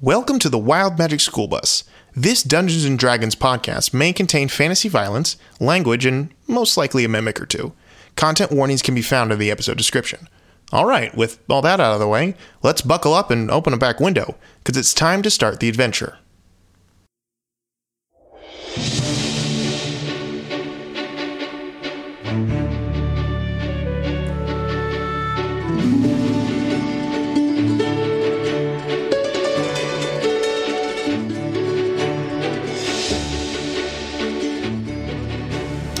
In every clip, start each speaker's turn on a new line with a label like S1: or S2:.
S1: Welcome to the Wild Magic School Bus. This Dungeons and Dragons podcast may contain fantasy violence, language, and most likely a mimic or two. Content warnings can be found in the episode description. All right, with all that out of the way, let's buckle up and open a back window, because it's time to start the adventure.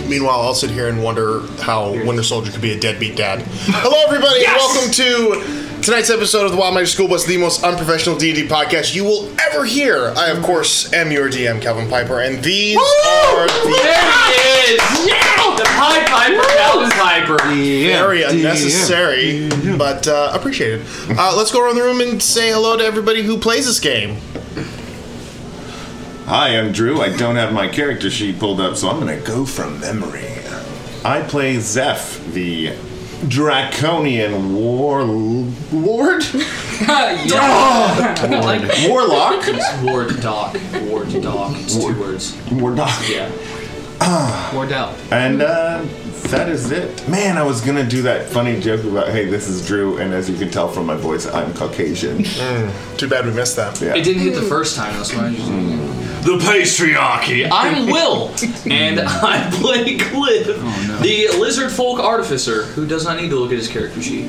S1: Meanwhile, I'll sit here and wonder how Winter Soldier could be a deadbeat dad. Hello, everybody. and Welcome to tonight's episode of the Wild Magic School Bus, the most unprofessional D&D podcast you will ever hear. I, of course, am your DM, Calvin Piper, and these are the
S2: There it is! The Pied Piper, Calvin Piper.
S1: very unnecessary, but uh, appreciated. Uh, let's go around the room and say hello to everybody who plays this game.
S3: Hi, I'm Drew. I don't have my character sheet pulled up, so I'm gonna go from memory. I play Zeph, the draconian war ward
S2: yeah. like,
S3: warlock
S2: it's Ward Doc. Ward Doc. It's two words.
S3: warlock.
S2: Yeah. Wardell.
S3: And uh, that is it. Man, I was gonna do that funny joke about hey, this is Drew, and as you can tell from my voice, I'm Caucasian.
S1: Mm, Too bad we missed that.
S2: It didn't
S4: Mm.
S2: hit the first time, that's why I just The Patriarchy! I'm Will, and I play Cliff, the lizard folk artificer who does not need to look at his character sheet.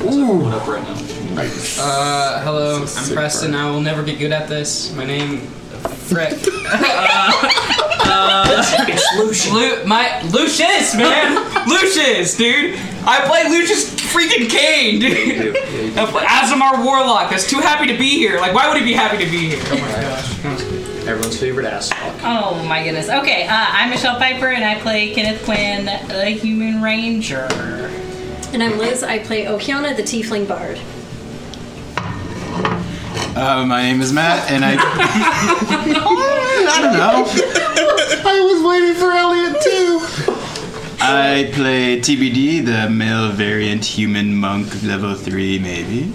S2: Ooh. What up right now?
S3: Nice.
S5: Uh, hello,
S3: So
S5: I'm
S3: sick,
S5: Preston.
S3: bro.
S5: I will never get good at this. My name, Frick. Uh,
S2: It's Lucian.
S5: Lu- my Lucius, man, Lucius, dude. I play Lucius freaking Kane, dude. I play Azamar Warlock. That's too happy to be here. Like, why would he be happy to be here? Oh my gosh.
S2: Everyone's favorite ass. fuck.
S6: Oh my goodness. Okay, uh, I'm Michelle Piper and I play Kenneth Quinn, the Human Ranger.
S7: And I'm Liz. I play Okiana, the Tiefling Bard.
S4: Uh, my name is Matt, and I. I don't know.
S3: I was waiting for Elliot too.
S4: I play TBD, the male variant human monk, level 3, maybe.
S5: No,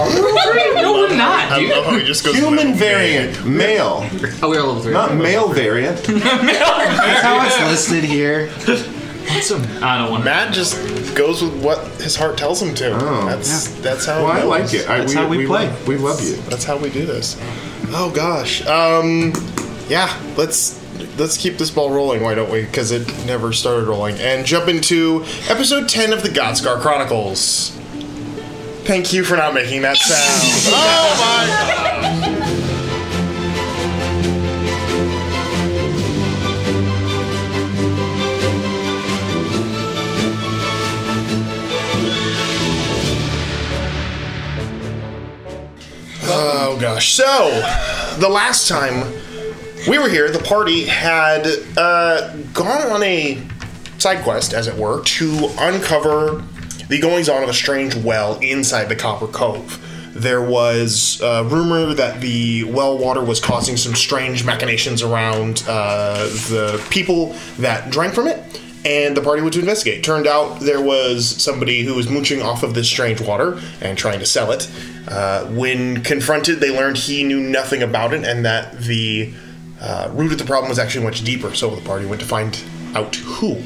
S5: Oh, we're not,
S8: Oh,
S1: I
S5: dude.
S1: love how he just goes
S3: Human
S1: "Little man."
S3: variant, male,
S2: Oh, we are level three.
S3: not male variant.
S4: That's how it's listed here.
S2: I don't want to.
S1: Matt just goes with what his heart tells him to. that's that's how.
S3: Oh, Well, I
S1: goes.
S3: like it. I,
S4: That's
S3: we,
S4: how we play.
S3: Love, we love you.
S1: That's how we do this. Oh gosh. Um, yeah. Let's let's keep this ball rolling. Why don't we? Because it never started rolling. And jump into episode ten of the Godscar Chronicles. Thank you for not making that sound. oh my. Oh gosh. So, the last time we were here, the party had uh, gone on a side quest, as it were, to uncover the goings on of a strange well inside the Copper Cove. There was a rumor that the well water was causing some strange machinations around uh, the people that drank from it, and the party went to investigate. Turned out there was somebody who was mooching off of this strange water and trying to sell it. Uh, when confronted, they learned he knew nothing about it and that the uh, root of the problem was actually much deeper, so the party went to find out who.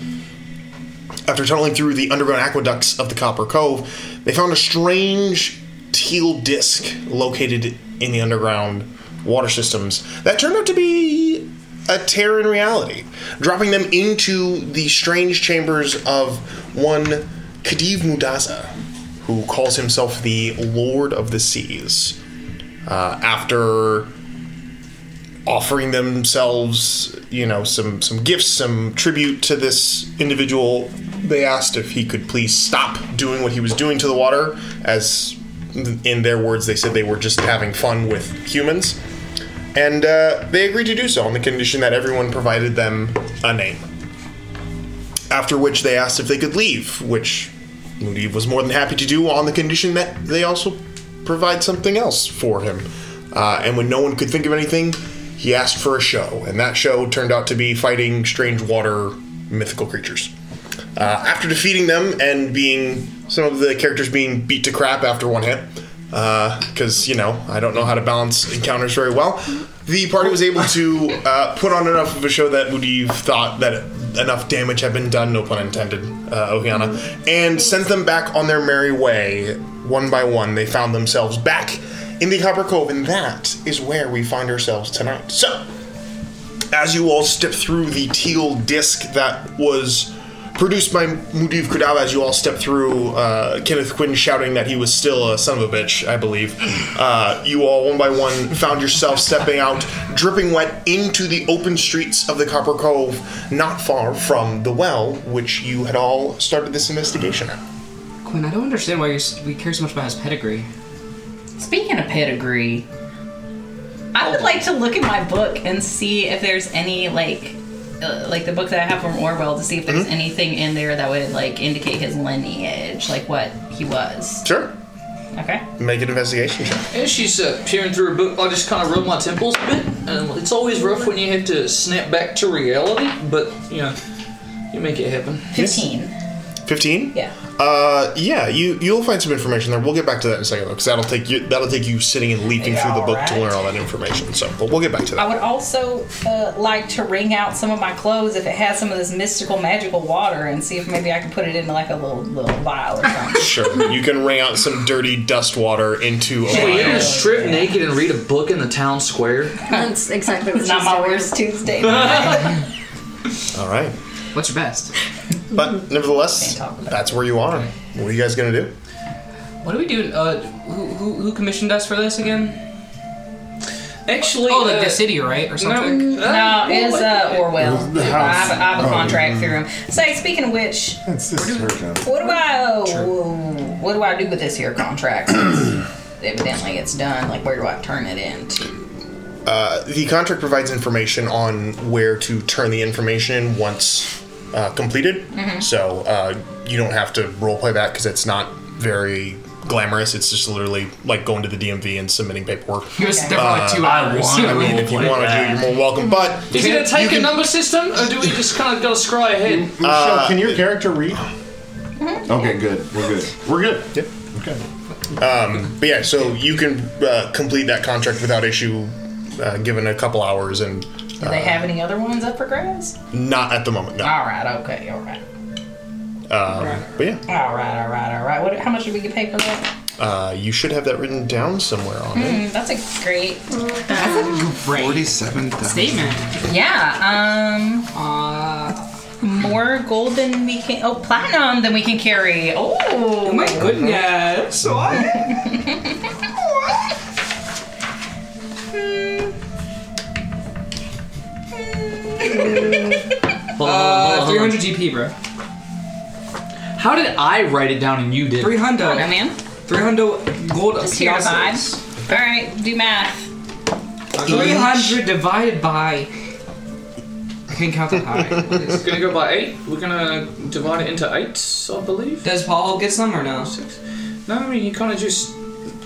S1: After tunneling through the underground aqueducts of the Copper Cove, They found a strange teal disc located in the underground water systems that turned out to be a tear in reality, dropping them into the strange chambers of one Khedive Mudaza, who calls himself the Lord of the Seas. Uh, after offering themselves, you know, some some gifts, some tribute to this individual. They asked if he could please stop doing what he was doing to the water, as in their words, they said they were just having fun with humans. And uh, they agreed to do so on the condition that everyone provided them a name. After which they asked if they could leave, which Mudeev was more than happy to do on the condition that they also provide something else for him. Uh, and when no one could think of anything, he asked for a show, and that show turned out to be fighting strange water mythical creatures. Uh, after defeating them and being some of the characters being beat to crap after one hit, because you know I don't know how to balance encounters very well, the party was able to uh, put on enough of a show that Mudiv thought that enough damage had been done, no pun intended, uh, Ohiana, and sent them back on their merry way. One by one, they found themselves back in the Copper Cove, and that is where we find ourselves tonight. So, as you all step through the teal disc that was produced by Mudiv Kudava, as you all step through, uh, Kenneth Quinn shouting that he was still a son of a bitch, I believe, uh, you all one by one found yourself stepping out, dripping wet, into the open streets of the Copper Cove, not far from the well, which you had all started this investigation at.
S5: Quinn, I don't understand why you we care so much about his pedigree.
S6: Speaking of pedigree, I would like to look at my book and see if there's any like, uh, like the book that I have from Orwell to see if there's anything in there that would like indicate his lineage, like what he was.
S1: Sure.
S6: Okay.
S1: Make an investigation check.
S2: And she's uh, peering through her book. I just kind of rub my temples a bit. And it's always rough when you have to snap back to reality, but you know, you make it happen.
S6: Fifteen.
S1: 15?
S6: Yeah.
S1: Uh, yeah, you you'll find some information there. We'll get back to that in a second though, because that'll take you that'll take you sitting and leaping
S6: Yeah,
S1: through the book to
S6: alright.
S1: learn all that information. So, but we'll get back to
S6: I
S1: that.
S6: would also uh, like to wring out some of my clothes if it has some of this mystical, magical water, and see if maybe I can put it into like a little little vial or something.
S1: Sure, you can wring out some dirty dust water into a
S2: Wait, you're
S1: vial.
S2: gonna strip naked and read a book in the town square?
S7: That's exactly what
S6: it's not
S7: she's
S6: my
S7: doing.
S6: worst Tuesday. night.
S1: All right,
S5: What's your best?
S1: but nevertheless,
S6: Can't talk about
S1: that's where you are. What are you guys gonna do?
S5: What are we doing? Uh, who, who, who commissioned us for this again?
S2: Actually,
S5: Oh, like
S2: uh,
S5: the city, right, or something?
S6: no, it's uh, Orwell. I have, I have a
S3: Oh.
S6: contract through him. Say, speaking of which,
S3: That's just her job.
S6: what do I oh, what do I do with this here contract? Evidently, it's done. Like, where do I turn it into?
S1: Uh, The contract provides information on where to turn the information in once uh, completed. So uh, you don't have to roleplay that because it's not very glamorous. It's just literally like going to the DMV and submitting paperwork.
S5: He was there for like two hours.
S1: I mean, if you want to do, you're more welcome. But
S2: Is it a take
S1: can-
S2: a number system, or do we just kind of gotta scry ahead?
S3: Michelle, can your character read? Okay, good. We're good. We're good.
S1: Yep. Um,
S3: Okay.
S1: But yeah, so you can uh, complete that contract without issue, uh, given a couple hours, and uh,
S6: Do they have any other ones up for grabs?
S1: not at the moment. No.
S6: All right, okay, all right.
S1: Um, But yeah,
S6: All right, all right, all right. What, how much did we get paid for that?
S1: uh, you should have that written down somewhere on
S9: Hmm.
S1: it.
S6: Mm, That's a great.
S4: Forty-seven thousand.
S5: Statement.
S6: Yeah. Um. More gold than we can. Oh, platinum than we can carry. Oh.
S5: My goodness. So I. Uh, 300 GP, bro.
S2: How did I write it down and you did?
S5: 300.
S6: Come on, man.
S5: 300 gold
S6: Just hear the
S5: piastres.
S6: vibe. All right, do math.
S5: 300 divided by. I can't count that high.
S2: It's gonna go by eight. We're gonna divide it into eights, I believe.
S5: Does Paul get some or no?
S2: Six. No, I mean you kind of just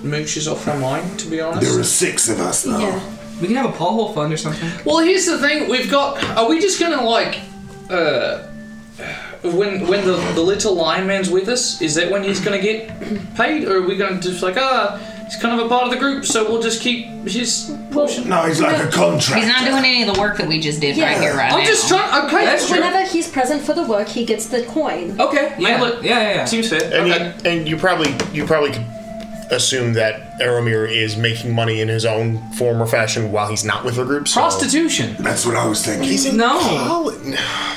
S2: mooches off from mine, to be honest.
S3: There were six of us though.
S7: Yeah.
S5: We can have a Paul hole fund or something.
S2: Well, here's the thing. We've got. Are we just gonna like, uh, when when the the little lineman's with us, is that when he's gonna get paid, or are we gonna just like ah, He's kind of a part of the group, so we'll just keep his portion.
S8: No, he's like a contract.
S6: He's not doing any of the work that we just did right
S7: Yeah.
S6: here, right
S2: I'm
S6: now.
S2: just trying. Okay,
S9: That's true.
S7: Whenever he's present for the work, he gets the
S2: Oh.
S7: coin.
S9: Okay. Yeah.
S2: look-
S9: yeah, yeah, yeah.
S2: Seems fair.
S1: And,
S2: okay.
S1: you, and you probably you probably could assume that Aramir is making money in his own form or fashion while he's not with the group. So.
S9: Prostitution.
S8: That's what I was thinking. He's
S1: in
S9: No.
S1: coll-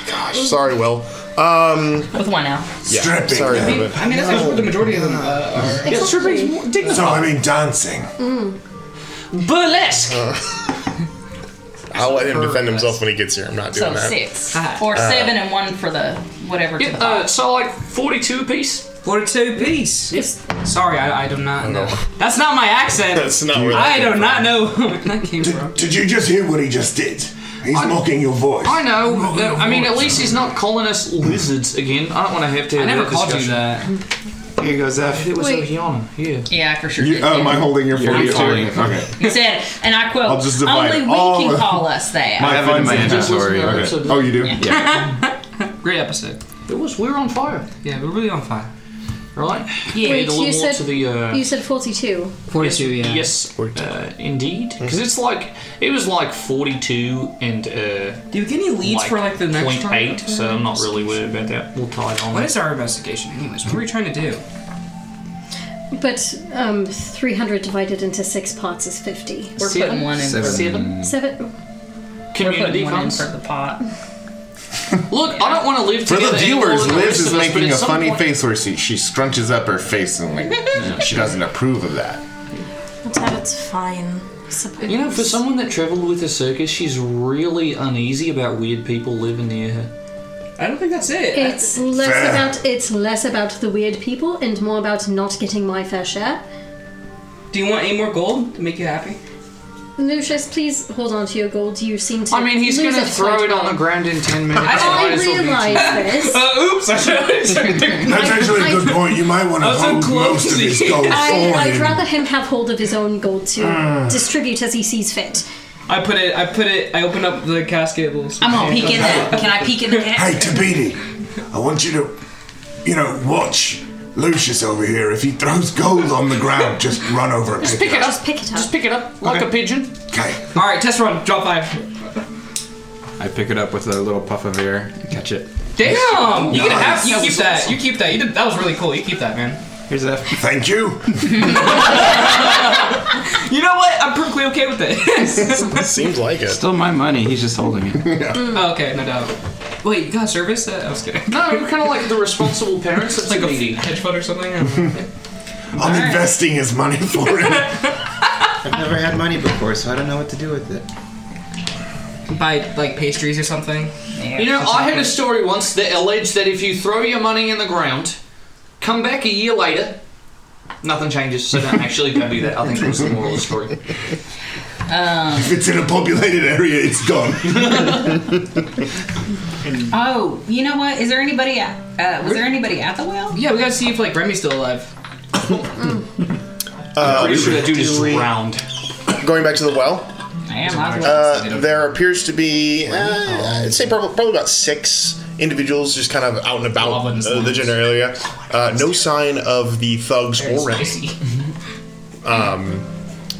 S1: Gosh, sorry, Will. Um,
S6: With one L.
S1: yeah,
S8: Stripping.
S1: Sorry,
S8: I
S1: Will, but-
S9: I mean, that's actually what the majority of them uh, are. Yeah, stripping's more dignified.
S8: So I mean dancing.
S6: Mm.
S9: Burlesque.
S1: Uh, I'll let him defend himself when he gets here. I'm not doing
S6: So
S1: that. Uh,
S6: six. Or seven and one for the whatever. To
S2: Yeah,
S6: the
S2: uh,
S6: bottom.
S2: so like 42 piece.
S9: Forty-two piece.
S2: Yes.
S9: Sorry, I, I do not know. That's not my accent.
S1: That's not where that
S9: I
S1: came
S9: do
S1: from.
S9: not know where that came from.
S8: Did you just hear what he just did? He's mocking your voice.
S2: I know. uh, I mean, at least he's not calling us lizards again. I don't want to have to.
S9: I
S2: have
S9: never
S2: that
S9: called you
S2: discussion.
S9: that.
S4: Here goes F.
S2: It was
S7: Wait.
S2: a yawn. Yeah.
S6: yeah, for sure.
S8: You, oh, am I holding your
S4: You're
S8: 42?
S4: holding it.
S8: Okay.
S6: He said, and I quote,
S8: I'll just divide
S6: only we
S8: all
S6: can
S8: of-
S6: call us that.
S4: I have it in my
S8: fancy-
S4: inventory.
S2: Okay.
S8: Okay. Oh, you do?
S9: Great episode.
S2: It was. We're on fire.
S9: Yeah, we're really on fire.
S2: Right.
S7: Wait,
S2: Need a little
S7: you
S2: more
S7: said
S2: to the. Uh,
S7: you said forty-two.
S9: Forty-two. Yeah.
S2: Yes, uh, indeed.
S8: Mm-hmm.
S2: Because it's like it was like forty-two and uh,
S9: Do you get any leads for like the next
S2: point
S9: time?
S2: eight. So I'm not really worried about that. We'll tie it on.
S9: What is our investigation, anyways? What are we trying to do?
S7: But um, three hundred divided into six parts is fifty.
S6: We're putting one in for,
S2: Seven
S7: Seven.
S6: we're putting
S2: community
S6: one in
S2: funds.
S6: for the pot.
S2: Look, I don't want to live
S8: For
S2: together
S8: the
S2: anymore
S8: viewers,
S2: than the
S8: Liz
S2: rest
S8: is
S2: of us, but
S8: making
S2: at
S8: a
S2: some
S8: funny
S2: point-
S8: face where she, she scrunches up her face and like she doesn't approve of that.
S7: It's fine.
S2: You know, for someone that travelled with a circus, she's really uneasy about weird people living near her.
S9: I don't think that's it.
S7: It's less
S8: Fair.
S7: about it's less about the weird people and more about not getting my fair share.
S9: do you want any more gold to make you happy?
S7: Lucius, please hold on to your gold. You seem to.
S2: I mean, he's
S7: lose
S2: gonna throw
S7: quite
S2: it on
S7: well.
S2: the ground in ten minutes.
S7: I
S2: Might as well be-
S7: realize this.
S9: Uh, oops! I should.
S8: That's actually a good point. You might want to
S9: I was so
S8: hold most of his
S9: clumsy.
S8: gold
S7: I,
S8: for
S7: I'd
S8: him.
S7: rather him have hold of his own gold to distribute as he sees fit.
S9: I put it. I put it. I open up the casket. Little
S6: I'm gonna peek in that. Can I peek in the cat?
S8: Hey, Tabidi, I want you to, you know, watch Lucius over here. If he throws gold on the ground, just run over and pick,
S2: Pick it up.
S7: Just pick it up.
S2: Just pick it up like
S4: Okay.
S2: a pigeon.
S8: Okay.
S9: All right, test run. Drop five.
S4: I pick it up with a little puff of air. Catch it.
S9: Damn! You get half. You
S4: Nice.
S9: keep that. You keep that. You did, that was really cool. You keep that, man.
S4: Here's F.
S8: Thank you.
S9: You know what? I'm perfectly okay with this.
S1: Seems like it.
S4: Still my money. He's just holding it.
S1: Mm.
S9: oh, okay, no doubt. Wait, you got service? Uh, I was kidding.
S2: No, you're kind of like the responsible parents of
S9: Like a
S2: Tahiti.
S9: hedge fund or something. I don't know.
S8: I'm investing his money for him.
S4: I've never had money before, so I don't know what to do with it.
S9: Buy like pastries or something.
S2: You know, I had a story once that alleged that if you throw your money in the ground, come back a year later, nothing changes. So don't actually don't do that. I think that was the moral of the story.
S6: Um,
S8: if it's in a populated area, it's gone.
S6: Oh, you know what? Is there anybody at? Uh, was there anybody at the well?
S9: Yeah, we gotta see if like Remy's still alive.
S2: Pretty sure that dude is
S8: we-
S2: drowned.
S1: Uh, Going back to the well,
S6: I am. I was
S1: uh, there appears to be, uh,
S6: Oh.
S1: I'd say probably, probably about six individuals just kind of out and about
S9: Loving
S1: uh, the
S9: lives.
S1: general area.
S6: Oh,
S1: Uh, no sign of the thugs or Remy.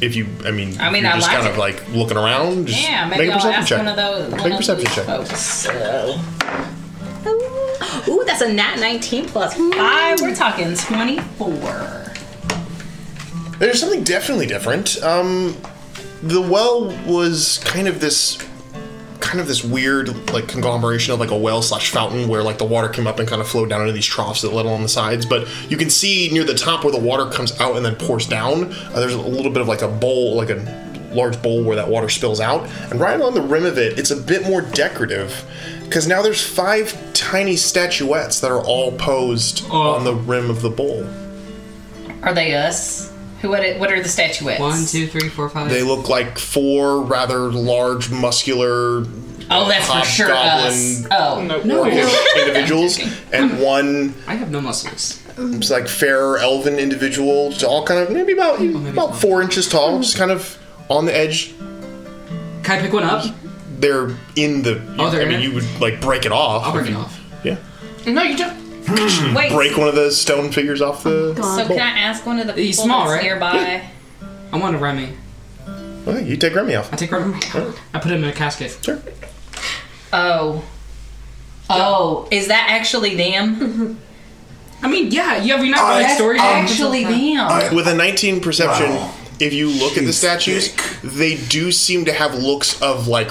S1: If you, I mean,
S6: I mean,
S1: you're
S6: I
S1: just
S6: like
S1: kind
S6: it.
S1: of like looking around. Just
S6: yeah,
S1: make
S6: maybe
S1: a
S6: I'll
S1: perception
S6: ask
S1: check.
S6: one of those.
S1: Make
S6: one
S1: a
S6: of
S1: perception
S6: these
S1: check.
S6: Folks. So. Ooh, that's a nat 19 plus 5. We're talking 24.
S1: There's something definitely different. Um, the well was kind of this, kind of this weird like conglomeration of like a well slash fountain where like the water came up and kind of flowed down into these troughs that let along the sides. But you can see near the top where the water comes out and then pours down. uh, there's a little bit of like a bowl, like a large bowl where that water spills out. And right along the rim of it, it's a bit more decorative. Because now there's five tiny statuettes that are all posed on the rim of the bowl.
S6: Are they us? Who? What, are- what are the statuettes?
S9: One, two, three, four, five.
S1: They look like four rather large, muscular
S6: Oh, that's for sure us.
S1: Hobgoblin.
S6: Oh.
S1: orcish individuals, and one
S9: I have no muscles.
S1: it's like fair elven individual, just all kind of maybe about about four inches tall, just kind of on the edge.
S9: Can I pick one up?
S1: They're in the.
S9: Oh, they're
S1: I mean,
S9: in?
S1: you would like break it off.
S9: I'll break it off.
S1: Yeah,
S2: No, you don't.
S6: Wait.
S1: break one of the stone figures off the.
S6: So can I ask one of the people
S9: He's small,
S6: that's
S9: right?
S6: nearby?
S9: I want a Remy.
S1: Well, you take Remy off.
S9: I take Remy. I put him in a casket.
S1: Sure.
S6: Oh. Oh, is that actually them?
S9: I mean, yeah, you have you not read that story?
S6: Actually them.
S1: With a 19 perception,
S3: Wow.
S1: if you look at the
S3: She's
S1: statues,
S3: thick.
S1: they do seem to have looks of like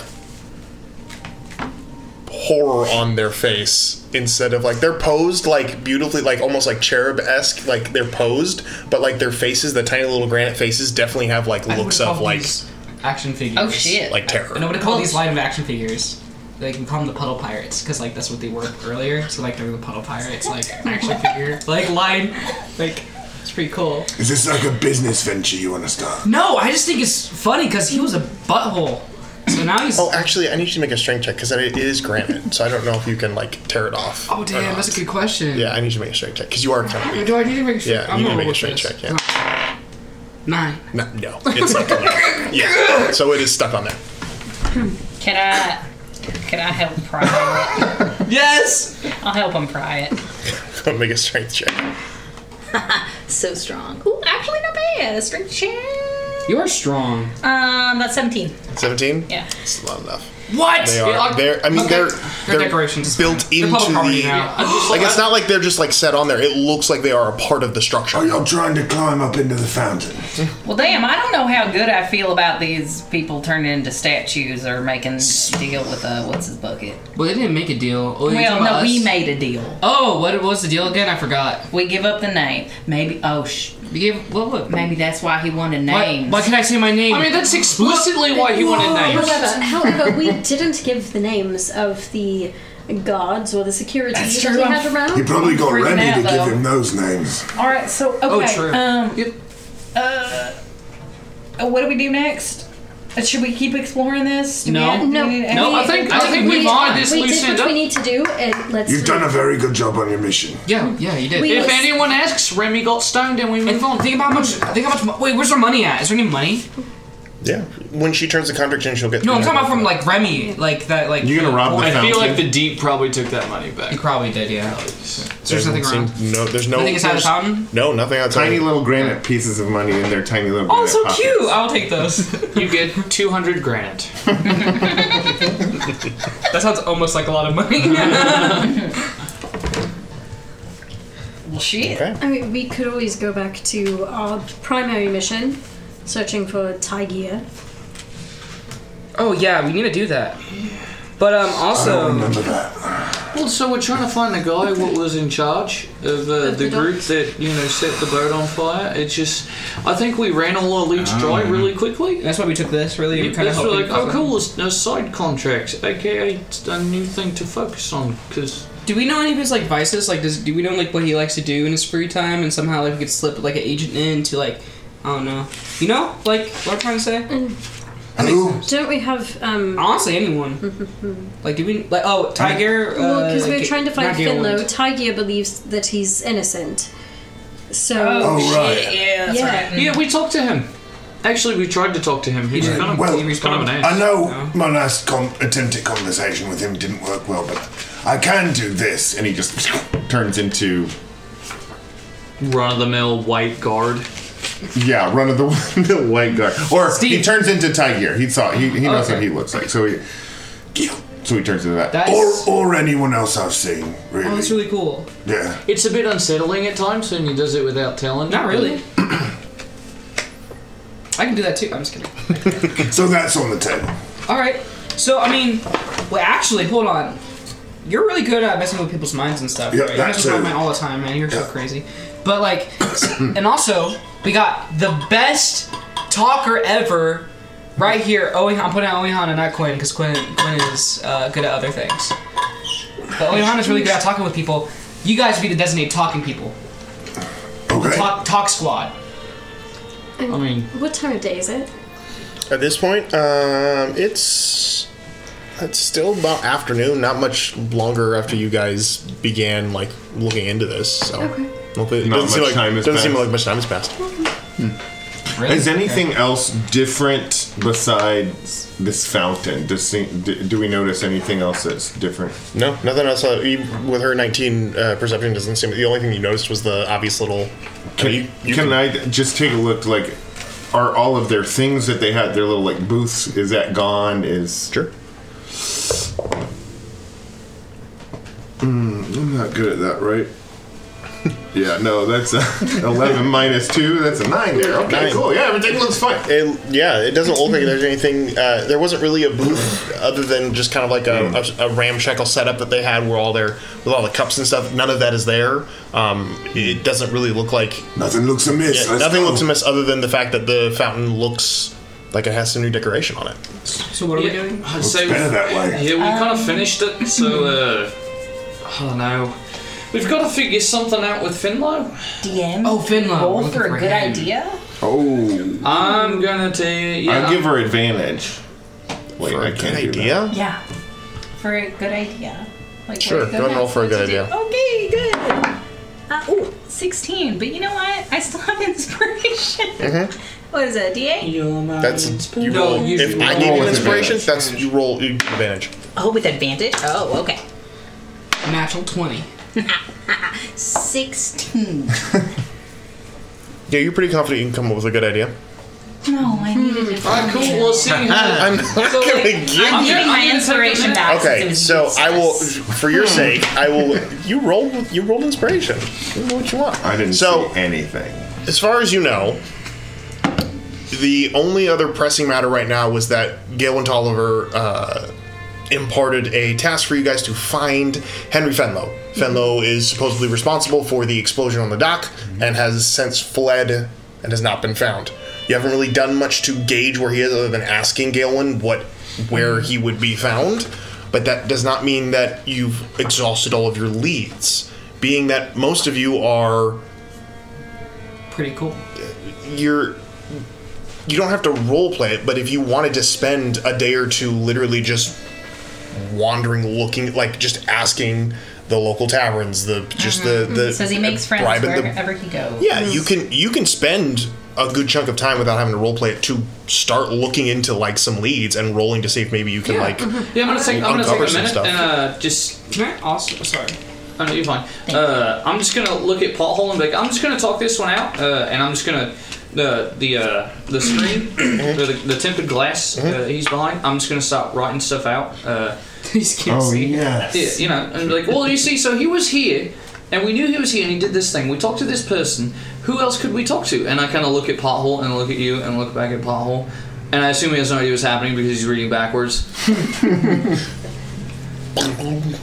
S1: horror on their face instead of like they're posed like beautifully like almost like cherub-esque like they're posed but like their faces the tiny little granite faces definitely have like
S9: I would
S1: looks
S9: call
S1: of like
S9: these action figures.
S6: Oh shit.
S1: like terror
S9: And I'm gonna call these live action figures. They can call them the puddle pirates because like that's what they were earlier. So like they're the puddle pirates, like action figure, like line, like it's pretty cool.
S3: Is this like a business venture you want to start?
S9: No, I just think it's funny because he was a butthole. So now he's
S1: oh actually i need you to make a strength check because it is granite so i don't know if you can like tear it off
S9: Oh
S1: or
S9: damn,
S1: not.
S9: that's a good question.
S1: yeah i need you to make a strength check because you are kind of weak
S9: Do I need to make sure?
S1: Yeah,
S9: I'm
S1: you can
S9: gonna
S1: make
S9: roll
S1: a strength
S9: with
S1: check.
S9: this.
S1: Yeah,
S9: Nine.
S1: no, no, it's like yeah. So it is stuck on there.
S6: Can I can I help pry it?
S9: Yes.
S6: I'll help him pry it.
S1: Don't make a strength check.
S6: So strong. Ooh, actually not bad. A strength check.
S9: You are strong.
S6: Um, that's 17.
S1: Seventeen.
S6: Yeah.
S1: it's not enough.
S9: What?
S1: They are. They're. I mean, they're. They're,
S9: decorations.
S1: built
S9: They're
S1: into
S9: public property
S1: the.
S9: now. I just-
S1: Like it's not like they're just like set on there. It looks like they are a part of the structure.
S3: Oh, you're trying to climb up into the fountain.
S6: Well, damn, I don't know how good I feel about these people turning into statues or making a deal with uh, what's his bucket.
S9: Well, they didn't make a deal. Oh, they
S6: Well,
S9: talking
S6: no,
S9: about
S6: we
S9: us?
S6: made a deal.
S9: Oh, what what was the deal again? I forgot.
S6: We give up the name. Maybe. Oh, sh-
S9: We gave what? what
S6: maybe that's why he wanted
S9: why,
S6: names.
S9: why can I say my name?
S2: I mean, that's explicitly why he wanted names.
S7: However, however, we didn't give the names of the guards or the security
S6: That's
S7: that
S6: true.
S7: we had
S3: You
S7: around.
S3: probably got
S6: Freaking
S3: Remy
S6: out,
S3: to
S6: though.
S3: give him those names.
S6: All right. So okay.
S9: oh, true.
S6: Um.
S9: Yep.
S6: Uh. What do we do next? Uh, Should we keep exploring this? Do we
S9: No.
S6: have- do we
S7: No.
S6: need any-
S2: No, I think I think
S7: We-
S2: we've already this
S7: We did
S2: loosened
S7: what
S2: up.
S7: we need to do, and let's.
S3: You've done a very good job on your mission.
S9: Yeah, yeah, you did.
S7: We-
S9: If-
S2: If anyone asks, Remy got stoned and we move on.
S9: think about how much. Think how much. mo- Wait, where's our money at? Is there any money?
S1: Yeah. When she turns the contract in, she'll get.
S9: No, I'm talking about from like Remy, like that, like.
S3: You're gonna rob the
S9: boy-
S2: I feel like
S3: Fountain.
S2: the deep probably took that money
S9: He
S2: back.
S9: probably did, yeah. So there's nothing
S1: Doesn't
S9: wrong.
S1: seem- No, there's no.
S9: Nothing inside the
S1: there's-
S9: fountain?
S1: No, nothing outside.
S3: Tiny little granite pieces of money in their tiny little.
S9: Oh,
S3: granite
S9: so
S3: pockets.
S9: cute! I'll take those.
S2: You get 200 grand.
S9: that sounds almost like a lot of money.
S6: Well, shit.
S1: Okay.
S7: I mean, we could always go back to our primary mission, searching for Tigear.
S9: oh yeah, we need to do that. But um,
S3: I don't
S9: also,
S3: remember that.
S2: Well, so we're trying to find the guy what was in charge of uh, the group that you know set the boat on fire. It's just, I think we ran all our leads dry really quickly.
S9: that's why we took this. Really, kind of
S2: That's
S9: helping.
S2: like, oh cool, it's a side contract, aka it's a new thing to focus on. Because
S9: Do we know any of his like vices? Like, does do we know like what he likes to do in his free time? And somehow like we could slip like an agent in to like, I don't know. You know, like what I'm trying to say.
S3: Who?
S7: Mm. Don't we have? Um, Mm-hmm.
S9: Honestly, anyone. like, do we like? Oh, Tiger.
S7: Hmm. well, because
S9: uh,
S7: we're
S9: Ga-
S7: trying to find
S9: not Galen.
S7: Finlow. Tigear believes that he's innocent. So.
S6: Oh,
S3: Oh, right.
S6: shit. Yeah, that's
S7: Yeah.
S6: right.
S2: yeah, we talked to him. Actually, we tried to talk to him. He's kind of
S3: Well, um,
S2: he's kind of an
S3: I
S2: ass.
S3: know my last com- attempt at conversation with him didn't work well, but I can do this. And he just turns into
S2: Run of the mill white guard.
S3: yeah, run of the, the white guard, or he
S9: Steve.
S3: turns into Tiger. He saw he, he knows what
S9: Okay.
S3: he looks like, so he so he turns into that,
S9: That is-
S3: or or anyone else I've seen really.
S9: Oh, that's really cool.
S3: yeah,
S2: It's a bit unsettling at times, and he does it without telling.
S9: Not really. I can do that too. I'm just kidding.
S3: so that's on the table.
S9: All right. So I mean, well, actually, hold on. You're really good at messing with people's minds and stuff.
S3: Yeah,
S9: right?
S3: that
S9: you mess with
S3: too.
S9: my mind all the time, man. You're so
S3: Yeah.
S9: crazy. But like, and also, we got the best talker ever right here. Owen, I'm putting out Owen and not Quinn because Quinn Quinn is uh, good at other things. But Owen is really good at talking with people. You guys would be the designated talking people.
S3: Okay,
S9: Talk talk squad.
S2: I mean,
S7: What time of day is it?
S1: At this point, um, it's it's still about afternoon. Not much longer after you guys began like looking into this. So
S7: Okay.
S1: hopefully, it
S3: Not
S1: doesn't seem
S3: much
S1: like
S3: time has
S1: doesn't seem
S3: passed.
S1: like much time has passed.
S9: Really?
S3: Is anything else different besides this fountain? Does se- d- do we notice anything else that's different?
S1: No, nothing else. Uh, you- With her 19 uh, perception, doesn't seem. The only thing you noticed was the obvious little.
S3: Can,
S1: you- you
S3: can I just take a look? Like, are all of their things that they had, their little like booths, is that gone? Is
S1: Sure.
S3: Mm, I'm not good at that, right? yeah, no, that's a 11 minus 2, that's a 9 there. Okay,
S1: Nine.
S3: cool. Yeah, everything looks fine.
S1: It, yeah, it doesn't look like there's anything. Uh, there wasn't really a booth other than just kind of like
S3: Hmm.
S1: a, a, a ramshackle setup that they had, where all their with all the cups and stuff. None of that is there. Um, it doesn't really look like
S3: Nothing looks amiss.
S1: yeah, nothing looks amiss other than the fact that the fountain looks like it has some new decoration on it.
S5: So what are we doing?
S2: I'd say
S3: better that way.
S2: Yeah, we kind of finished it, so uh, I don't know. We've got to figure something out with Finlow.
S6: DM.
S5: Oh, Finland.
S6: Roll
S5: We're looking
S6: for a
S5: for
S6: good
S5: him.
S6: idea.
S3: Oh,
S2: I'm gonna tell you. Yeah,
S3: I'll give her advantage. Wait,
S1: For a
S3: I
S1: good
S3: can't do that.
S1: idea.
S6: Yeah. For a good idea. Like,
S1: Sure,
S6: what-
S1: go ahead and roll for a
S6: what
S1: good
S6: to do.
S1: idea.
S6: Okay, good. Uh, ooh, 16. But you know what? I still have inspiration. What is it, DA?
S1: Mm-hmm. That's you
S2: No,
S1: roll.
S2: you
S1: if
S2: roll
S1: I gave you
S3: with
S1: inspiration,
S3: advantage.
S1: that's you roll you advantage.
S6: Oh, with advantage? Oh, okay.
S5: Natural 20.
S6: 16.
S1: Yeah, you're pretty confident you can come up with a good idea.
S6: No, I needed it.
S2: Hmm. Alright, cool. Well, seeing how.
S1: I'm not gonna give
S6: I'm
S2: I'm
S6: giving
S2: gonna- I'm
S6: my
S2: gonna
S6: inspiration
S2: take a
S6: back.
S1: Okay,
S6: since it
S1: so
S6: was
S1: I will,
S6: useless. Hmm.
S1: for your sake, I will. You roll. You rolled inspiration. You know what you want.
S3: I didn't
S1: So-
S3: see anything.
S1: As far as you know, the only other pressing matter right now was that Galen Tolliver uh, imparted a task for you guys to find Henry Fenlow. Fenlow is supposedly responsible for the explosion on the dock and has since fled and has not been found. You haven't really done much to gauge where he is, other than asking Galen what where he would be found. But that does not mean that you've exhausted all of your leads, being that most of you are
S5: Pretty cool.
S1: you're you don't have to role play it, but if you wanted to spend a day or two literally just wandering looking like just asking the local taverns, the just the the
S6: Says Mm-hmm. he makes friends
S1: bribing the-
S6: wherever Mm-hmm. he goes.
S1: yeah, you can you can spend a good chunk of time without having to role play it to start looking into like some leads and rolling to see if maybe you can like
S2: Yeah, I'm gonna take. I'm gonna
S1: Uncover
S2: take a
S1: some
S2: minute
S1: stuff.
S2: and uh, just.
S5: Can I also. Sorry.
S2: Oh no, you're fine. Uh, I'm just gonna look at pothole and be like, I'm just gonna talk this one out, uh, and I'm just gonna the the uh, the screen,
S3: Mm-hmm.
S2: the, the tempered glass uh, he's behind. I'm just gonna start writing stuff out. Uh,
S5: These can't
S3: Oh,
S5: see.
S3: yes.
S2: Yeah, you know, and like, well, you see, so he was here, and we knew he was here, and he did this thing. We talked to this person. Who else could we talk to? And I kind of look at Pothole and look at you and look back at Pothole, and I assume he has no idea what's happening because he's reading backwards.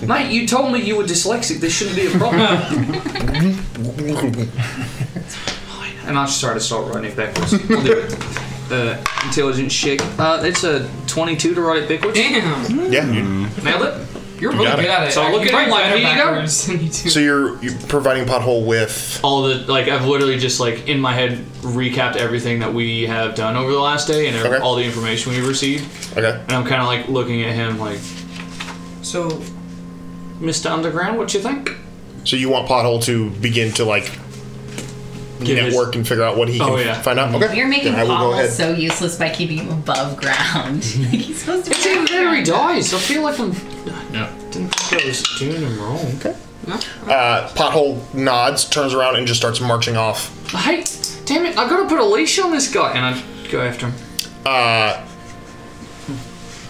S2: Mate, you told me you were dyslexic. This shouldn't be a problem. and I just try to start writing it backwards. I'll do it. Uh, intelligence check. Uh, it's a 22 to write Mm. it backwards.
S5: Damn.
S1: yeah. you-
S2: Nailed it.
S5: You're really
S1: got
S5: good
S1: it.
S5: at it.
S2: So I look
S5: You
S2: at
S5: write
S2: him like,
S5: better
S2: here you go.
S5: backwards than you do.
S1: So you're you're providing pothole with
S2: all the like I've literally just like in my head recapped everything that we have done over the last day and
S1: Okay.
S2: all the information we've received,
S1: okay.
S2: and I'm kind of like looking at him like,
S5: So
S2: Mr. Underground, what you think?
S1: So you want pothole to begin to like
S2: Give his-
S1: network and figure out what he can
S2: Oh, yeah.
S1: find out. Okay,
S6: You're making
S1: Then I will go
S6: Paul
S1: ahead.
S6: so useless by keeping him above ground. like he's supposed to be.
S2: It's even there he
S6: underground.
S2: dies. I feel like I'm. No, didn't think I was doing him wrong.
S1: Uh, Pothole nods, turns around, and just starts marching off.
S2: Hey, damn it! I gotta put a leash on this guy, and I go after him.
S1: Uh,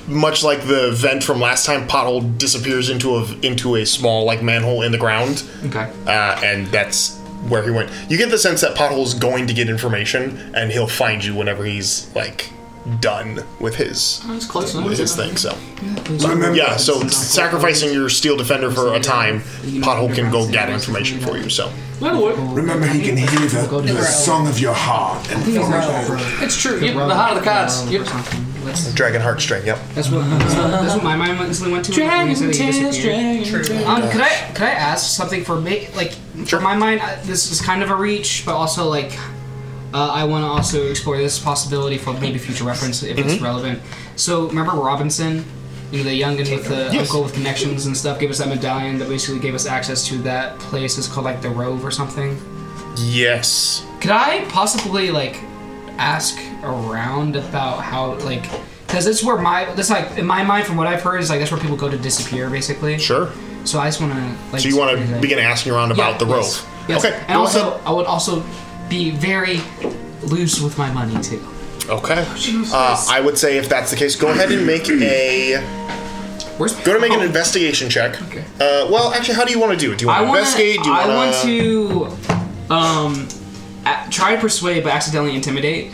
S1: Much like the vent from last time, Pothole disappears into a into a small like manhole in the ground,
S2: Okay.
S1: uh, and that's where he went. You get the sense that Pothole's going to get information, and he'll find you whenever he's like done with his
S2: That's close enough.
S1: with his
S2: isn't it?
S1: thing. So yeah, so sacrificing your steel defender for a time, Pothole can go get information for you. So
S2: That'll work.
S3: Remember, he can hear the, the song of your heart and
S2: It's true. Yep, the heart of the cards. Yep.
S1: dragon heartstring, yep.
S5: that's what that's what, that's what my mind went- instantly went to. when you said that you disappeared. Um, could I could I ask something for me? Like,
S1: Sure.
S5: for my mind, I, this is kind of a reach, but also like, uh, I want to also explore this possibility for maybe future reference if
S2: Mm-hmm.
S5: it's relevant. So remember Robinson, you know, the youngin with the uncle with connections and stuff, gave us that medallion that basically gave us access to that place. It's called like the Rove or something.
S1: Yes.
S5: Could I possibly like ask around about how like? Because that's where my that's like in my mind from what I've heard is like that's where people go to disappear basically.
S1: Sure.
S5: So I just want to like.
S1: So you want
S5: see
S1: to
S5: what
S1: begin asking around
S5: they-
S1: about the rope?
S5: yes, Yes.
S1: Okay.
S5: And
S1: go
S5: also,
S1: ahead.
S5: I would also be very
S9: loose with my money too.
S1: Okay. Uh, I would say if that's the case, go ahead and make a.
S9: Where's
S1: go to make an investigation check. Okay. Uh, well, actually, how do you want to do it? Do you want
S9: I
S1: to
S9: want
S1: investigate? Do you
S9: I
S1: wanna...
S9: want to um a- try to persuade but accidentally intimidate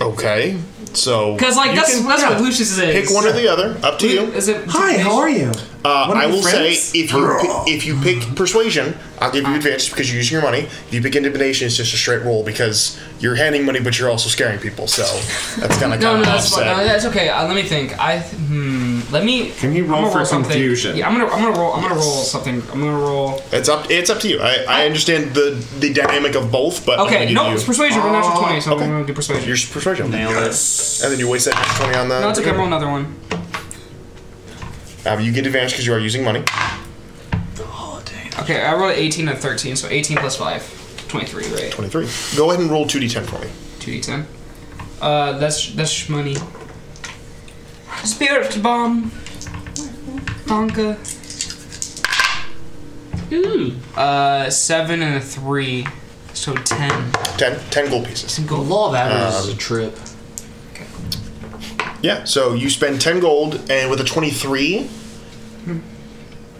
S1: Okay. So.
S9: because like
S1: you
S9: that's
S1: can-
S9: that's
S1: yeah.
S9: what Lucius is.
S1: Pick one or the other. Up to you.
S9: Is it
S10: you?
S1: Uh,
S10: One of
S1: I
S10: my
S1: will
S10: friends? Mm.
S1: say if you pi- if you pick persuasion, I'll give you advantage because you're using your money. If you pick intimidation, it's just a straight roll because you're handing money, but you're also scaring people. So that's kind of
S9: No,
S1: kind
S9: no,
S1: of
S9: that's fine. No,
S1: offset.
S9: that's okay. Uh, let me think. I th- hmm. Let me.
S3: Can you roll
S9: I'm gonna
S3: for
S9: something.
S3: confusion?
S9: Yeah, I'm gonna. I'm gonna roll. I'm gonna roll something. I'm gonna roll.
S1: It's up it's up to you. I, I understand the the dynamic of both, but I'm gonna
S9: Okay,
S1: give
S9: no,
S1: you-
S9: it's persuasion. We're natural twenty, so I'm gonna do persuasion.
S1: Your persuasion.
S11: Yes.
S1: And then you waste that extra twenty on the.
S9: no, it's okay. Roll another one.
S1: Uh, you get advantage because you are using money.
S9: Okay, I rolled 18 and 13, so 18 plus 5. 23, right?
S1: Twenty-three. Go ahead and roll two d ten for me.
S9: 2d10. Uh, that's that's money. Spirit bomb. Tonka. Ooh. Uh, 7 and a 3, so 10.
S1: Ten. Ten gold pieces. Um,
S2: The law of averages is a trip.
S1: Yeah. So you spend ten gold, and with a twenty-three,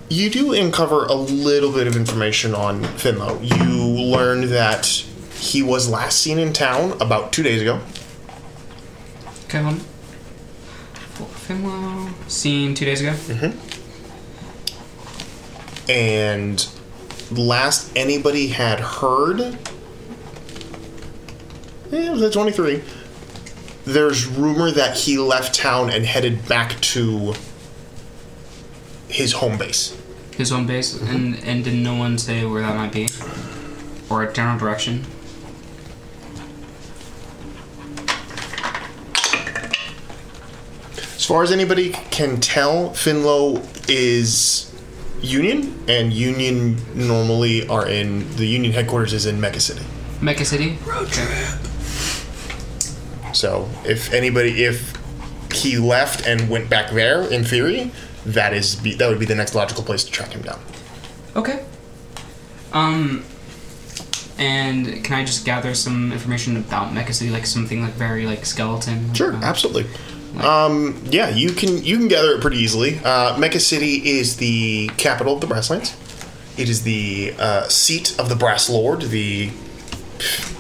S1: you do uncover a little bit of information on Finlow. You learn that he was last seen in town about two days ago.
S9: Okay, hold on. Finlow. Seen two days ago.
S1: Mm-hmm. and last anybody had heard eh, it was at 23 there's rumor that he left town and headed back to his home base
S9: His home base, and and did no one say where that might be, or a general direction?
S1: as far as anybody can tell finlow is union and union normally are in the union headquarters is in mecca city
S9: Mecca City.
S1: So if anybody, if he left and went back there, in theory, that is be, that would be the next logical place to track him down.
S9: Okay. Um, and can I just gather some information about Mecha City, like something like very like skeleton?
S1: Sure,
S9: Uh,
S1: absolutely. Um, yeah, you can you can gather it pretty easily. Uh, Mecca City is the capital of the Brasslands. It is the uh, seat of the Brass Lord, the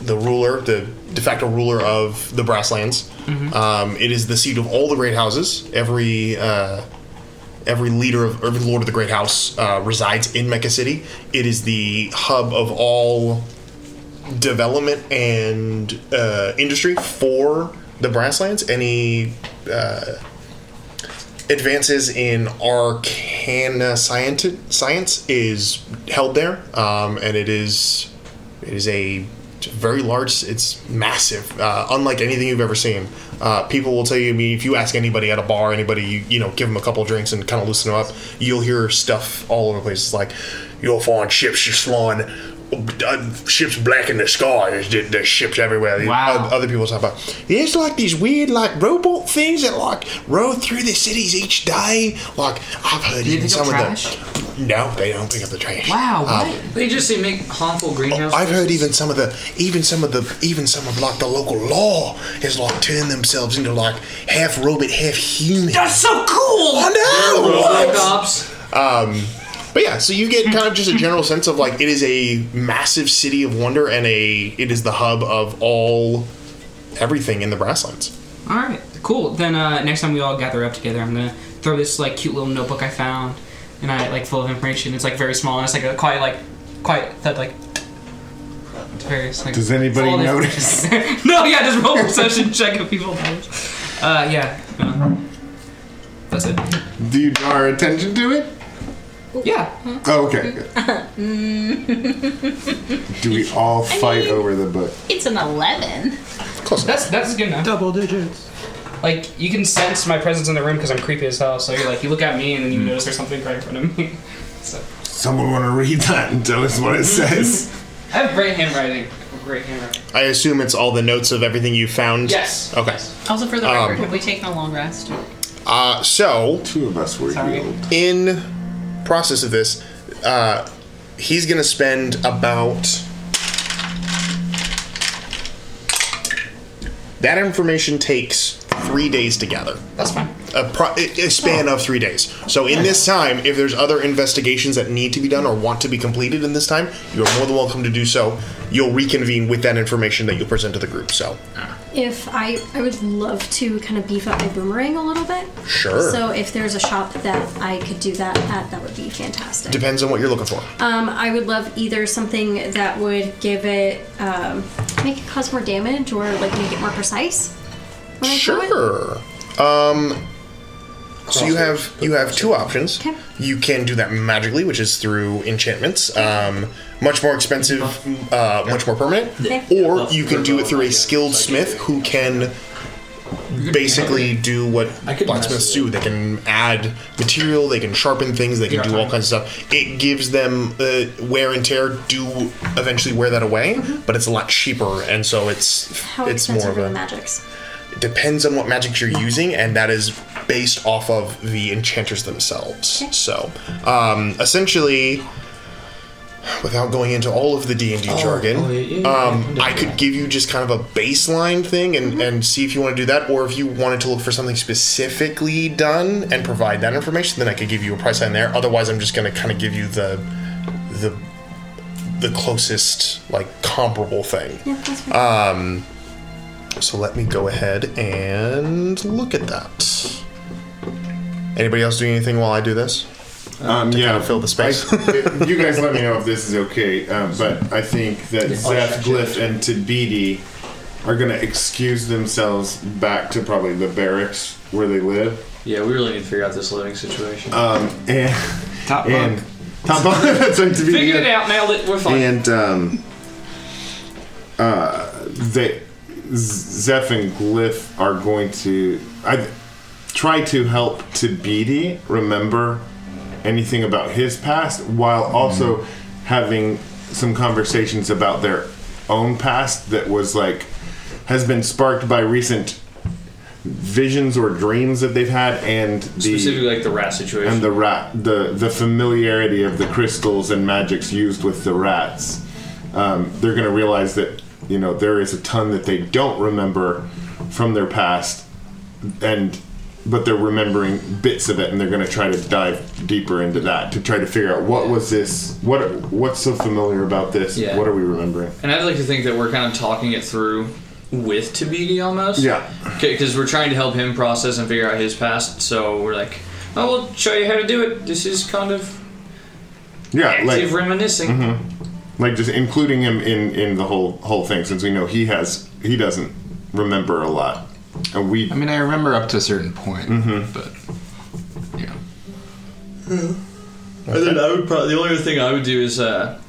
S1: the ruler, the de facto ruler of the Brasslands. Um, it is the seat of all the great houses. Every uh, every leader of every lord of the great house uh, resides in Mecca City. It is the hub of all development and uh, industry for the Brasslands. Any uh, advances in arcana science, science is held there, um, and it is it is a very large. It's massive, uh, unlike anything you've ever seen. Uh, people will tell you. I mean, if you ask anybody at a bar, anybody you, you know, give them a couple drinks and kind of loosen them up, you'll hear stuff all over the place. It's like you'll find ships just flying, uh, ships black in the sky. There's, there's ships everywhere.
S9: Wow.
S1: Other people talk about. There's like these weird like robot things that like roll through the cities each day. Like I've heard
S9: they
S1: even
S9: pick
S1: some
S9: up trash?
S1: of the. No, they don't pick up the trash.
S9: Wow.
S1: Um,
S9: What?
S2: They just say make harmful greenhouse.
S1: I've heard even some of the even some of the even some of like the local law has like turned themselves into like half robot, half human.
S9: That's so cool.
S1: I know.
S2: Robot
S1: What? Um,
S2: cops.
S1: But yeah, so you get kind of just a general sense of like it is a massive city of wonder and a it is the hub of all everything in the Brasslands.
S9: All right. Cool. Then uh, next time we all gather up together, I'm gonna throw this like cute little notebook I found, and I like full of information. It's like very small, and it's like a quiet like quiet thud like. It's very, it's, like,
S3: Does anybody
S9: full of
S3: notice?
S9: information. no. Yeah. Just roll perception check if people notice. Uh. Yeah. uh, that's it.
S3: Do you draw our attention to it?
S9: Yeah.
S3: Oh, okay. good. Do we all fight over the book?
S6: It's an 11.
S1: Close enough.
S9: That's that's good enough. Double digits. Like you can sense my presence in the room because I'm creepy as hell. So you're like, you look at me and then
S3: Hmm.
S9: you notice there's something right in front of me. So
S3: Someone want to read that and tell us what it says?
S9: I have great handwriting. Great handwriting.
S1: I assume it's all the notes of everything you found.
S9: Yes.
S1: Okay.
S6: Also, for the
S1: Um,
S6: record, have we taken a long rest? Um,
S1: Uh, so
S3: Two of us were
S9: Sorry.
S3: healed.
S1: in process of this, uh, he's gonna spend about That information takes three days to gather. That's fine. A, pro- a a span of three days. So in this time, if there's other investigations that need to be done or want to be completed in this time, you are more than welcome to do so. You'll reconvene with that information that you present to the group. So,
S7: If I, I would love to kind of beef up my boomerang a little bit.
S1: Sure.
S7: So if there's a shop that I could do that at, that would be fantastic.
S1: depends on what you're looking for.
S7: Um, I would love either something that would give it, um, make it cause more damage or like make it more precise. when I throw it.
S1: Sure. Um, so you have you have two options.
S7: Okay.
S1: You can do that magically, which is through enchantments. Um, much more expensive, uh, much more permanent.
S7: Okay.
S1: Or you can do it through a skilled smith who can basically do what
S2: could
S1: blacksmiths
S2: mess
S1: do. They can add material, they can sharpen things, they can do all kinds of stuff. It gives them uh, wear and tear. Do eventually wear that away,
S7: Mm-hmm.
S1: but it's a lot cheaper, and so it's
S7: How
S1: it's more of
S7: expensive are
S1: a
S7: the magics?
S1: depends on what magic you're using, and that is based off of the enchanters themselves. So, um, essentially, without going into all of the D and D jargon,
S2: oh, yeah, yeah, yeah,
S1: um, I could give you just kind of a baseline thing
S7: Mm-hmm.
S1: and, and see if you want to do that, or if you wanted to look for something specifically done and provide that information, then I could give you a price on there. Otherwise, I'm just going to kind of give you the the the closest like comparable thing.
S7: Yeah, that's fine.
S1: Um, So let me go ahead and look at that. Anybody else doing anything while I do this?
S3: Um, yeah,
S1: fill the space.
S3: I- you guys let me know if this is okay, um, but I think that
S9: Oh,
S3: Zeph, Glyph, and Tabidi are going to excuse themselves back to probably the barracks where they live.
S2: Yeah, we really need to figure out this living situation.
S3: Um, And,
S4: Top
S3: and
S4: bunk.
S3: Top bunk, that's right, Tabidi.
S5: Figured it out, nailed it, we're fine.
S3: And um, uh, they, Zeph and Glyph are going to I try to help Tabidi remember anything about his past while also having some conversations about their own past that was like has been sparked by recent visions or dreams that they've had and the
S2: Specifically, like the rat situation.
S3: and the rat the the familiarity of the crystals and magics used with the rats um, they're going to realize that you know there is a ton that they don't remember from their past and but they're remembering bits of it and they're going to try to dive deeper into that to try to figure out what was this what what's so familiar about this
S2: Yeah.
S3: what are we remembering
S2: And I'd like to think that we're kind of talking it through with Tabidi almost.
S3: Yeah.
S2: Because we're trying to help him process and figure out his past. So we're like, oh, we'll show you how to do it. This is kind of
S3: yeah Mm-hmm.
S2: active reminiscing.
S3: like just including him in in the whole whole thing since we know he has he doesn't remember a lot and we Mm-hmm.
S4: I mean, I remember up to a certain point, but yeah.
S2: And then I would probably the only other thing I would do is uh,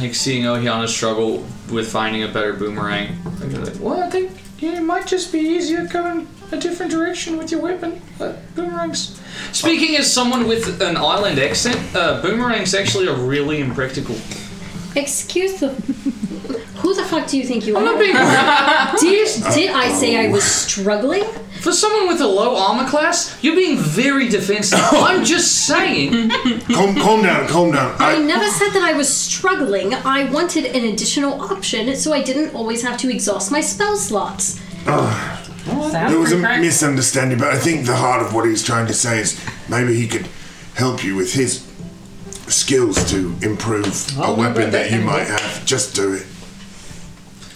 S2: like seeing Ohiana struggle with finding a better boomerang. I'd be like, well, I think yeah, it might just be easier going a different direction with your weapon. Uh, boomerangs. Speaking as someone with an island accent, uh, boomerangs actually are really impractical.
S7: Excuse the. Who the fuck do you think you
S2: I'm
S7: are?
S2: not being rude.
S7: Did, did I say I was struggling?
S2: for someone with a low armor class. You're being very defensive. I'm just saying.
S3: calm, calm down calm down
S7: I never said that I was struggling. I wanted an additional option so I didn't always have to exhaust my spell slots.
S3: uh,
S6: Sounds
S8: There was a
S6: pretty correct.
S8: misunderstanding, but I think the heart of what he's trying to say is maybe he could help you with his skills to improve a weapon that you might have. Just do it.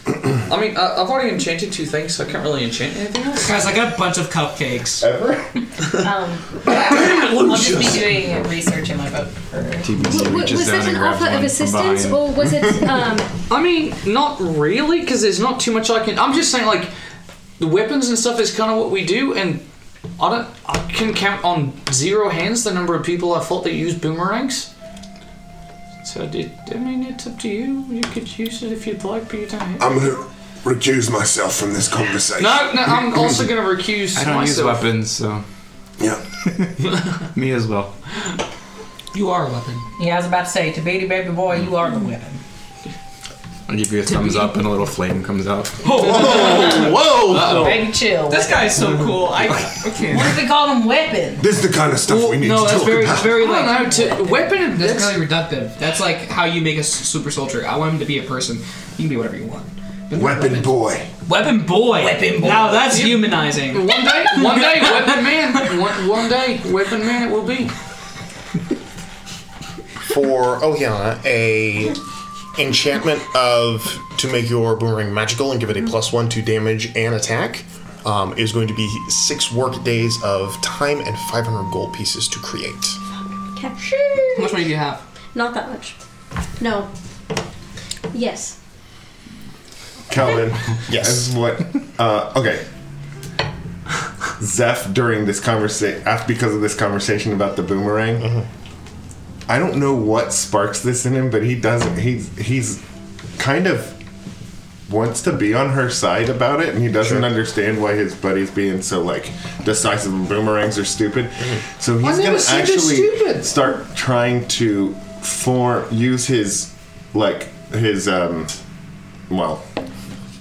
S2: I mean, I, I've already enchanted two things, so I can't really enchant anything else.
S5: Guys, I got a bunch of cupcakes.
S3: ever
S6: I'll just be doing research in my book for
S7: W- was that an offer of assistance or was it. Um,
S2: I mean, not really, because there's not too much I can. I'm just saying, like, the weapons and stuff is kind of what we do, and I don't. I can count on zero hands the number of people I thought that use boomerangs. So, it, I mean, it's up to you. You could use it if you'd like, but you don't have.
S8: I'm gonna recuse myself from this conversation.
S2: No, no, I'm also going to recuse
S4: I don't use
S2: myself.
S4: weapons, so
S8: Yeah.
S4: me as well.
S5: You are a weapon.
S6: Yeah, I was about to say, Tabiti baby boy, you are the weapon.
S4: I give you a thumbs up, and a little flame comes out.
S9: Oh,
S2: Oh,
S6: Baby chill.
S5: This guy's so cool. I, I
S6: What
S5: can't.
S6: if we call him weapon?
S8: This is the kind of stuff we need
S5: no,
S8: to
S5: that's
S8: talk
S5: very,
S8: about.
S5: very like.
S2: I don't know. To, weapon.
S5: That's
S2: That's,
S5: really reductive. That's like how you make a s- super soldier. I want him to be a person. You can be whatever you want. But
S8: Weapon boy.
S5: Weapon boy.
S2: Weapon boy.
S5: Now that's humanizing.
S9: One day, one day, weapon man. One, one day, weapon man. It will be.
S1: for Ohiana a enchantment of to make your boomerang magical and give it a plus one to damage and attack. Um, is going to be six work days of time and 500 gold pieces to create.
S5: How much money do you have?
S7: Not that much. No. Yes.
S3: Calvin.
S1: Yes.
S3: Is what? Uh, okay. Zeph, during this conversation, because of this conversation about the boomerang, I don't know what sparks this in him, but he doesn't. He's he's kind of wants to be on her side about it, and he doesn't understand why his buddy's being so like decisive. And boomerangs are stupid, so
S9: I
S3: he's
S9: never
S3: gonna
S9: said they're
S3: actually
S9: stupid.
S3: start trying to form use his like his um well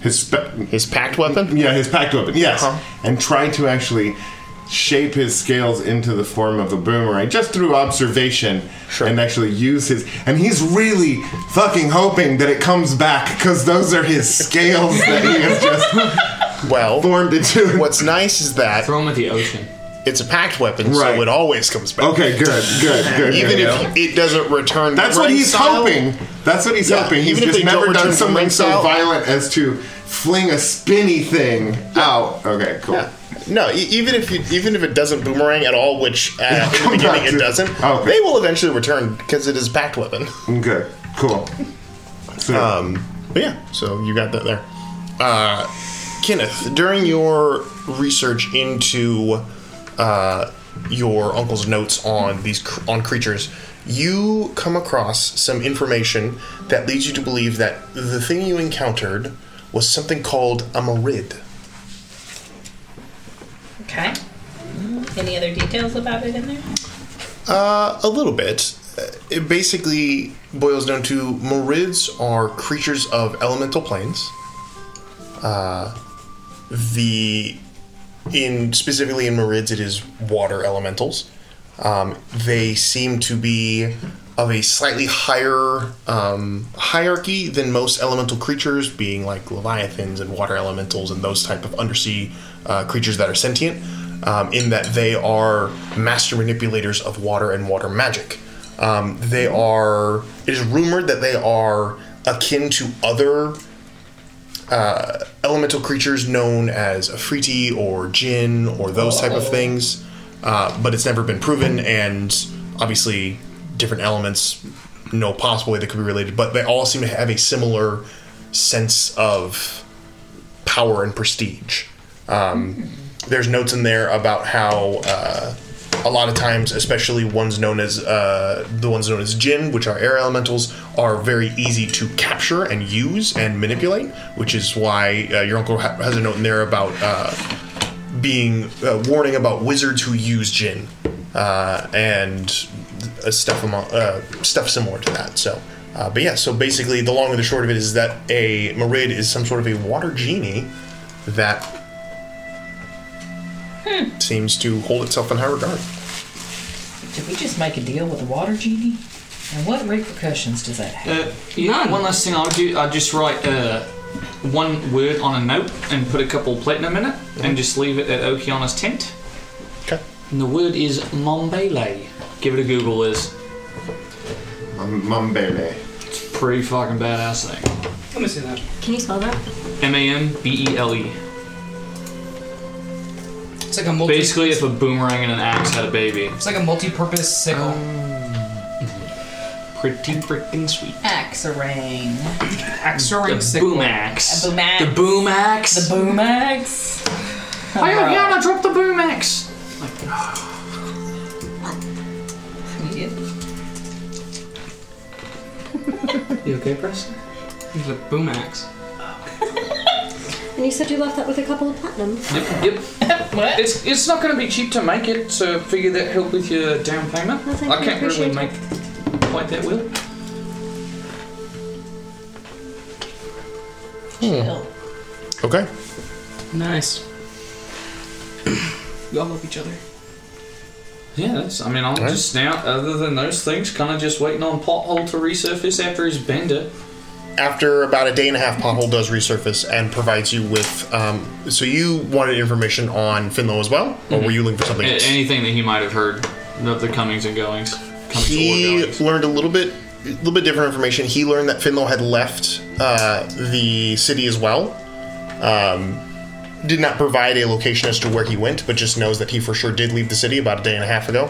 S3: his spe-
S1: His packed weapon?
S3: yeah, his packed weapon. Yes,
S1: Uh-huh.
S3: and try to actually shape his scales into the form of a boomerang just through observation
S1: Sure.
S3: and actually use his and he's really fucking hoping that it comes back because those are his scales that he has just
S1: Well,
S3: formed into
S1: what's nice is that
S9: Throw him at the ocean.
S1: it's a packed weapon,
S3: Right.
S1: so it always comes back.
S3: okay good good good
S1: Even
S3: good,
S1: if
S3: yeah.
S1: it doesn't return,
S3: that's what
S1: boomerang
S3: he's
S1: style,
S3: hoping that's what he's
S1: Yeah,
S3: hoping he's
S1: even if
S3: just
S1: they don't
S3: never
S1: return
S3: done something
S1: boomerang
S3: so
S1: style-
S3: violent as to fling a spinny thing out okay cool
S1: Yeah. No, e- even if you, even if it doesn't boomerang at all, which uh,
S3: It'll
S1: in the beginning
S3: come back
S1: it
S3: to-
S1: doesn't,
S3: Okay.
S1: they will eventually return because it is a packed weapon.
S3: good cool so,
S1: Um, but yeah, so you got that there. Uh, Kenneth, during your research into uh, your uncle's notes on these cr- on creatures, you come across some information that leads you to believe that the thing you encountered was something called a marid.
S6: Okay. Any other details about it in there?
S1: A little bit. Uh, It basically boils down to Morids are creatures of elemental planes. Uh, the in specifically in Morids, it is water elementals. Um, they seem to be of a slightly higher um, hierarchy than most elemental creatures, being like leviathans and water elementals and those type of undersea uh, creatures that are sentient. Um, in that they are master manipulators of water and water magic. Um, they are. It is rumored that they are akin to other uh, elemental creatures known as Afriti or Jinn or those type of things, uh, but it's never been proven. And obviously, different elements, no possible way they could be related, but they all seem to have a similar sense of power and prestige. Um, there's notes in there about how. Uh, a lot of times, especially ones known as uh, the ones known as Jinn, which are air elementals, are very easy to capture and use and manipulate. Which is why uh, your uncle ha- has a note in there about uh, being uh, warning about wizards who use Jinn uh, and uh, stuff among, uh, stuff similar to that. So. Uh, but yeah, so basically, the long and the short of it is that a Marid is some sort of a water genie that seems to hold itself in high regard.
S12: Did we just make a deal with the water genie? And what repercussions does that have?
S9: Uh, yeah,
S5: None.
S9: One last thing I'll do. I'll just write uh, one word on a note and put a couple platinum in it, and just leave it at Okeana's tent.
S1: Okay.
S9: And the word is Mombele. Give it a Google. Is
S3: um, Mumbele.
S9: pretty fucking badass thing.
S5: Let me see that.
S7: Can you spell that?
S9: M A M B E L E.
S12: It's like a multi.
S9: Basically, if a boomerang and an axe had a baby,
S12: it's like a multi-purpose sickle.
S5: Oh.
S9: pretty freaking sweet.
S6: Axorang.
S9: The
S5: Axoring sickle.
S9: boom axe.
S6: A boom axe.
S9: The boom axe.
S6: The boom axe.
S9: Hey, Okeana, drop the boom axe.
S6: You did.
S9: You okay, Preston?
S5: The boom axe.
S7: And you said you left that with a couple of platinum.
S9: Yep. Yep.
S6: What?
S9: It's it's not going to be cheap to make it, so figure that help with your down payment.
S7: No, thank
S9: I
S7: you,
S9: can't really
S7: appreciate
S9: make quite that well.
S6: Chill.
S1: Hmm. Okay.
S5: Nice. we all love each other.
S9: Yeah, that's, I mean, I'm
S1: Alright.
S9: just now, other than those things, kind of just waiting on Pothole to resurface after his bender.
S1: after about a day and a half, Pothole does resurface and provides you with. Um, so you wanted information on Finlow as well, or
S2: Mm-hmm.
S1: were you looking for something
S2: A-
S1: else?
S2: Anything that he might have heard of the comings and goings.
S1: he learned a little bit, a little bit different information. He learned that Finlow had left uh, the city as well. Um, did not provide a location as to where he went, but just knows that he for sure did leave the city about a day and a half ago.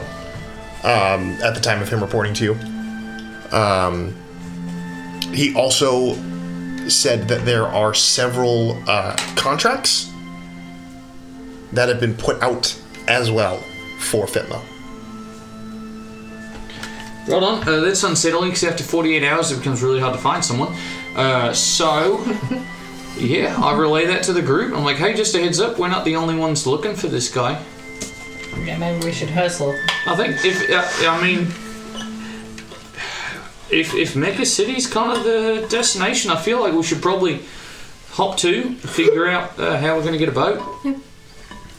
S1: Um, at the time of him reporting to you, um, he also said that there are several uh, contracts that have been put out as well for Finlow.
S2: Well on. Uh, that's unsettling because after 48 hours, it becomes really hard to find someone. Uh, so, yeah, I relay that to the group. I'm like, hey, just a heads up, we're not the only ones looking for this guy.
S12: Yeah, maybe we should hustle.
S2: I think if uh, I mean, if if Mecca City's kind of the destination, I feel like we should probably hop to figure out uh, how we're going to get a boat.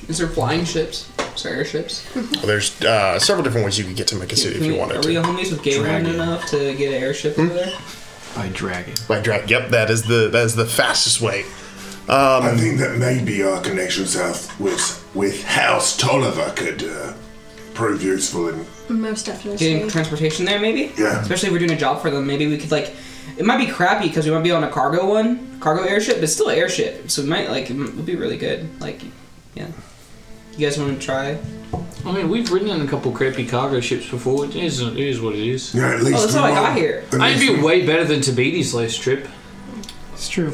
S9: Is there flying ships? Is there airships?
S1: Well, there's uh, several different ways you could get to Mecca City if
S6: Mm-hmm.
S1: you wanted
S9: Are
S1: to. Hmm?
S9: we homies with Galen enough to get an airship over there?
S1: By dragon. By dragon. Yep, that is the that is the fastest way. Um,
S8: I think that maybe our connections with with, with House Tolliver could uh, prove useful in
S7: Most definitely.
S9: Getting transportation there, maybe.
S8: Yeah.
S9: Especially if we're doing a job for them, maybe we could like. It might be crappy because we might be on a cargo one, cargo airship, but it's still an airship. So we might like it would be really good. Like, yeah. You guys want to try?
S2: I mean, we've ridden in a couple crappy cargo ships before. It is, it is what it is.
S8: Yeah, at
S9: least Oh, that's we how I got won't- here. at
S2: I'd
S9: least
S2: be
S9: we-
S2: way better than Tabiti's last trip.
S9: It's true.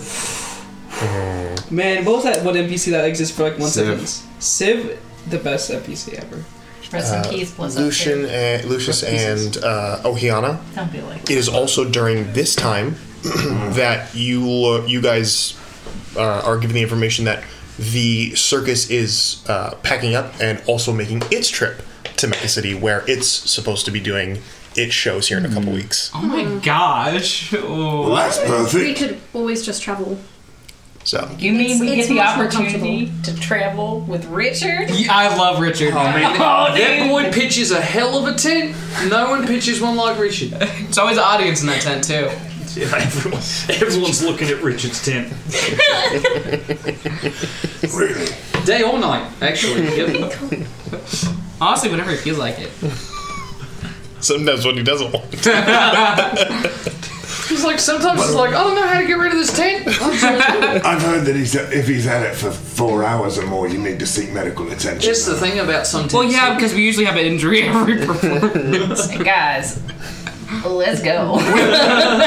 S9: Man, what was that one NPC that exists for like one
S1: Civ.
S9: second? Civ, the best NPC ever.
S6: Rest in
S1: uh,
S6: peace, Blizzard.
S1: Lucian and Lucius and uh, Ohiana.
S6: Don't be like
S1: It is also during this time that you lo- you guys uh, are given the information that the circus is uh, packing up and also making its trip to Mecca City, where it's supposed to be doing its shows here in a couple weeks.
S9: Oh my gosh. Oh.
S1: Well, that's perfect.
S7: We could always just travel.
S1: So
S6: You mean
S7: It's-
S6: we
S7: it's
S6: get the
S7: much more
S6: opportunity to travel with Richard?
S9: I love Richard.
S2: Oh man,
S6: Oh,
S2: that
S6: dude.
S2: boy pitches a hell of a tent. No one pitches one like Richard.
S9: It's always an audience in that tent too.
S2: Yeah, everyone, everyone's looking at Richard's tent. Day or night, actually. Yep.
S9: Honestly, whenever he feels like it.
S1: Sometimes when he doesn't want.
S2: He's like, sometimes it's like, I don't know how to get rid of this tent. Oh, I'm just-
S8: I've heard that he's if he's at it for four hours or more, you need to seek medical attention.
S2: Just the thing about some
S9: Well, yeah, because we usually have an injury every performance.
S6: Guys, let's go.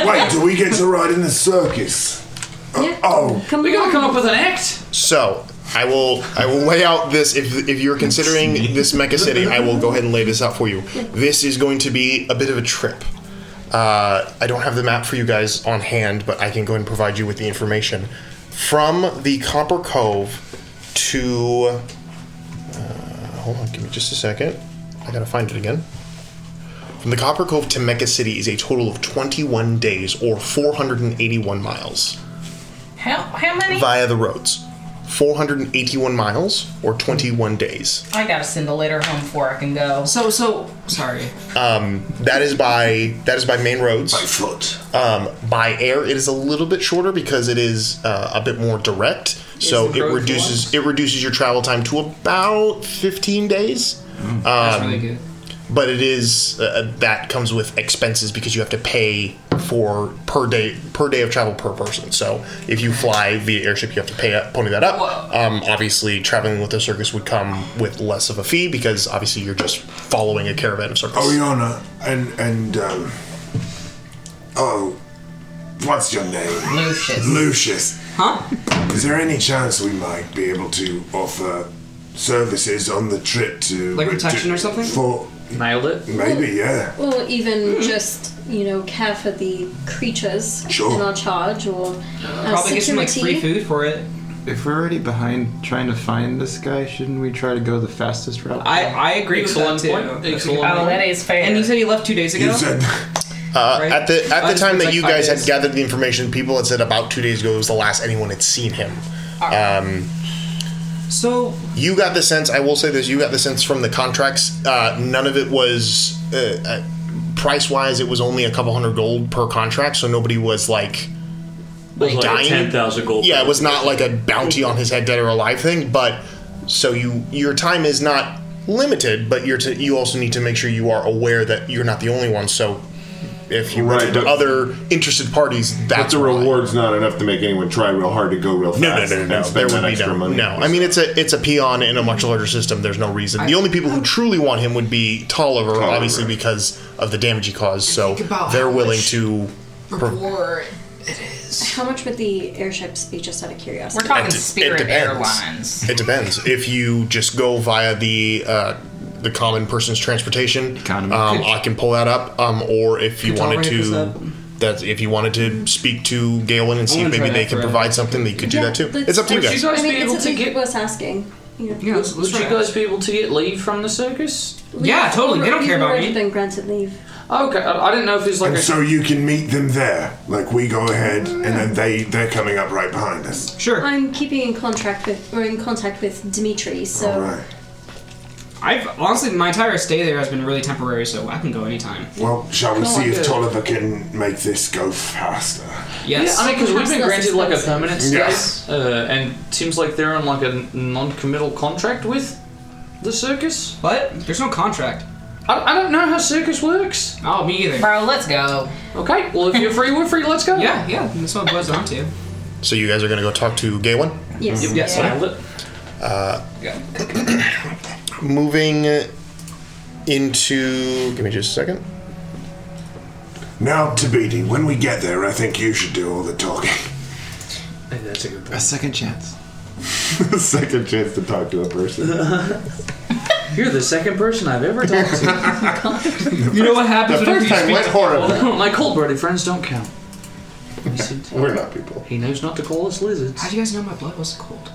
S8: Wait, do we get to ride in the circus? oh,
S7: we
S2: gotta come up with an act.
S1: So I will I will lay out this if if you're considering this mecha city, I will go ahead and lay this out for you. This is going to be a bit of a trip. Uh, I don't have the map for you guys on hand, but I can go ahead and provide you with the information from the Copper Cove to. Uh, hold on, give me just a second. I gotta find it again. From the Copper Cove to Mecca City is a total of 21 days or 481 miles
S6: How how many?
S1: via the roads. 481 miles or 21 days.
S6: I gotta send a letter home before I can go.
S9: So so sorry.
S1: Um, that is by that is by main roads. By foot. Um, by air, it is a little bit shorter because it is uh, a bit more direct. so
S9: the
S1: it
S9: road
S1: reduces it reduces your travel time to about 15 days. Um,
S9: Mm. That's really good.
S1: But it is uh, that comes with expenses because you have to pay for per day per day of travel per person. So if you fly via airship, you have to pay up, pony that up. Um, obviously, traveling with a circus would come with less of a fee because obviously you're just following a caravan of circus.
S8: Oriana Oh, and and um, oh, what's your name?
S6: Lucius.
S8: Lucius.
S9: Huh?
S8: Is there any chance we might be able to offer services on the trip to
S9: Like protection or something?
S8: For
S2: nailed it.
S8: Maybe yeah.
S7: Or even just, you know, care for the creatures
S8: Sure.
S7: in our charge or uh,
S9: Probably get some like
S7: security.
S9: free food for it.
S4: If we're already behind trying to find this guy, shouldn't we try to go the fastest route?
S9: I I agree
S2: Excellent
S9: with that too.
S2: point. Excellent Oh, point. that
S6: is fair.
S9: And you said he left two days ago.
S1: Uh, At the at the
S9: Honestly,
S1: time
S9: it's
S1: that
S9: like
S1: you
S9: five
S1: guys had
S9: days.
S1: gathered the information, people had said about two days ago was the last anyone had seen him. Um,
S9: so
S1: you got the sense. I will say this: you got the sense from the contracts. Uh, none of it was uh, uh, price wise. It was only a couple hundred gold per contract, so nobody was like like
S13: like a
S1: dying.
S13: 10,000 gold.
S1: Yeah, it was not like a bounty on his head, dead or alive thing. But so you, your time is not limited, but you're to, you also need to make sure you are aware that you're not the only one. So if you
S3: Right,
S1: run into
S3: but-
S1: other interested parties, that's
S3: but the reward's not enough to make anyone try real hard to go real fast.
S1: No, no, no, no,
S3: and
S1: no.
S3: spend
S1: There would
S3: that
S1: be
S3: extra
S1: no.
S3: money.
S1: No, I mean it's a it's a peon in a much larger system. There's no reason. The only people
S7: Oh.
S1: who truly want him would be Tolliver, obviously because of the damage he caused. So
S7: about
S1: they're
S7: how
S1: willing to. per-
S7: Reward it is. How much would the airships be, just out of curiosity?
S1: It de- it depends. It depends. If you just go via the uh, the common person's transportation, um, I can pull that up. Um, or if you
S9: Could
S1: wanted
S9: tolerate this up?
S1: to, that's if you wanted to speak to Galen and see if
S9: wanna
S1: maybe
S9: try
S1: they
S9: that
S1: can
S9: forever.
S1: provide something, that you could
S7: Yeah,
S1: do that too.
S7: let's-
S1: It's up to you guys.
S7: I mean, it's a get... was asking. You know,
S2: Would, would you guys be able to get leave from the circus?
S7: You've been granted leave.
S2: Okay, I, I didn't know if it's like
S8: and
S2: a.
S8: so you can meet them there. Like we go ahead, and then they they're coming up right behind us.
S9: Sure.
S7: I'm keeping in contract with or in contact with Dimitri, so
S9: I've honestly, my entire stay there has been really temporary, so I can go anytime.
S8: Well, shall we
S9: Come
S8: see
S9: on,
S8: if
S9: good.
S8: Tolliver can make this go faster?
S2: Yeah, I mean, because we've been granted like a permanent stay,
S8: Yes.
S2: uh, and seems like they're on like a non-committal contract with the circus.
S9: What? There's no contract.
S2: I, I don't know how circus works.
S9: Oh, me either.
S2: Bro, let's go. Okay, well, if you're free, we're free. Let's go.
S9: Yeah, yeah. That's what it boils down to.
S1: So you guys are going to go talk to Galen.
S9: Yes. Yep, yes. Yeah.
S1: Uh, moving into. Give me just a second.
S8: Now, Tabidi, when we get there, I think you should do all the talking.
S13: That's a good
S4: A second chance.
S3: Second chance to talk to a person.
S2: You're the second person I've ever talked to.
S9: you know what happens
S3: The when first you time speak went to horrible. people?
S2: My cold blooded friends don't count.
S3: We're not people.
S2: He knows not to call us lizards.
S9: How do you guys know my blood wasn't cold?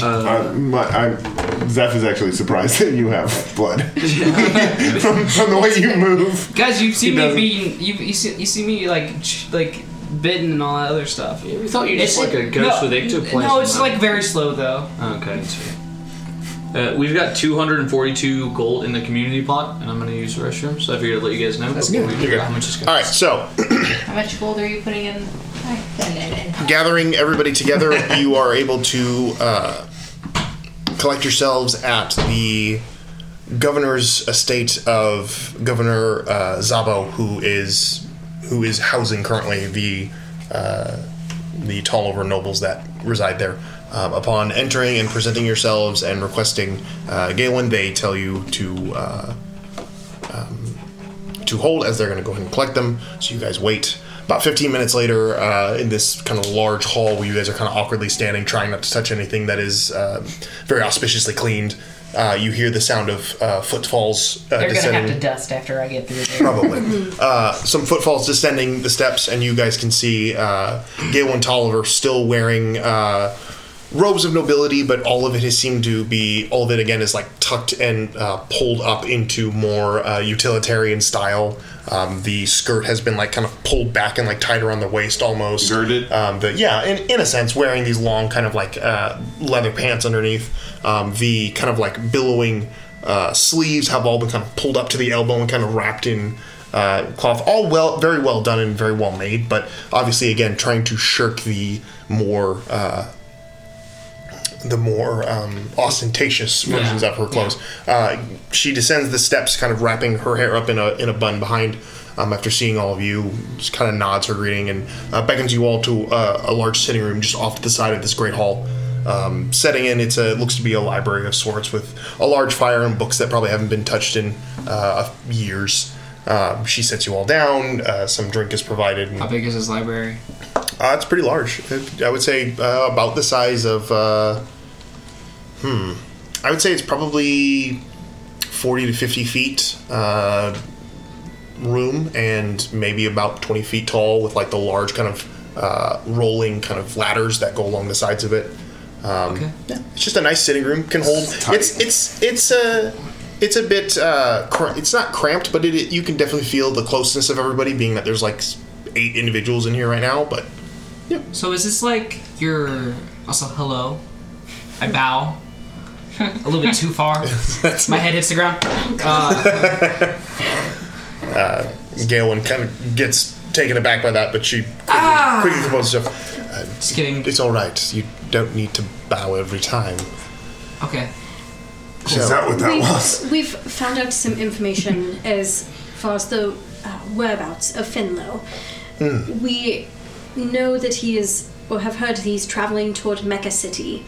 S3: Uh, my, I'm, Zeph is actually surprised that you have blood from, from the way you move.
S9: Guys, you've
S3: He
S9: seen me
S3: doesn't.
S9: being you you see, you see me like ch- like bitten and all that other stuff. Yeah,
S2: we thought you were just like a ghost with ectoplasm.
S9: No, it's like very slow though.
S2: Okay, Uh, we've got 242 gold in the community pot, and I'm going to use the restroom, so I figured I'd let you guys know before we figure out how much it's going
S1: All right, so
S6: How much gold are you putting in?
S12: Uh,
S1: gathering everybody together, you are able to uh, collect yourselves at the governor's estate of Governor uh, Zabo, who is who is housing currently the uh, the Tolliver nobles that reside there. Um, upon entering and presenting yourselves and requesting uh, Galen, they tell you to. Uh, um, to hold as they're going to go ahead and collect them. So you guys wait. About 15 minutes later, uh, in this kind of large hall where you guys are kind of awkwardly standing, trying not to touch anything that is uh, very auspiciously cleaned, uh, you hear the sound of uh, footfalls uh,
S12: They're gonna
S1: descending.
S12: have to dust after I get through there.
S1: Probably. uh, some footfalls descending the steps, and you guys can see uh, Galen Tolliver still wearing uh, robes of nobility, but all of it has seemed to be, all of it again is like tucked and uh, pulled up into more uh, utilitarian style. Um, the skirt has been like kind of pulled back and like tied around the waist almost. Girded? Um, the, yeah, in, in a sense, wearing these long kind of like uh, leather pants underneath. Um, the kind of like billowing uh, sleeves have all been kind of pulled up to the elbow and kind of wrapped in uh, cloth. All well, very well done and very well made, but obviously, again, trying to shirk the more uh, the more um, ostentatious versions of her clothes. Uh, she descends the steps, kind of wrapping her hair up in a in a bun behind. Um, after seeing all of you, just kind of nods her greeting and uh, beckons you all to uh, a large sitting room just off to the side of this great hall. Um, setting in, it's a it looks to be a library of sorts with a large fire and books that probably haven't been touched in uh, years. Um, she sets you all down. Uh, some drink is provided. How
S9: big is this library?
S1: Uh, it's pretty large. It- I would say uh, about the size of. Uh, hmm. I would say it's probably 40 to 50 feet uh, room and maybe about 20 feet tall with like the large kind of uh, rolling kind of ladders that go along the sides of it. Um, yeah, it's just a nice sitting room. Can hold. It's it's it's a it's a bit uh, cr- it's not cramped, but it, it you can definitely feel the closeness of everybody. Being that there's like s- eight individuals in here right now, but
S9: So is this like your also hello? I bow. A little bit too far. My head hits the ground. Uh,
S1: uh, Galen kind of gets taken aback by that, but she quickly,
S5: Ah.
S1: quickly composed herself. Uh, it's It's all right. You don't need to bow every time.
S5: Okay.
S1: Is that what
S7: we've, We've found out some information as far as the uh, whereabouts of Finlow.
S1: Hmm.
S14: Mm.
S7: We know that he is, or have heard that he's traveling toward Mecca City.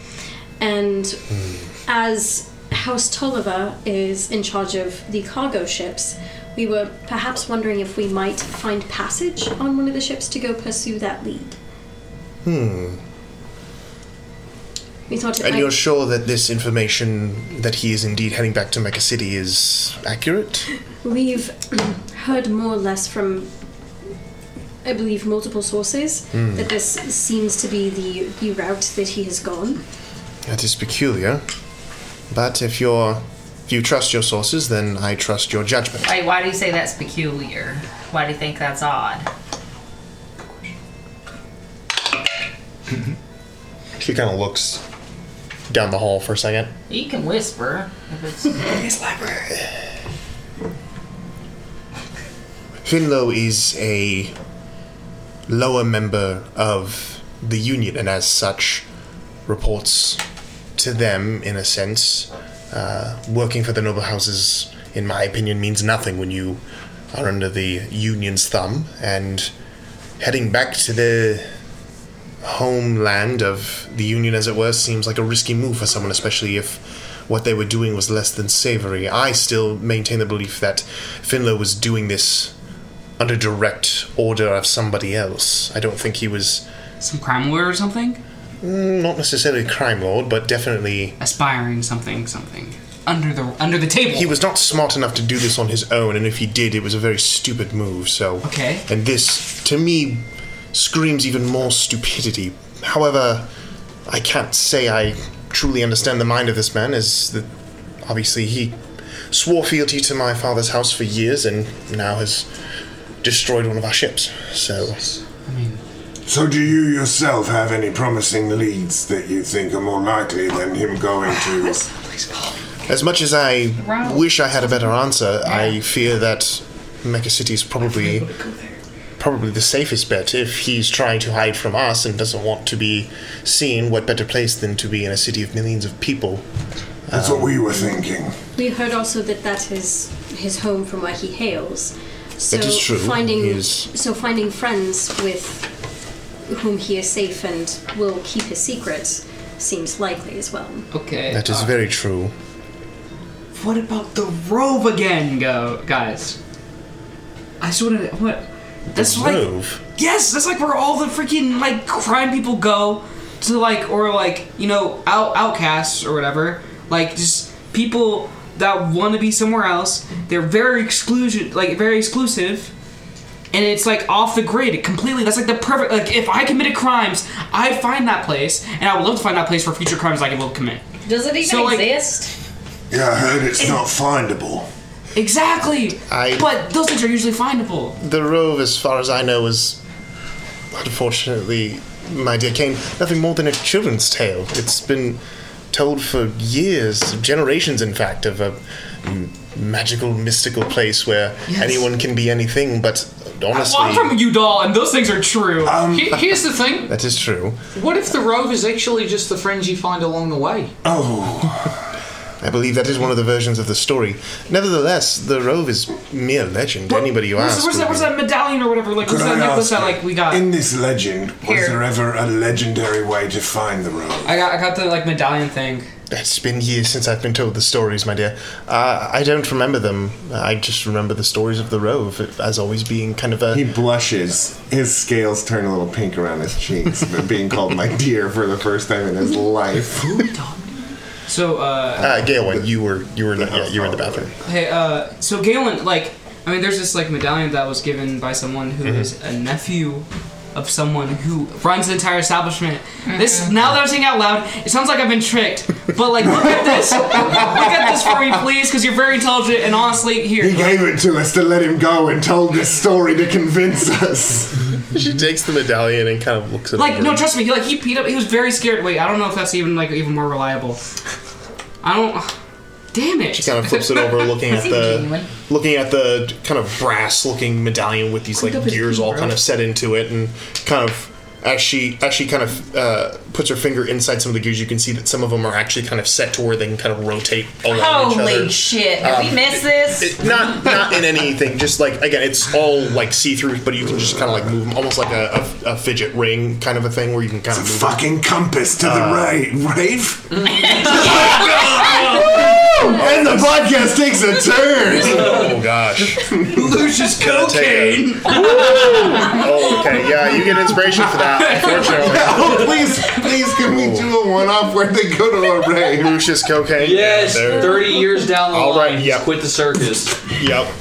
S7: And
S1: Hmm.
S7: as House Tolliver is in charge of the cargo ships, we were perhaps wondering if we might find passage on one of the ships to go pursue that lead.
S1: Hmm.
S7: We thought it
S1: And
S7: might-
S1: you're sure that this information that he is indeed heading back to Mecca City is accurate?
S7: We've heard more or less from, I believe, multiple sources
S1: Hmm.
S7: that this seems to be the, the route that he has gone.
S1: That is peculiar. But if you're if you trust your sources, then I trust your judgment.
S6: Wait, why do you say that's peculiar? Why do you think that's odd?
S1: She kind of looks down the hall for a second.
S12: You can whisper if it's his library.
S1: Finlow is a lower member of the Union, and as such, reports to them in a sense. Uh, working for the noble houses, in my opinion, means nothing when you are under the Union's thumb. And heading back to the homeland of the Union, as it were, seems like a risky move for someone, especially if what they were doing was less than savory. I still maintain the belief that Finlow was doing this under direct order of somebody else. I don't think he was. Mm,
S9: Some crime lord or something?
S1: Not necessarily crime lord, but definitely.
S9: Aspiring something, something. Under the under the table.
S1: He was not smart enough to do this on his own, and if he did, it was a very stupid move. So
S9: Okay.
S1: and this to me screams even more stupidity. However, I can't say I truly understand the mind of this man, as that obviously he swore fealty to my father's house for years, and now has destroyed one of our ships. So
S8: So, do you yourself have any promising leads that you think are more likely than him going to?
S1: As much as I
S8: Right.
S1: wish I had a better answer, I fear that Mecca City is probably probably the safest bet. If he's trying to hide from us and doesn't want to be seen, what better place than to be in a city of millions of people? Um,
S8: That's what we were thinking.
S7: We heard also that that is his home from where he hails. So
S1: That is true.
S7: Finding,
S1: He is-
S7: So finding friends with whom he is safe and will keep his secrets seems likely as well.
S9: Okay.
S1: That is very true.
S9: What about the robe again, go guys? I just wanna what that's like
S1: Rove.
S9: Yes, that's like where all the freaking like crime people go to like or like, you know, out outcasts or whatever. Like just people that want to be somewhere else. They're very exclusion like very exclusive. And it's like off the grid completely. That's like the perfect like if I committed crimes, I find that place and I would love to find that place for future crimes I will commit.
S6: Does it even
S9: So, like-
S6: exist?
S8: Yeah, I heard it's not findable.
S9: Exactly.
S1: I
S9: But those things are usually findable.
S1: the Rove, as far as I know, is unfortunately, my dear Kane, nothing more than a children's tale. It's been told for years, generations, in fact, of a m- magical, mystical place where
S9: Yes.
S1: anyone can be anything. But honestly,
S9: Well, I'm from Udall, and those things are true.
S3: Um,
S2: He- here's the thing.
S1: that is true.
S2: What if the rove is actually just the friends you find along the way?
S1: Oh. I believe that is one of the versions of the story. Nevertheless, the Rove is mere legend. Anybody who
S9: What's,
S1: asks.
S9: what's,
S1: will
S9: that,
S1: be-
S9: what's that medallion or whatever? Like, what's that necklace that, like, we got?
S8: In this legend,
S9: Here.
S8: was there ever a legendary way to find the road?
S9: I got, I got the, like, medallion thing.
S1: It's been years since I've been told the stories, my dear. Uh, I don't remember them. I just remember the stories of the Rove as always being kind of a.
S3: He blushes. His scales turn a little pink around his cheeks, but being called my dear for the first time in his life.
S9: So, uh.
S1: Uh, Galen, you were you were yeah, you were in the bathroom.
S9: Hey, uh, so Galen, like, I mean, there's this, like, medallion that was given by someone who is
S1: Mhm.
S3: Mm-hmm.
S9: a nephew of someone who runs the entire establishment. This, now that I'm saying it out loud, it sounds like I've been tricked. But, like, look at this. look at this for me, please, because you're very intelligent, and honestly, here.
S3: He gave it to us to let him go and told this story to convince us.
S1: She takes the medallion and kind of looks
S9: Like no, trust me. He like he peed up. He was very scared. Wait, I don't know if that's even like even more reliable. I don't. Damn it!
S1: She kind of flips it over, looking at
S9: Seems
S1: the
S9: genuine.
S1: looking at the kind of brass-looking medallion with these
S9: Cleaned
S1: like
S9: up his
S1: gears all
S9: pee,
S1: kind
S9: bro.
S1: of set into it, and kind of as she as she kind of uh, puts her finger inside some of the gears, you can see that some of them are actually kind of set to where they can kind of rotate around each other.
S6: Holy shit! Did we
S1: Um,
S6: miss this?
S1: It, not not in anything. Just like again, it's all like see through, but you can just kind of like move 'em, almost like a, a, a fidget ring kind of a thing where you can kind of move Uh,
S8: fucking compass to the right, Rafe.
S1: and
S8: the podcast takes a turn.
S1: Oh gosh,
S9: Lucius
S1: cocaine. oh, okay, yeah, you get inspiration for that. Unfortunately,
S3: oh, please, please, can we do a one-off where they go to a ray?
S1: Lucius cocaine.
S2: Yes,
S1: There.
S2: 30 years down the
S1: All
S2: line,
S1: right, yeah.
S2: quit the circus.
S1: Yep.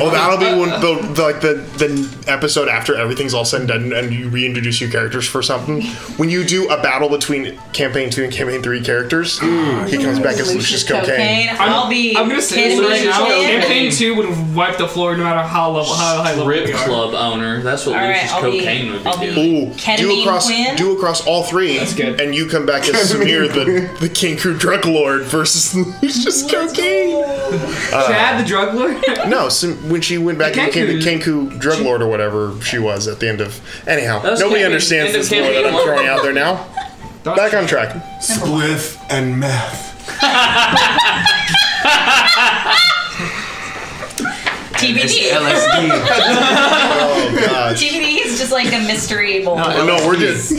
S1: Oh, that'll be when the, the like the the episode after everything's all said and done, and you reintroduce your characters for something. When you do a battle between campaign two and campaign three characters,
S3: Mm.
S1: he comes back as Lucius Cocaine.
S6: I'll be.
S9: I'm gonna say
S6: kidding
S9: this right
S6: you,
S9: now.
S6: kid.
S9: Campaign two would wipe the floor no matter how level how high level.
S2: Strip club owner. That's what
S9: All right,
S2: Lucius
S9: I'll be-
S2: Cocaine would be
S9: I'll be-
S2: doing.
S1: Ooh, do
S9: Ketamine
S1: across
S9: Quinn?
S1: do across all three, That's good. and you come back as Samir, the the King Crew drug lord versus Lucius Cocaine. Uh,
S9: Chad, the drug lord.
S1: no, Sam, when she went back
S9: The
S1: and became the
S9: Kenku-
S1: Kenku drug lord or whatever she was at the end of. Anyhow,
S8: That was
S1: nobody
S8: campaign-
S1: understands
S8: end of
S1: this lore that
S8: campaign
S1: I'm
S8: one.
S1: throwing out there now. Back on track.
S8: Spliff and meth.
S6: TBD.
S8: LSD.
S1: Oh, God.
S6: TBD is just like a mystery.
S2: Oh,
S1: No, no, we're just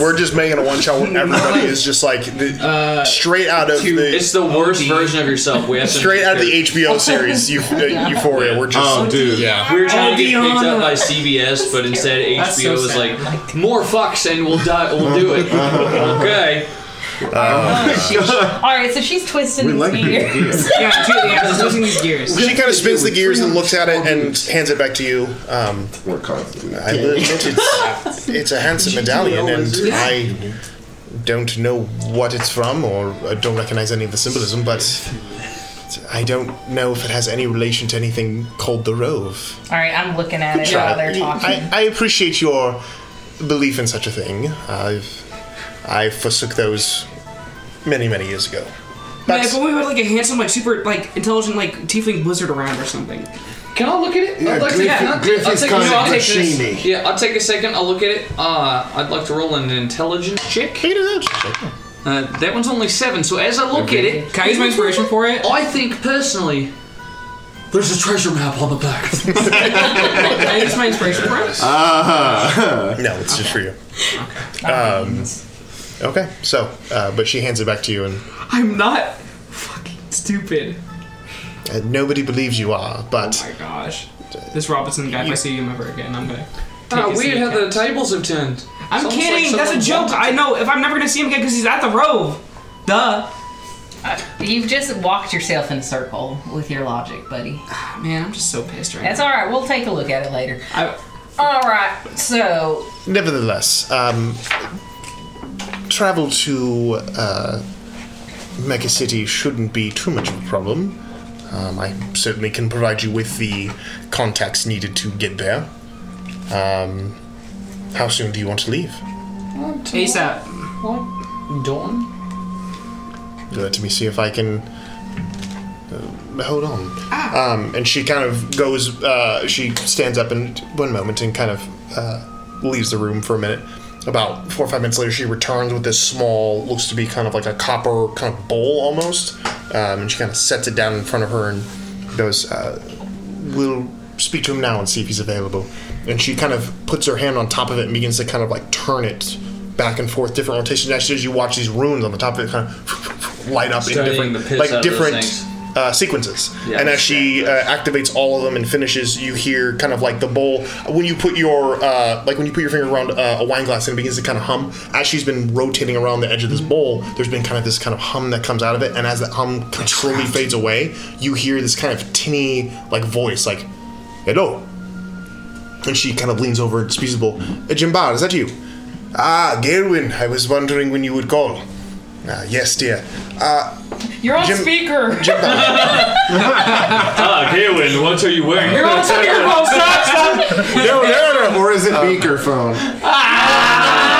S1: we're just making a one shot where everybody is just like the, straight out of the.
S2: Uh, It's the worst version of yourself. We have to
S1: Straight out of the HBO series Eu- uh, Euphoria. We're just
S2: Oh, dude.
S1: yeah.
S2: We were trying to get picked up by CBS, but instead
S1: That's
S2: HBO
S1: so
S2: was
S1: sad.
S2: like, "More fucks and we'll die. We'll do it." okay. Uh-huh.
S6: All right, Oh, so she's twisting these gears.
S1: gears. She kind of spins the gears and looks at it and hands it back to you. Um,
S3: We're constantly.
S1: I will admit it's, it's a handsome medallion, and I don't know what it's from or I don't recognize any of the symbolism, but I don't know if it has any relation to anything called the Rove.
S6: All right, I'm looking at it
S1: Try
S6: while they're
S1: it.
S6: talking.
S1: I, I appreciate your belief in such a thing. I've I forsook those many many years ago.
S9: Man, if only we had like a handsome, like super, like intelligent, like tiefling blizzard around or something.
S2: Can I look at it?
S9: Yeah,
S2: I'd like to-
S9: Griffin-
S2: yeah, I'll-
S9: Griffin's
S2: I'll take-
S9: kind
S2: no,
S9: of
S2: I'll take this.
S9: machine-y.
S2: Yeah, I'll take a second. I'll look at it. Uh, I'd like to roll an intelligence check. Uh, that one's only seven. So as I look at it,
S9: Can I use my inspiration for it?
S2: I think personally, there's a treasure map on the back.
S9: Can I use my inspiration for it?
S1: Uh-huh. No, it's just for you. Um, okay, so uh, but she hands it back to you, and
S9: I'm not fucking stupid.
S1: uh, nobody believes you are. But oh my
S9: gosh, This Robinson guy, if I see him ever again, I'm gonna. Take
S2: Ah,
S9: his
S2: weird
S9: knee
S2: how the
S9: cap.
S2: tables have turned. It's
S9: I'm
S2: almost
S9: kidding.
S2: like
S9: That's a
S2: someone
S9: joke.
S2: wanted-
S9: I know. If I'm never gonna see him again because he's at the Rove, duh.
S6: Uh, You've just walked yourself in a circle with your logic, buddy.
S9: Ah, Man, I'm just so pissed right
S6: That's
S9: now.
S6: all right. We'll take a look at it later.
S9: I-
S6: all right. So
S1: Nevertheless, um, travel to uh, Mega City shouldn't be too much of a problem. Um, I certainly can provide you with the contacts needed to get there. Um, how soon do you want to leave?
S9: ASAP.
S2: What? Dawn?
S1: Let me see if I can. Uh, hold on. Um, and she kind of goes. Uh, she stands up in one moment and kind of uh, leaves the room for a minute. About four or five minutes later, she returns with this small, looks to be kind of like a copper kind of bowl almost. Um, and she kind of sets it down in front of her and goes, uh, "We'll speak to him now and see if he's available." And she kind of puts her hand on top of it and begins to kind of like turn it back and forth, different rotations. Actually, as you watch these runes on the top of it, kind of light up in different,
S2: Studying the piss out
S1: like
S2: of those
S1: different
S2: things.
S1: uh, sequences.
S2: Yeah,
S1: and as she uh, activates all of them and finishes, you hear kind of like the bowl when you put your uh, like when you put your finger around uh, a wine glass and it begins to kind of hum. As she's been rotating around the edge of this bowl, there's been kind of this kind of hum that comes out of it, and as that hum kind of slowly fades away, you hear this kind of tinny like voice like, "Hello." And she kind of leans over and speaks to the bowl. "Uh, Jimbar, is that you? Ah, Gailwin, I was wondering when you would call. Ah, yes, dear. Uh,
S6: You're on
S1: Jim-
S6: speaker.
S2: Ah, Gawain, what are you wearing?
S9: You're on speakerphone. Stop. Stop.
S1: no, no, no.
S3: Or is it beaker phone?
S9: Ah!
S1: Uh,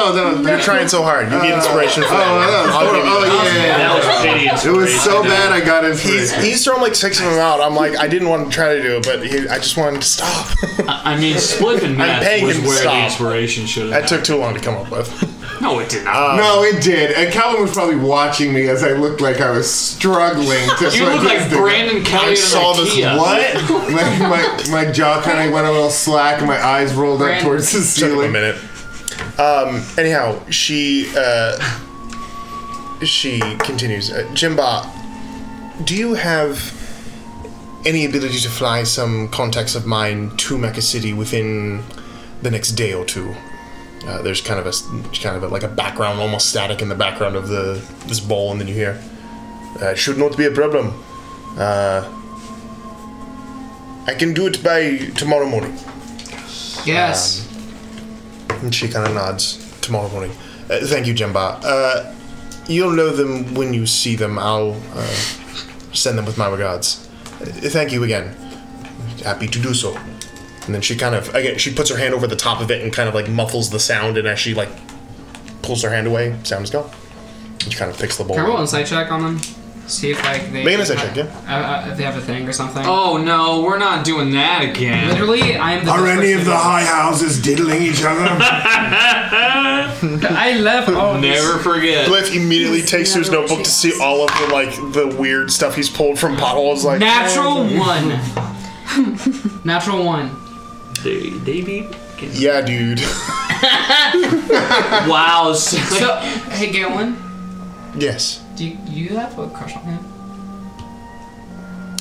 S3: Oh, that was
S1: You're trying so hard. You need inspiration for
S3: oh,
S1: that.
S3: that was
S1: I'll give
S3: horrible.
S1: you
S3: Oh, yeah, yeah, That was yeah. shitty inspiration. It was so bad I got
S1: He's,
S3: inspiration.
S1: he's thrown like six of them out. I'm like, I didn't want to try to do it, but he, I just wanted to stop.
S2: I I mean, split and
S1: I'm
S2: match
S1: paying
S2: was
S1: him to
S2: where the
S1: stop.
S2: inspiration should have.
S1: That took too long to come up with. Uh,
S2: No, it did not.
S3: no, it did. And Calvin was probably watching me as I looked like I was struggling to.
S2: You look like Brandon Kelly
S3: I
S2: in
S3: saw this.
S2: Ikea.
S3: What? my, my, my jaw kind of went a little slack, and my eyes rolled up towards the
S1: Took him
S3: ceiling.
S1: a minute. Um, anyhow, she uh, she continues. Uh, Jimba, do you have any ability to fly some contacts of mine to Mecca City within the next day or two? Uh, there's kind of a s- kind of a, like a background, almost static in the background of the this bowl, and then you hear, uh, "Should not be a problem." Uh, I can do it by tomorrow morning. Um,
S9: Yes.
S1: And she kind of nods tomorrow morning. Uh, thank you, Jemba. Uh, you'll know them when you see them. I'll uh, send them with my regards. Uh, thank you again. Happy to do so. And then she kind of again she puts her hand over the top of it and kind of like muffles the sound. And as she like pulls her hand away, sound is gone. And she kind of picks the bowl.
S9: Can I roll
S1: up.
S9: insight check on them? See if like they.
S1: Make an insight check, yeah.
S9: Uh, uh, if they have a thing or something.
S2: Oh no, we're not doing that again.
S9: Literally, I'm the.
S8: Are
S9: best
S8: any
S9: person
S8: of the
S9: to-
S8: high houses diddling each other?
S9: I love all this.
S2: Never forget.
S1: Cliff immediately takes to his notebook to see all of the like the weird stuff he's pulled from bottles. Like oh,
S9: Natural one. Natural one.
S2: They, they be.
S1: Yeah, dude.
S2: Wow.
S9: So, hey Galen,
S1: yes.
S9: do you, you have a crush on him?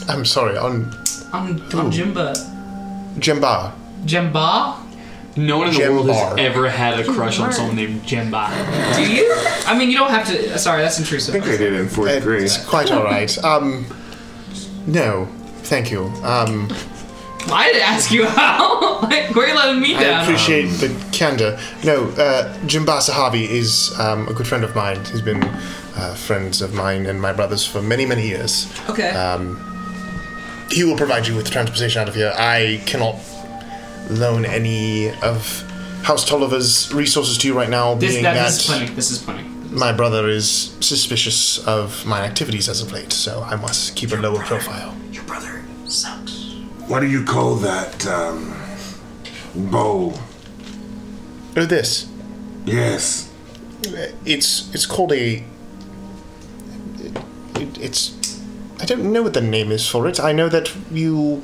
S1: I'm sorry. On
S9: On, on Jimba.
S1: Jemba.
S9: Jimba?
S2: No one in the
S1: Gem
S2: world has
S1: bar.
S2: ever had a crush on someone named Jemba.
S9: Do you? I mean, you don't have to. Uh, Sorry, that's intrusive.
S3: I think I did it in fourth grade.
S1: It's quite all right. Um, no, thank you. Um,
S9: I didn't ask you how. like, where are you letting me
S1: I
S9: down?
S1: appreciate the candor. No, uh, Jimba Sahabi is um, a good friend of mine. He's been uh, friends of mine and my brother's for many, many years.
S9: Okay.
S1: Um, he will provide you with transportation out of here. I cannot loan any of House Tolliver's resources to you right now,
S9: this,
S1: being
S9: that,
S1: that
S9: this is plenty. This is plenty.
S1: my brother is suspicious of my activities as of late, so I must keep a lower profile.
S15: Your brother sucks.
S8: What do you call that um, bowl?
S1: Oh, this.
S8: Yes.
S1: It's it's called a. It, it's. I don't know what the name is for it. I know that you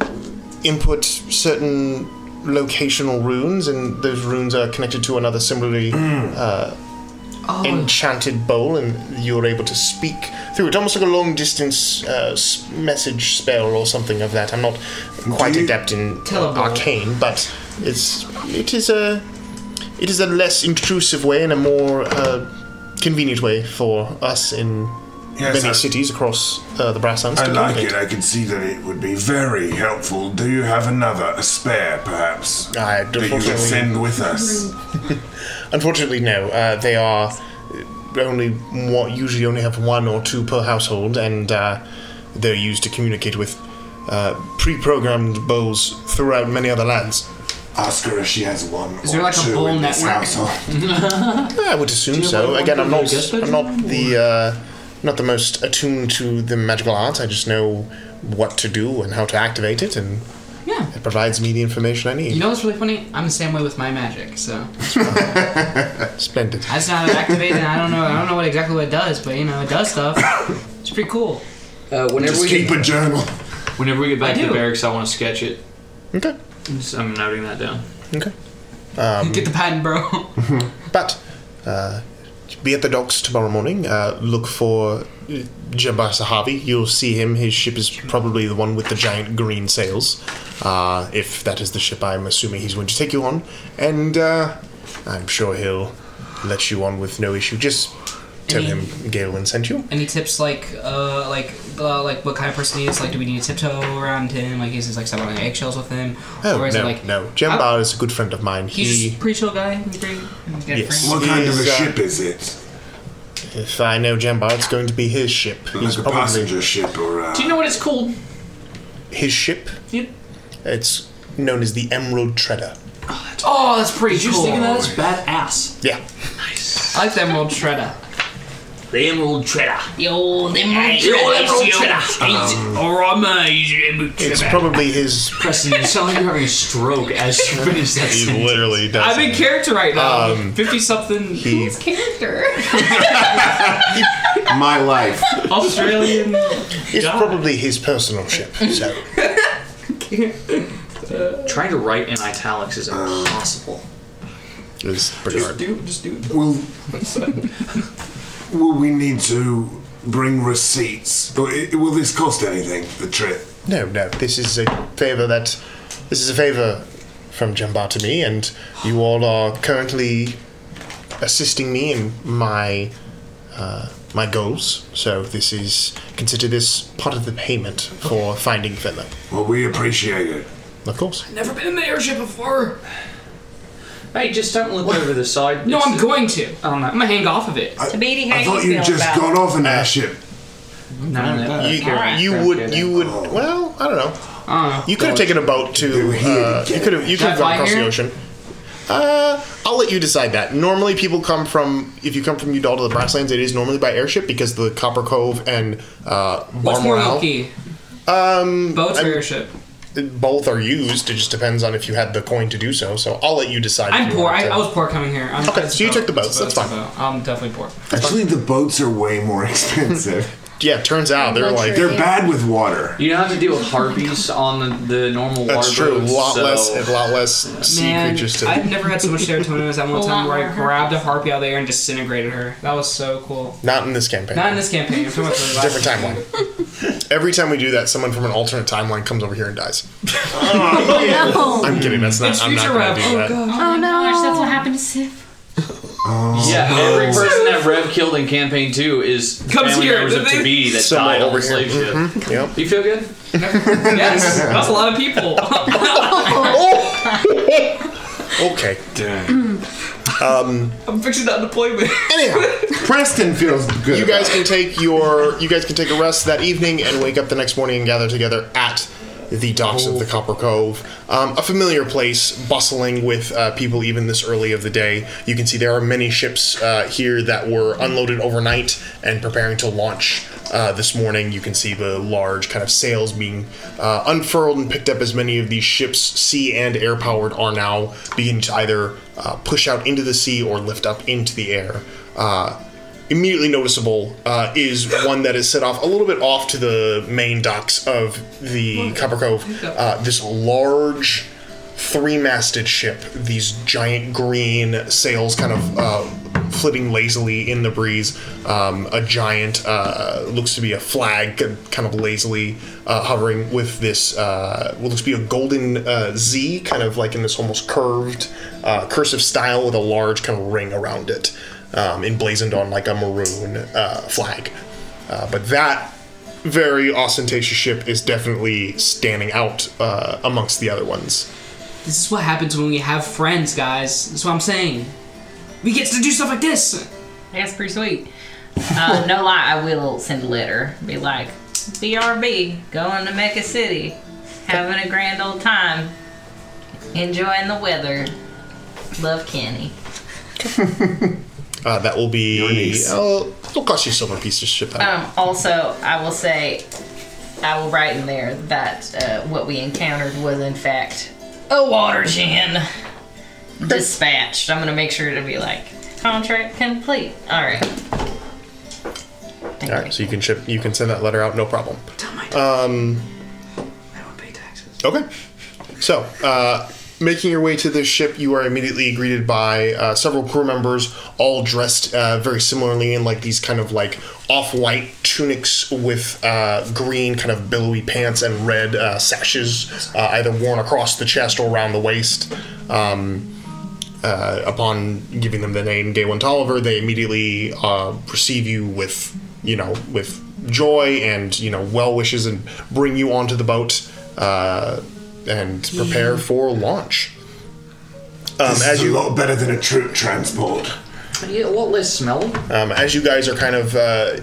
S1: uh, input certain locational runes, and those runes are connected to another similarly
S8: Mm.
S1: uh, enchanted bowl, and you're able to speak through it. Almost like a long distance uh, s- message spell or something of that. I'm not quite
S8: you-
S1: adept in uh,
S9: Teleport.
S1: arcane, but it's it is a it is a less intrusive way and a more uh, convenient way for us in
S8: Yes,
S1: many
S8: I-
S1: cities across uh, the Brasslands.
S8: I
S1: to
S8: like it.
S1: communicate.
S8: I can see that it would be very helpful. Do you have another, a spare, perhaps?
S1: I
S8: that you could
S1: unfortunately-
S8: send with us.
S1: Unfortunately, no. Uh, they are uh, only what usually only have one or two per household, and uh, they're used to communicate with uh, pre-programmed bowls throughout many other lands.
S8: Ask her if she has one
S9: Is
S8: or
S9: there like a
S8: two
S9: bowl
S8: in this
S9: network?
S8: household.
S1: I would assume so.
S2: want
S1: Again, I'm
S2: one
S1: not.
S2: for your guest
S1: I'm not the uh, not the most attuned to the magical arts. I just know what to do and how to activate it, and
S9: Yeah.
S1: it provides me the information I need.
S9: You know what's really funny? I'm the same way with my magic, so
S1: Uh, Splendid.
S9: I just know how to activate it. and I don't know. I don't know what exactly what it does, but you know, it does stuff. It's pretty cool.
S2: Uh, whenever,
S8: Just
S2: we
S8: keep
S2: get,
S8: a journal.
S2: whenever we get back
S9: I
S2: to the
S9: do.
S2: barracks, I want to sketch it.
S1: Okay.
S2: Just- I'm noting that down.
S1: Okay. Um,
S9: Get the patent, bro.
S1: But uh, be at the docks tomorrow morning. Uh, look for Jabba Sahabi. You'll see him. His ship is probably the one with the giant green sails. Uh, if that is the ship I'm assuming he's going to take you on. And uh, I'm sure he'll let you on with no issue. Just tell
S9: Any-
S1: him Galen sent you.
S9: Any tips like uh like uh, like what kind of person he is? Like, do we need to tiptoe around him? Like, is he like someone on eggshells with him?
S1: Oh,
S9: or is
S1: no,
S9: it like
S1: no. Jemba is a good friend of mine.
S9: He's
S1: he
S9: just a pretty chill guy. He's pretty, he's got
S1: Yes.
S9: friends.
S8: What kind of
S1: Is,
S8: a
S1: uh,
S8: ship is it?
S1: If I know Jemba, it's going to be his ship. He's
S8: Like a
S1: probably-
S8: passenger ship or a...
S2: Do you know what it's called?
S1: his ship.
S2: Yep.
S1: It's known as the Emerald Treader.
S9: Oh, that's pretty
S2: Did you just
S9: cool.
S2: think of that? That's badass.
S1: Yeah.
S9: Nice. I like the Emerald Shredder.
S2: The Emerald Shredder.
S9: The old
S2: Emerald Shredder. It's the old-
S9: Or I'm
S1: It's probably his.
S2: Preston, you sound like you're having a stroke as you finish that.
S1: He
S2: sentence.
S1: literally does.
S9: I'm in character right now.
S1: Um,
S9: Fifty something.
S1: He,
S6: character.
S1: my life.
S9: Australian.
S1: It's probably his personal ship. So
S13: Trying to write in italics is impossible.
S1: it's pretty
S8: Just
S1: hard.
S13: do- just do
S8: Will, will we need to bring receipts? Or i- will this cost anything, the trip?
S1: No, no. This is a favor that. This is a favor from Jumba to me, and you all are currently assisting me in my uh, my goals. So this is consider this part of the payment for finding Finland.
S8: Well, we appreciate it.
S1: Of course.
S9: Never been in mayorship before.
S13: Hey, just don't look over the side. Oh,
S9: No, I'm going to. I don't know. I'm gonna hang off of it.
S6: Tabidi,
S8: I thought you just got off an airship.
S13: No, no,
S1: You, you would, you would. Well, I don't know. you could have taken a boat to. Uh, you could have. You
S9: Can
S1: could
S9: I
S1: have gone
S9: fly
S1: across
S9: here?
S1: the ocean. Uh, I'll let you decide that. Normally, people come from if you come from Udall to the Brasslands, it is normally by airship because the Copper Cove and uh,
S9: What's more
S1: Balmoral-
S9: lucky?
S1: Um,
S9: boats
S1: I'm-
S9: or airship?
S1: Both are used. It just depends on if you had the coin to do so. So I'll let you decide. if
S9: I'm
S1: you
S9: poor.
S1: want
S9: I,
S1: to-
S9: I was poor coming here. I'm,
S1: Okay,
S9: it's
S1: so you
S9: a
S1: took the
S9: boat.
S1: boats.
S9: It's
S1: That's
S9: a boat. It's a boat. I'm definitely poor.
S8: Actually, the boats are way more expensive.
S1: yeah, turns out
S9: they're like-
S8: they're bad with water.
S13: You don't have to deal with harpies on the, the normal
S1: That's
S13: water
S1: true. A
S13: boats,
S1: lot
S13: so-
S1: less. A lot less sea
S9: Man,
S1: creatures
S8: uh,
S1: to.
S9: I've never had so much serotonin as that
S5: A
S9: one time
S5: lot
S9: where I
S5: more.
S9: grabbed a harpy out of the air and disintegrated her. That was so cool.
S1: Not in this campaign.
S9: Not in this campaign. I'm talking about the last
S1: Different timeline. Every time we do that, someone from an alternate timeline comes over here and dies.
S9: no.
S1: I'm kidding. That's not.
S9: It's
S1: I'm not
S9: future
S1: going
S9: rep.
S1: to do
S9: Oh,
S1: that.
S9: God.
S7: Oh, no.
S14: that's what happened to Sif.
S13: Yeah, every
S8: Oh.
S13: person that Rev killed in campaign two is
S9: Comes
S13: family
S9: here,
S13: members of
S9: doesn't he?
S13: Tabidi that
S1: Someone
S13: died on
S1: over
S13: the slave
S1: here.
S13: ship.
S1: Mhm, Yep.
S13: You feel good?
S9: Yes, that's a lot of people.
S1: Okay. Um,
S9: I'm fixing that deployment.
S1: Anyhow,
S3: Preston feels good.
S1: you guys can take your you guys can take a rest that evening and wake up the next morning and gather together at the docks of the Copper Cove, um, a familiar place, bustling with uh, people even this early of the day. You can see there are many ships uh, here that were unloaded overnight and preparing to launch uh, this morning. You can see the large kind of sails being uh, unfurled and picked up as many of these ships, sea and air powered, are now beginning to either uh, push out into the sea or lift up into the air. Uh, immediately noticeable uh, is one that is set off a little bit off to the main docks of the Copper Cove. Uh, this large three-masted ship, these giant green sails kind of uh, flitting lazily in the breeze. Um, a giant uh, looks to be a flag, kind of lazily uh, hovering with this uh, what looks to be a golden uh, Z, kind of like in this almost curved uh, cursive style with a large kind of ring around it um, emblazoned on like a maroon uh, flag. Uh, but that very ostentatious ship is definitely standing out uh, amongst the other ones.
S9: This is what happens when we have friends, guys. That's what I'm saying. We get to do stuff like this.
S6: That's pretty sweet. Uh, no lie, I will send a letter. Be like, BRB, going to Mecca City, having a grand old time, enjoying the weather. Love Kenny.
S1: Uh, that will be. Uh, it'll cost you silver pieces to ship out.
S6: Um, also, I will say, I will write in there that uh, what we encountered was, in fact, a water gin dispatched. I'm going to make sure to be like, contract complete. All right.
S1: All right, so you can ship. You can send that letter out, no problem. Um, I don't pay taxes. Okay. So, uh, making your way to this ship, you are immediately greeted by uh, several crew members, all dressed uh, very similarly in like these kind of like off-white tunics with uh, green kind of billowy pants and red uh, sashes, uh, either worn across the chest or around the waist. Um, uh, upon giving them the name Galen Tolliver, they immediately uh, receive you with, you know, with joy and you know well wishes and bring you onto the boat uh, and prepare for launch. Um,
S8: this
S1: as
S8: is
S1: you-
S8: a lot better than a troop transport.
S13: Yeah, what less smell?
S1: Um, as you guys are kind of uh,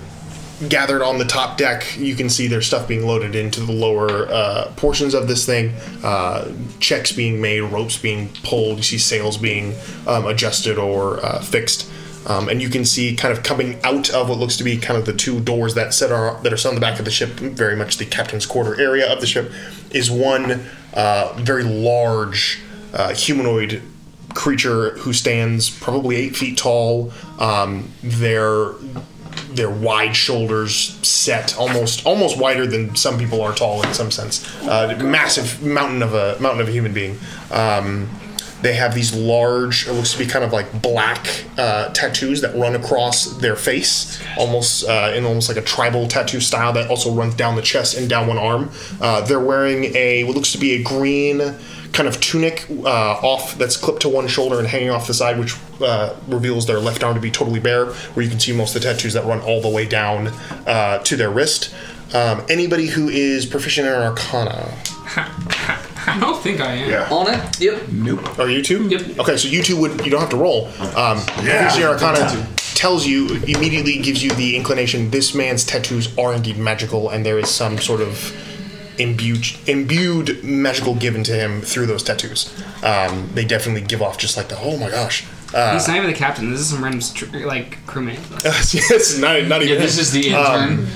S1: gathered on the top deck. You can see their stuff being loaded into the lower uh, portions of this thing. Uh, checks being made, ropes being pulled. You see sails being um, adjusted or uh, fixed. Um, and you can see kind of coming out of what looks to be kind of the two doors that set are that are set on the back of the ship, very much the captain's quarter area of the ship, is one uh, very large uh, humanoid creature who stands probably eight feet tall. Um, their their wide shoulders set almost almost wider than some people are tall in some sense. Uh, massive mountain of a mountain of a human being. Um, they have these large, it looks to be kind of like black uh, tattoos that run across their face, almost uh, in almost like a tribal tattoo style that also runs down the chest and down one arm. Uh, they're wearing a what looks to be a green kind of tunic uh, off that's clipped to one shoulder and hanging off the side, which uh, reveals their left arm to be totally bare, where you can see most of the tattoos that run all the way down uh, to their wrist. Um, anybody who is proficient in Arcana,
S9: I don't think I am.
S1: yeah.
S2: On it? Yep.
S1: Nope. Are you two? Yep. Okay, so you two would you don't have to roll. Um
S8: Yeah.
S1: Vizier Arcana tells you immediately gives you the inclination this man's tattoos are indeed magical and there is some sort of imbued imbued magical given to him through those tattoos. Um, they definitely give off just like the oh my gosh. Uh,
S9: He's not even the captain. This is some random str- like crewmate.
S1: it's not not even. Um,
S9: Yeah, this is the intern.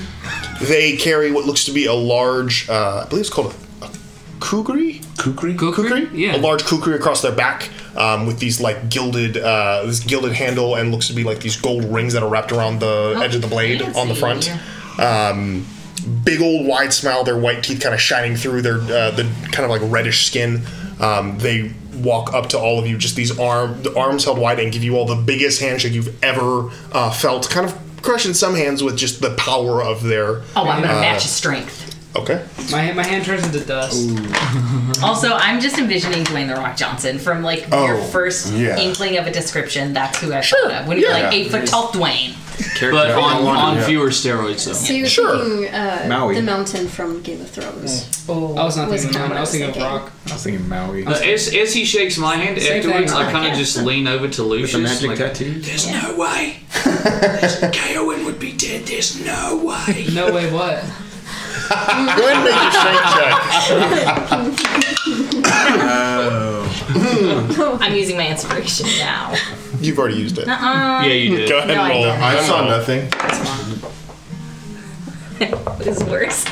S1: they carry what looks to be a large, uh, I believe it's called a, a kukri. Kukri. Kukri. Yeah. A large kukri across their back, um, with these like gilded, uh, this gilded handle, and looks to be like these gold rings that are wrapped around the
S8: Oh,
S1: edge of the blade on the front.
S8: fancy.
S1: Um, big old wide smile, their white teeth kind of shining through their uh, the kind of like reddish skin. Um, they walk up to all of you, just these arm the arms held wide, and give you all the biggest handshake you've ever uh, felt. Kind of crushing some hands with just the power of their.
S6: Oh, I'm gonna
S1: uh,
S6: match his strength.
S1: Okay.
S9: My, my hand turns into dust.
S6: Also, I'm just envisioning Dwayne the Rock Johnson from like your
S9: Oh,
S6: first
S9: yeah.
S6: inkling of a description. That's who I thought of when you're
S13: yeah.
S6: like eight foot tall Dwayne.
S13: But on, on
S2: Yeah.
S13: fewer steroids, though.
S7: So you're thinking uh,
S13: Maui.
S7: the mountain from Game of Thrones. Oh,
S9: I was not thinking of
S7: kinda
S9: mountain. I was thinking of
S7: thinking.
S9: rock.
S13: I was thinking Maui.
S2: Uh,
S13: as, as he shakes my hand
S9: Same
S13: afterwards,
S9: thing. Oh,
S13: I kind of
S9: Yeah.
S13: just lean over to Lucius.
S9: magic
S13: like,
S9: There's
S2: no way. Kaowen would be dead. There's no way.
S9: No way. What?
S1: Go ahead and make your
S13: Oh.
S1: Oh,
S6: I'm using my inspiration now.
S1: You've already used it.
S6: Nuh-uh. Yeah, you did.
S1: Go ahead
S6: Uh, No, I
S1: and roll.
S6: didn't. I saw
S1: nothing.
S6: What is worse?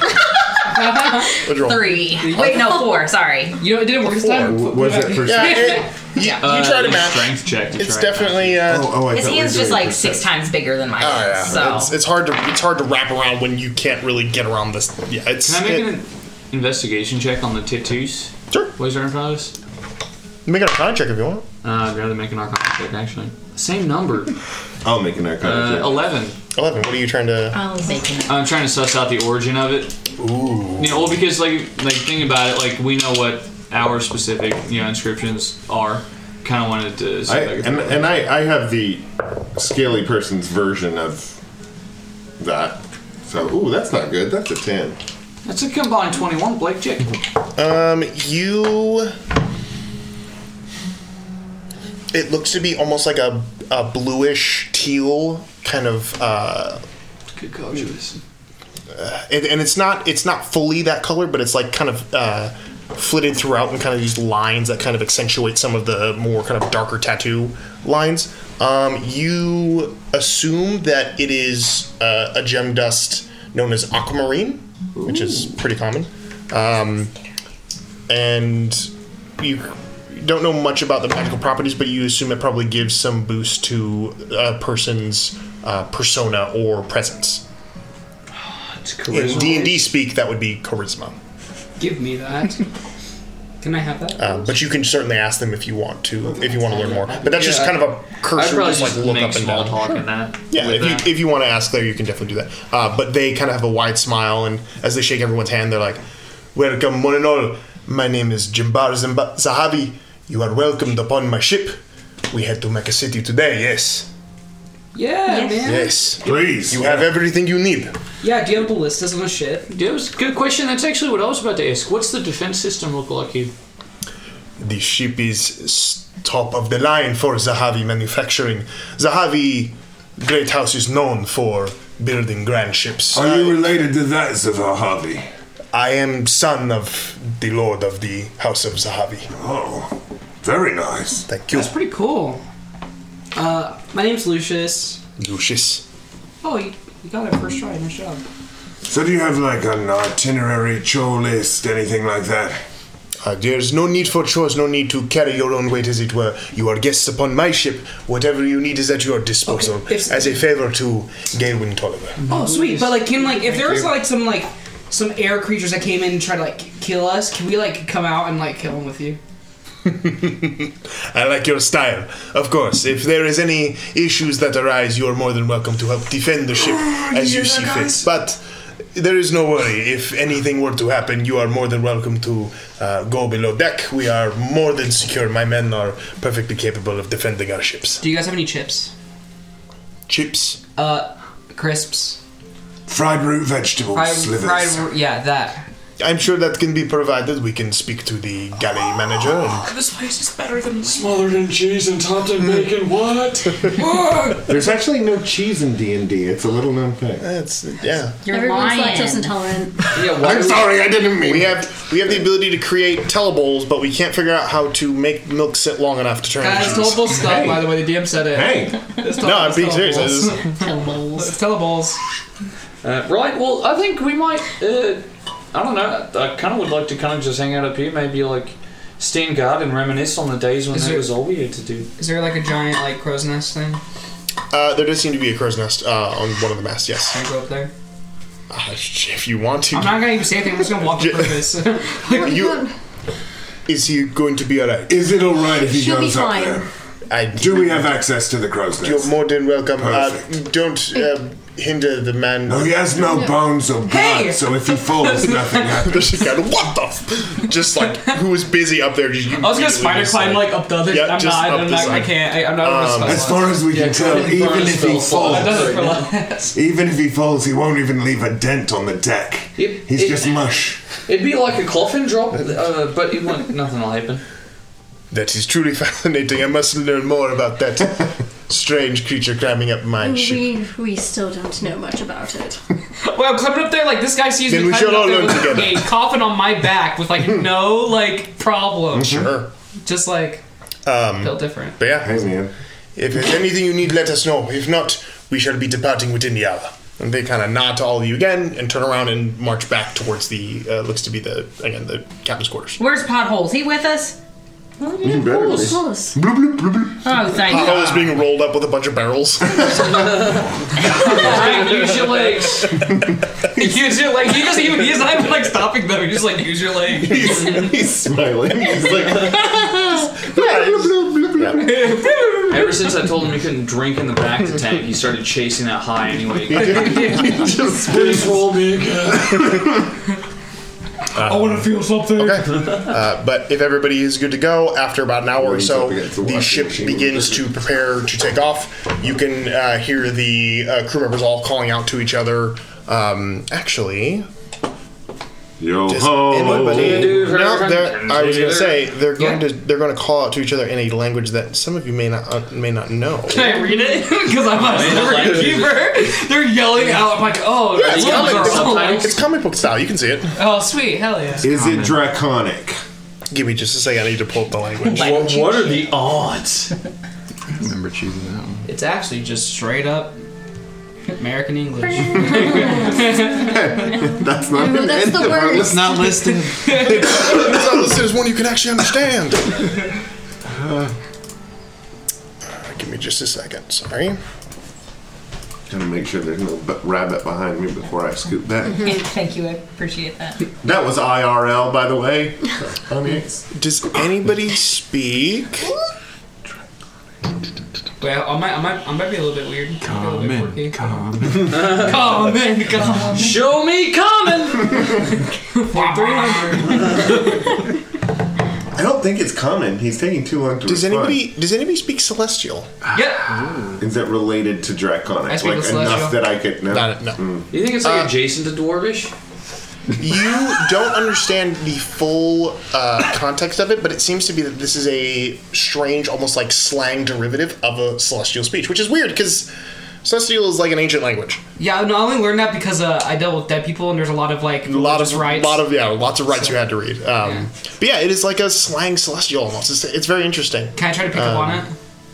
S1: roll?
S6: Three. Wait, no, four. Sorry.
S9: You know, it didn't work this time.
S3: was it for
S6: Yeah,
S1: it-
S6: yeah.
S1: you try
S2: Uh,
S1: to match.
S13: Uh, Strength check.
S1: It's definitely. Uh,
S3: oh,
S6: His hand's just like six times bigger than mine.
S1: Oh yeah,
S6: So
S1: it's, it's hard to it's hard to wrap around when you can't really get around this. Yeah, it's.
S13: Can I make
S1: it-
S13: an investigation check on the tattoos?
S1: Sure.
S13: What is our info? is?
S1: Make an arcana check if you want.
S13: Uh, I'd rather make an arcana check, actually. Same number.
S3: I'll make an arcana
S13: Uh,
S3: check.
S13: 11.
S1: 11. What are you trying to.
S6: I'll make it.
S13: I'm trying to suss out the origin of it.
S1: Ooh.
S13: You know, well, because, like, like think about it, like, we know what our specific, you know, inscriptions are. Kind of wanted to. see
S3: I,
S13: if I could-
S3: and and I, I have the scaly person's version of that. So, ooh, that's not good. That's a 10.
S13: That's a combined 21, Blake. Check.
S1: Um, you. It looks to be almost like a, a bluish teal kind of. Uh,
S13: Good color,
S1: uh, and, and it's not it's not fully that color, but it's like kind of uh, flitted throughout and kind of these lines that kind of accentuate some of the more kind of darker tattoo lines. Um, you assume that it is uh, a gem dust known as aquamarine, which is pretty common, um, and you don't know much about the magical properties, but you assume it probably gives some boost to a person's uh, persona or presence. In D and D speak, that would be charisma.
S9: Give me that. Can I have that?
S1: Um, but you can certainly ask them if you want to, if you want to learn more. But that's just
S9: Yeah.
S1: kind of a
S13: I'd
S1: cursory,
S13: probably
S1: just like
S13: just
S1: look
S13: make
S1: up and
S13: small
S1: down.
S13: talk in that.
S1: Yeah,
S13: with
S1: if
S13: that.
S1: you, if you want to ask there, you can definitely do that. Uh, but they kind of have a wide smile, and as they shake everyone's hand, they're like, "Welcome, one and all. My name is Jimbar Zimba- Zahabi. You are welcomed upon my ship. We head to Mecca City today. Yes,
S9: Yeah, man.
S1: yes, please. You have everything you need.
S9: Yeah, do you have ballistas on the ship?
S13: Yeah, it was a good question. That's actually what I was about to ask. What's the defense system look like here?
S1: The ship is s- top of the line for Zahavi manufacturing. Zahavi Great House is known for building grand ships.
S8: Are you related to that Zahavi?
S1: I am son of the lord of the House of Zahavi.
S8: Oh, very nice.
S1: Thank you.
S9: That's pretty cool. Uh, my name's Lucius.
S1: Lucius.
S9: Oh, you, you got it first try. Nice job.
S8: So do you have like an itinerary chore list, anything like that?
S1: Uh, there's no need for chores, no need to carry your own weight, as it were. You are guests upon my ship. Whatever you need is at your disposal, as a favor to Gawain Tolliver.
S9: Oh, sweet. But like, can like if there was like some like some air creatures that came in and tried to like kill us, can we like come out and like kill them with you?
S1: I like your style. Of course, if there is any issues that arise, you are more than welcome to help defend the ship
S9: Ah,
S1: as you
S8: yeah,
S1: see
S8: guys.
S1: fit. But there is no worry. If anything were to happen, you are more than welcome to uh, go below deck. We are more than secure. My men are perfectly capable of defending our ships.
S9: Do you guys have any chips?
S1: Chips.
S9: Uh, crisps.
S8: Fried root vegetables,
S9: Fried-
S8: slivers.
S9: fried- yeah, that.
S1: I'm sure that can be provided. We can speak to the galley manager. And
S9: This place is better than
S14: smothered in cheese and topped
S13: Hmm.
S14: in bacon. What?
S3: There's actually no cheese in D and D. It's a little known thing.
S1: That's yeah.
S7: You're Everyone's lactose intolerant.
S1: I'm sorry, I didn't mean. We have we have the ability to create telebowls, but we can't figure out how to make milk sit long enough to turn.
S9: Guys,
S1: into juice.
S9: Telebowls stuff. By the way, the DM said it.
S1: Hey.
S9: It's
S1: No, I'm
S9: Teleballs,
S1: being serious. I
S9: Teleballs.
S1: just-
S9: It's Teleballs.
S13: Uh, right. Well, I think we might. Uh, I don't know. I kind of would like to kind of just hang out up here, maybe like stand guard and reminisce on the days when
S9: Is
S13: there
S9: there-
S13: was all we had to do.
S9: Is there like a giant like crow's nest thing?
S1: Uh, there does seem to be a crow's nest uh, on one of the masts. Yes.
S9: Can I go up there?
S1: Uh, if you want to.
S9: I'm not gonna even say anything. I'm just gonna walk the purpose.
S1: you, is he going to be alright?
S8: Is it alright if he She'll be goes up fine. there?
S1: I,
S8: Do we have access to the crow's
S1: You're
S8: nest?
S1: more than welcome. Uh,
S8: Perfect.
S1: don't uh, hinder the man.
S8: No, he has no bones or blood,
S1: Hey!
S8: so if he falls, nothing happens.
S1: Just kind of, what the? F-? Just like who was busy up there? Just, you
S9: I was gonna
S1: immediately
S9: spider
S1: just,
S9: climb like up the other.
S1: Yeah,
S9: I'm
S1: just
S9: not.
S1: up
S9: I'm
S1: the
S9: not. I
S1: side.
S9: can't. I, I'm not.
S1: Um,
S9: gonna
S8: As far as we can tell, even if he
S9: That does it for
S8: falls,
S9: last.
S8: even if he falls, he won't even leave a dent on the deck. He's
S13: it-
S8: just mush.
S13: It'd be like a coffin drop, uh, but it wouldn't. Nothing will happen.
S1: That is truly fascinating. I must learn more about that strange creature climbing up my ship.
S7: We, we still don't know much about it.
S9: Well, I'm climbing up there like this guy sees
S1: Then
S9: me
S1: we
S9: climbing
S1: should
S9: up
S1: all
S9: there
S1: learn
S9: with
S1: together.
S9: a coffin on my back with like no like problem.
S1: Sure.
S9: Just like
S1: Um,
S9: feel different.
S1: But yeah. If there's anything you need, let us know. If not, we shall be departing within the hour. And they kind of nod to all of you again and turn around and march back towards the uh, looks to be the again the captain's quarters.
S6: Where's Potholes? He with us?
S1: You better be.
S6: Potholes. Oh, thank
S1: Pothole is
S6: God.
S1: being rolled up with a bunch of barrels.
S9: use your legs. use your legs. He doesn't even. He's not even like stopping them. He's just like use your legs.
S1: he's,
S3: smiling. He's
S9: like.
S13: Ever since I told him he couldn't drink in the back to tank, he started chasing that high anyway.
S14: Please roll me again.
S1: I
S14: want to feel something.
S1: Um, Uh, but if everybody is good to go, after about an hour or so, the ship begins to prepare to take off. You can uh, hear the uh, crew members all calling out to each other. Um, actually,
S3: Yo
S1: does
S3: ho!
S1: anybody? No, they're- I was going to say they're going to they're going to call out to each other in a language that some of you may not uh, may not know.
S9: Can I read it? Because I'm not a story keeper. They're yelling out. I'm like, oh,
S1: Yeah, it's,
S9: these
S1: comic,
S9: girls
S1: it's,
S9: are all
S1: comic,
S9: like-
S1: it's comic book style. You can see it.
S9: Oh, sweet, hell yeah.
S3: Is it draconic?
S1: Give me just a second. I need to pull up the language.
S9: What- what are
S13: the odds?
S4: remember choosing that one.
S9: It's actually just straight up American English.
S3: That's not
S7: an that's end the of our worst. list.
S4: not listed.
S1: it's not listed as one you can actually understand. Uh, Give me just a second. Sorry.
S3: Gotta make sure there's no b- rabbit behind me before I scoop that.
S6: Thank you. I appreciate that.
S3: That was IRL, by the way. Funny.
S1: Does anybody speak?
S9: Well, I might, I might, I might be a little bit weird. Common,
S13: common,
S9: common, common.
S13: Show me common.
S9: Three hundred.
S3: I don't think it's common. He's taking too long to
S1: Does
S3: respond.
S1: anybody does anybody speak Celestial?
S3: Yep. Is that related to draconic?
S1: I speak
S3: like
S1: with
S3: enough
S1: celestial.
S3: that I could know. Mm.
S1: Not, no.
S13: You think it's like adjacent to dwarvish?
S1: Uh, You don't understand the full uh, context of it, but it seems to be that this is a strange, almost like slang derivative of a celestial speech, which is weird because celestial is like an ancient language.
S9: Yeah, no, I only learned that because uh, I dealt with dead people, and there's a lot of like
S1: A lot of
S9: religious rights.
S1: lot of yeah, lots of rights you had to read. Um, But yeah, it is like a slang celestial almost. It's, it's very interesting.
S9: Can I try to pick up on it?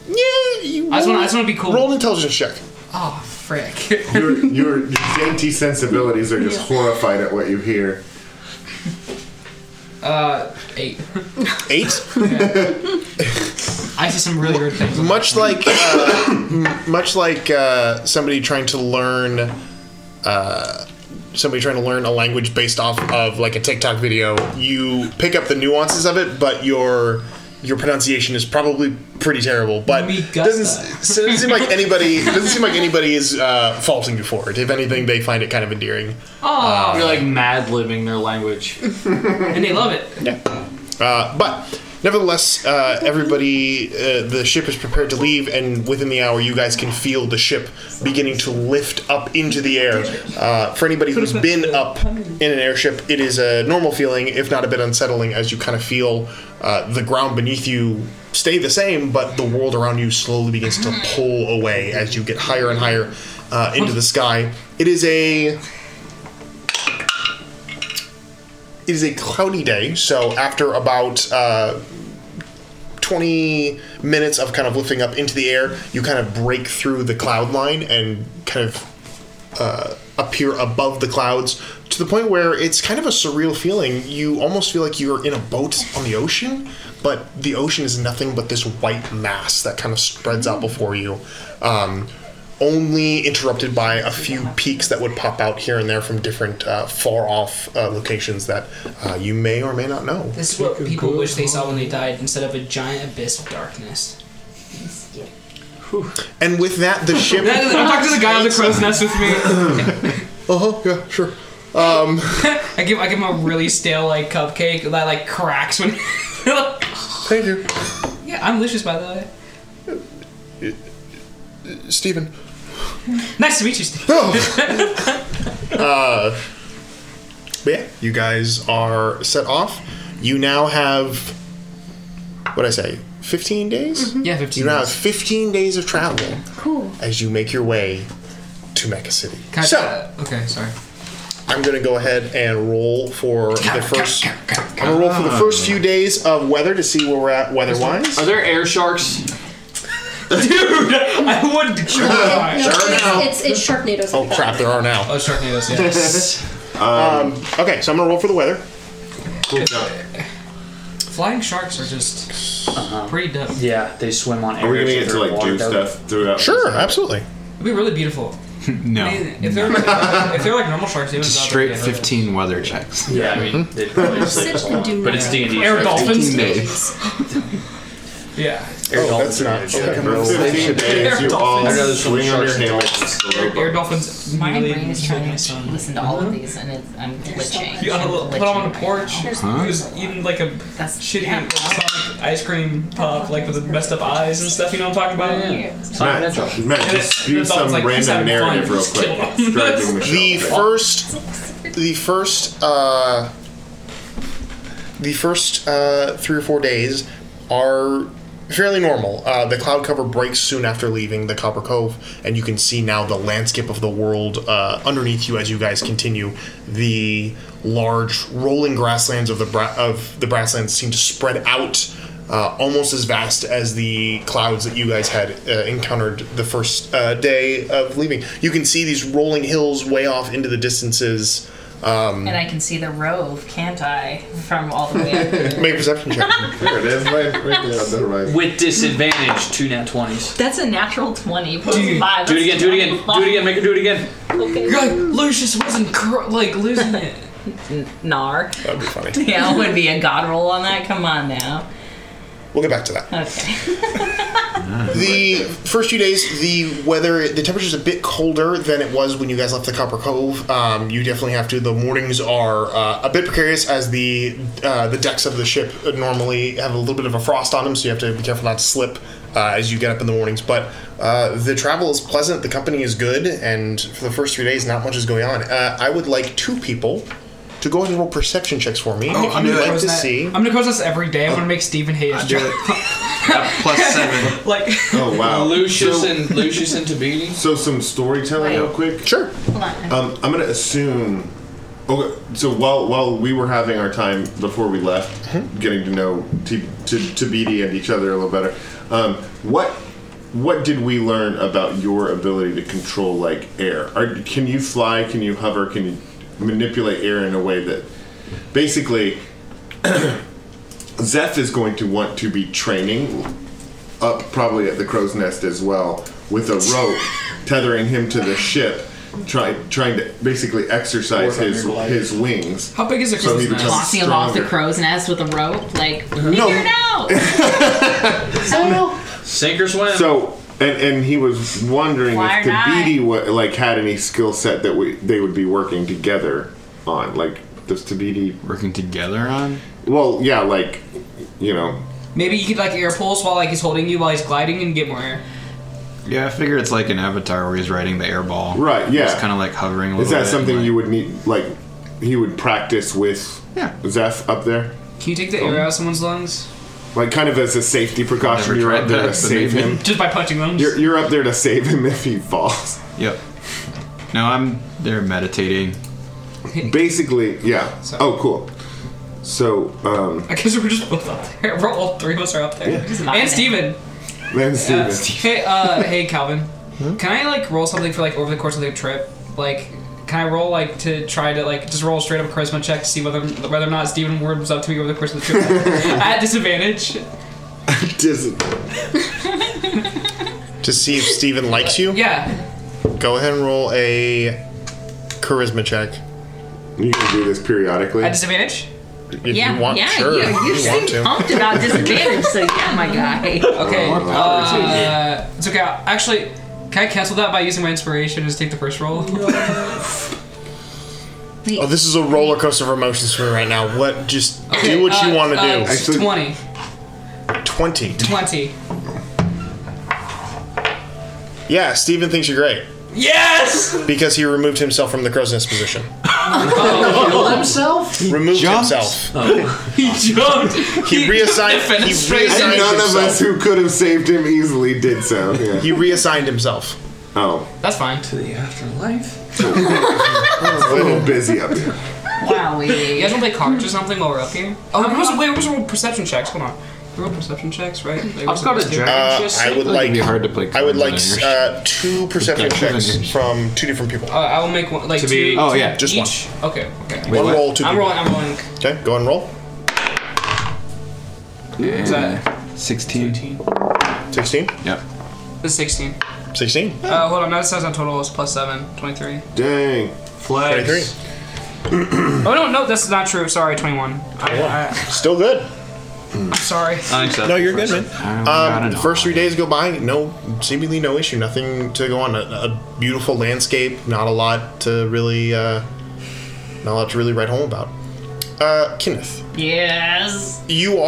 S1: Yeah, you.
S9: I just want. I just want to be cool.
S1: Roll an intelligence check.
S9: Oh frick!
S3: your, your your dainty sensibilities are just horrified at what you hear.
S9: Uh, eight.
S1: Eight.
S9: I see some really weird things.
S1: Much like, uh, m- much like uh, somebody trying to learn, uh, somebody trying to learn a language based off of like a TikTok video. You pick up the nuances of it, but your your pronunciation is probably pretty terrible. But doesn't s- so it doesn't seem like anybody doesn't seem like anybody is uh, faulting you for it. If anything, they find it kind of endearing.
S9: Oh.
S1: you're like mad living their language.
S9: and they love it.
S1: Yeah. Uh, but nevertheless, uh, everybody, uh, the ship is prepared to leave, and within the hour, you guys can feel the ship beginning to lift up into the air. Uh, for anybody who's been up in an airship, it is a normal feeling, if not a bit unsettling, as you kind of feel uh, the ground beneath you stay the same, but the world around you slowly begins to pull away as you get higher and higher uh, into the sky. It is a it is a cloudy day, so after about uh, 20 minutes of kind of lifting up into the air, you kind of break through the cloud line and kind of uh, appear above the clouds to the point where it's kind of a surreal feeling. You almost feel like you're in a boat on the ocean, but the ocean is nothing but this white mass that kind of spreads
S9: Mm.
S1: out before you. Um, only interrupted by a few peaks that would pop out here and there from different uh, far off uh, locations that uh, you may or may not know.
S9: This is what people wish they saw when they died, instead of a giant abyss of darkness.
S1: And with that, the ship.
S9: I'm talking to the guy on the crow's nest with me.
S1: uh huh. Yeah, sure. Um,
S9: I give I give him a really stale like cupcake that like cracks when. Thank
S1: you.
S9: Yeah, I'm Lucius by the way.
S1: Stephen.
S9: Nice to meet you, Stephen.
S1: Oh. uh, but yeah, you guys are set off. You now have what I say, fifteen days.
S9: Yeah, fifteen.
S1: You now have fifteen days of travel
S7: Cool.
S1: as you make your way to Mecca City.
S9: Can I-
S1: so
S9: okay, sorry.
S1: I'm gonna go ahead and roll for the first. I'm gonna roll for the first few days of weather to see where we're at weather-wise.
S2: Are there air sharks?
S9: Dude, I would.
S7: No, it's, it's, it's Sharknado's.
S1: Oh crap! There are now.
S9: Oh, Sharknadoes.
S2: yes.
S1: um, okay, so I'm gonna roll for the weather.
S9: Flying sharks are just
S1: Uh-huh.
S9: pretty dumb.
S2: Yeah, they swim on air.
S3: Are we gonna
S2: so
S3: get to
S2: they're
S3: like do
S2: water-
S3: stuff throughout?
S1: Sure, absolutely.
S9: It'd be really beautiful.
S4: No.
S9: I mean, if they're if they're like normal sharks, they would
S4: Just straight 15 weather checks.
S2: Yeah, I mean, they'd probably just
S9: Sit
S2: like,
S9: and do
S2: but it's D and
S9: nothing.
S2: D.
S9: Air dolphins?
S4: days.
S9: Yeah.
S2: Oh,
S3: that's not okay. Bro. Fifteen days.
S9: Air
S3: You all
S9: dolphins.
S3: swing on your hammock.
S9: Air dolphins.
S6: My brain is trying to listen to all of these, and it's, I'm glitching.
S9: You
S6: I'm
S9: gotta put them
S6: glitching
S9: on the
S6: right
S9: porch.
S6: now.
S9: He was eating like a shitty Sonic ice cream pop, like with the messed up eyes and stuff. You know what I'm talking about?
S3: Matt, Matt,
S9: And
S3: just
S9: it-
S3: do
S9: it's all-
S3: some
S9: it's like, he's
S3: random
S9: having fun,
S3: narrative real
S9: just
S3: quick.
S9: kill him.
S3: Striking
S1: the
S3: Michelle.
S1: first the first uh the first uh three or four days are fairly normal uh the cloud cover breaks soon after leaving the copper cove and you can see now the landscape of the world uh underneath you as you guys continue the large rolling grasslands of the bra- of the grasslands seem to spread out uh, almost as vast as the clouds that you guys had uh, encountered the first uh, day of leaving. You can see these rolling hills way off into the distances. Um,
S6: And I can see the rove, can't I? From all the way up here.
S1: make a perception check.
S3: there it is, right, right there on the right.
S2: With disadvantage, two nat twenties.
S6: That's a natural 20 plus 5.
S2: Do it again. Do it again. Do it again. Make her do it again.
S6: Okay.
S9: You're like Lucius wasn't cr- like losing it.
S6: Gnar.
S1: That'd be funny.
S6: Yeah, it would be a god roll on that. Come on now.
S1: We'll get back to that.
S6: Okay.
S1: The first few days, the weather, the temperature's a bit colder than it was when you guys left the Copper Cove. Um, you definitely have to. The mornings are uh, a bit precarious as the uh, the decks of the ship normally have a little bit of a frost on them, so you have to be careful not to slip uh, as you get up in the mornings. But uh, the travel is pleasant, the company is good, and for the first few days, not much is going on. Uh, I would like two people to go ahead and roll
S9: Oh,
S1: perception checks for me. if you would Oh, like to see.
S9: I'm gonna close this every day. I'm gonna make Steven hate his job.
S4: Plus seven.
S2: like
S3: oh wow,
S2: Lucius
S3: and
S2: Lucius and Tabidi.
S3: So some storytelling, real quick.
S1: Sure.
S6: Hold on.
S3: Um, I'm gonna assume. Okay, so while while we were having our time before we left,
S2: Mm-hmm.
S3: getting to know T- T- Tabidi and each other a little better, um, what what did we learn about your ability to control like air? Are, can you fly? Can you hover? Can you manipulate air in a way that basically Zeph is going to want to be training up probably at the crow's nest as well with a rope tethering him to the ship, try, trying to basically exercise
S2: Work on
S3: his
S2: your glide.
S3: his wings.
S9: How big is a
S3: So he becomes
S6: Tossing him off the
S3: stronger.
S6: crow's nest with a rope, like
S3: Uh-huh.
S6: figure it out. I don't know.
S2: Sink or swim.
S3: So and and he was wondering
S6: Why
S3: if
S6: not?
S3: Tabidi wa like had any skill set that we they would be working together on. Like does Tabidi
S4: working together on?
S3: Well, yeah, like you know.
S9: Maybe you could like air pulse while like he's holding you while he's gliding and get more air.
S4: Yeah, I figure it's like an avatar where he's riding the air ball.
S3: Right, yeah.
S4: It's kind of like hovering a little
S3: Is that
S4: bit.
S3: something you would need? Like he would practice with
S4: yeah.
S3: Zeph up there.
S9: Can you take the
S3: Um.
S9: air out of someone's lungs?
S3: Like kind of as a safety precaution,
S4: Never
S3: you're
S4: tried
S3: up there
S4: that,
S3: to
S4: but
S3: save
S4: maybe.
S3: him.
S9: Just by punching them.
S3: You're, you're up there to save him if he falls.
S4: Yep. No, I'm there meditating.
S3: Basically, yeah. Oh, cool. So, um,
S9: I guess we're just both up there. We're all three of us are up there. And Steven.
S3: then
S9: Uh,
S3: Steven.
S9: hey, uh, hey, Calvin. Can I like roll something for like over the course of the trip? Like, can I roll like to try to like just roll straight up a charisma check to see whether whether or not Steven Ward was up to me over the course of the trip at disadvantage?
S3: Dis-
S1: to see if Steven likes you?
S9: Yeah.
S1: Go ahead and roll a charisma check.
S3: You can do this periodically.
S9: At disadvantage.
S1: If you want,
S6: yeah,
S1: sure.
S6: yeah. You,
S1: if you want
S6: seem
S1: to.
S6: pumped about disadvantage, so yeah, my guy.
S9: Okay. Uh, it's okay. Actually, can I cancel that by using my inspiration and just take the first roll?
S1: Oh, this is a roller coaster of emotions for me right now. What? Just do what you want to do.
S9: Actually, uh,
S1: 20.
S9: Twenty. Twenty.
S1: Yeah, Steven thinks you're great.
S9: Yes!
S1: Because he removed himself from the crow's nest position.
S2: Kill himself.
S1: removed himself.
S9: he jumped.
S1: He reassigned. He reassigned
S3: And none
S1: himself.
S3: of us who could have saved him easily did so. Yeah.
S1: He reassigned himself.
S3: Oh,
S9: That's fine.
S2: To the afterlife.
S3: Oh. a little busy up here.
S9: You guys want to play cards or something while we're up here? Oh, we're supposed to, wait, we're supposed to roll perception checks. Hold on. We roll perception checks, right? Like,
S2: I've got a dragon
S1: Uh,
S2: chest.
S1: I would
S4: It'd
S1: like.
S4: be hard to play
S1: I would like
S4: cards on
S1: uh, two perception
S4: Got cards on
S1: checks
S4: yours.
S1: from two different people.
S9: Uh, I will make one, like
S4: To
S9: two.
S4: be-
S9: two
S4: oh, yeah.
S1: Just
S9: each. Okay. Okay.
S4: Wait,
S1: one
S4: what?
S1: roll, two
S9: I'm
S1: people.
S9: rolling. I'm rolling.
S1: Okay, go ahead and roll.
S9: Is that
S4: 16.
S1: 16?
S4: Yep.
S9: the 16?
S1: 16?
S9: Uh, hold on. No, it says on total is plus seven. 23.
S3: Dang.
S2: Flags.
S1: 23.
S9: Oh no, no, that's not true. Sorry, 21. I, I,
S1: Still good.
S9: I'm sorry.
S1: Hmm. No, you're good, man.
S4: got
S1: Um,
S4: it all.
S1: first three days go by, no, seemingly no issue, nothing to go on. A, a beautiful landscape, not a lot to really, uh, not a lot to really write home about. Uh, Kenneth,
S6: Yes.
S1: you
S2: Hmm?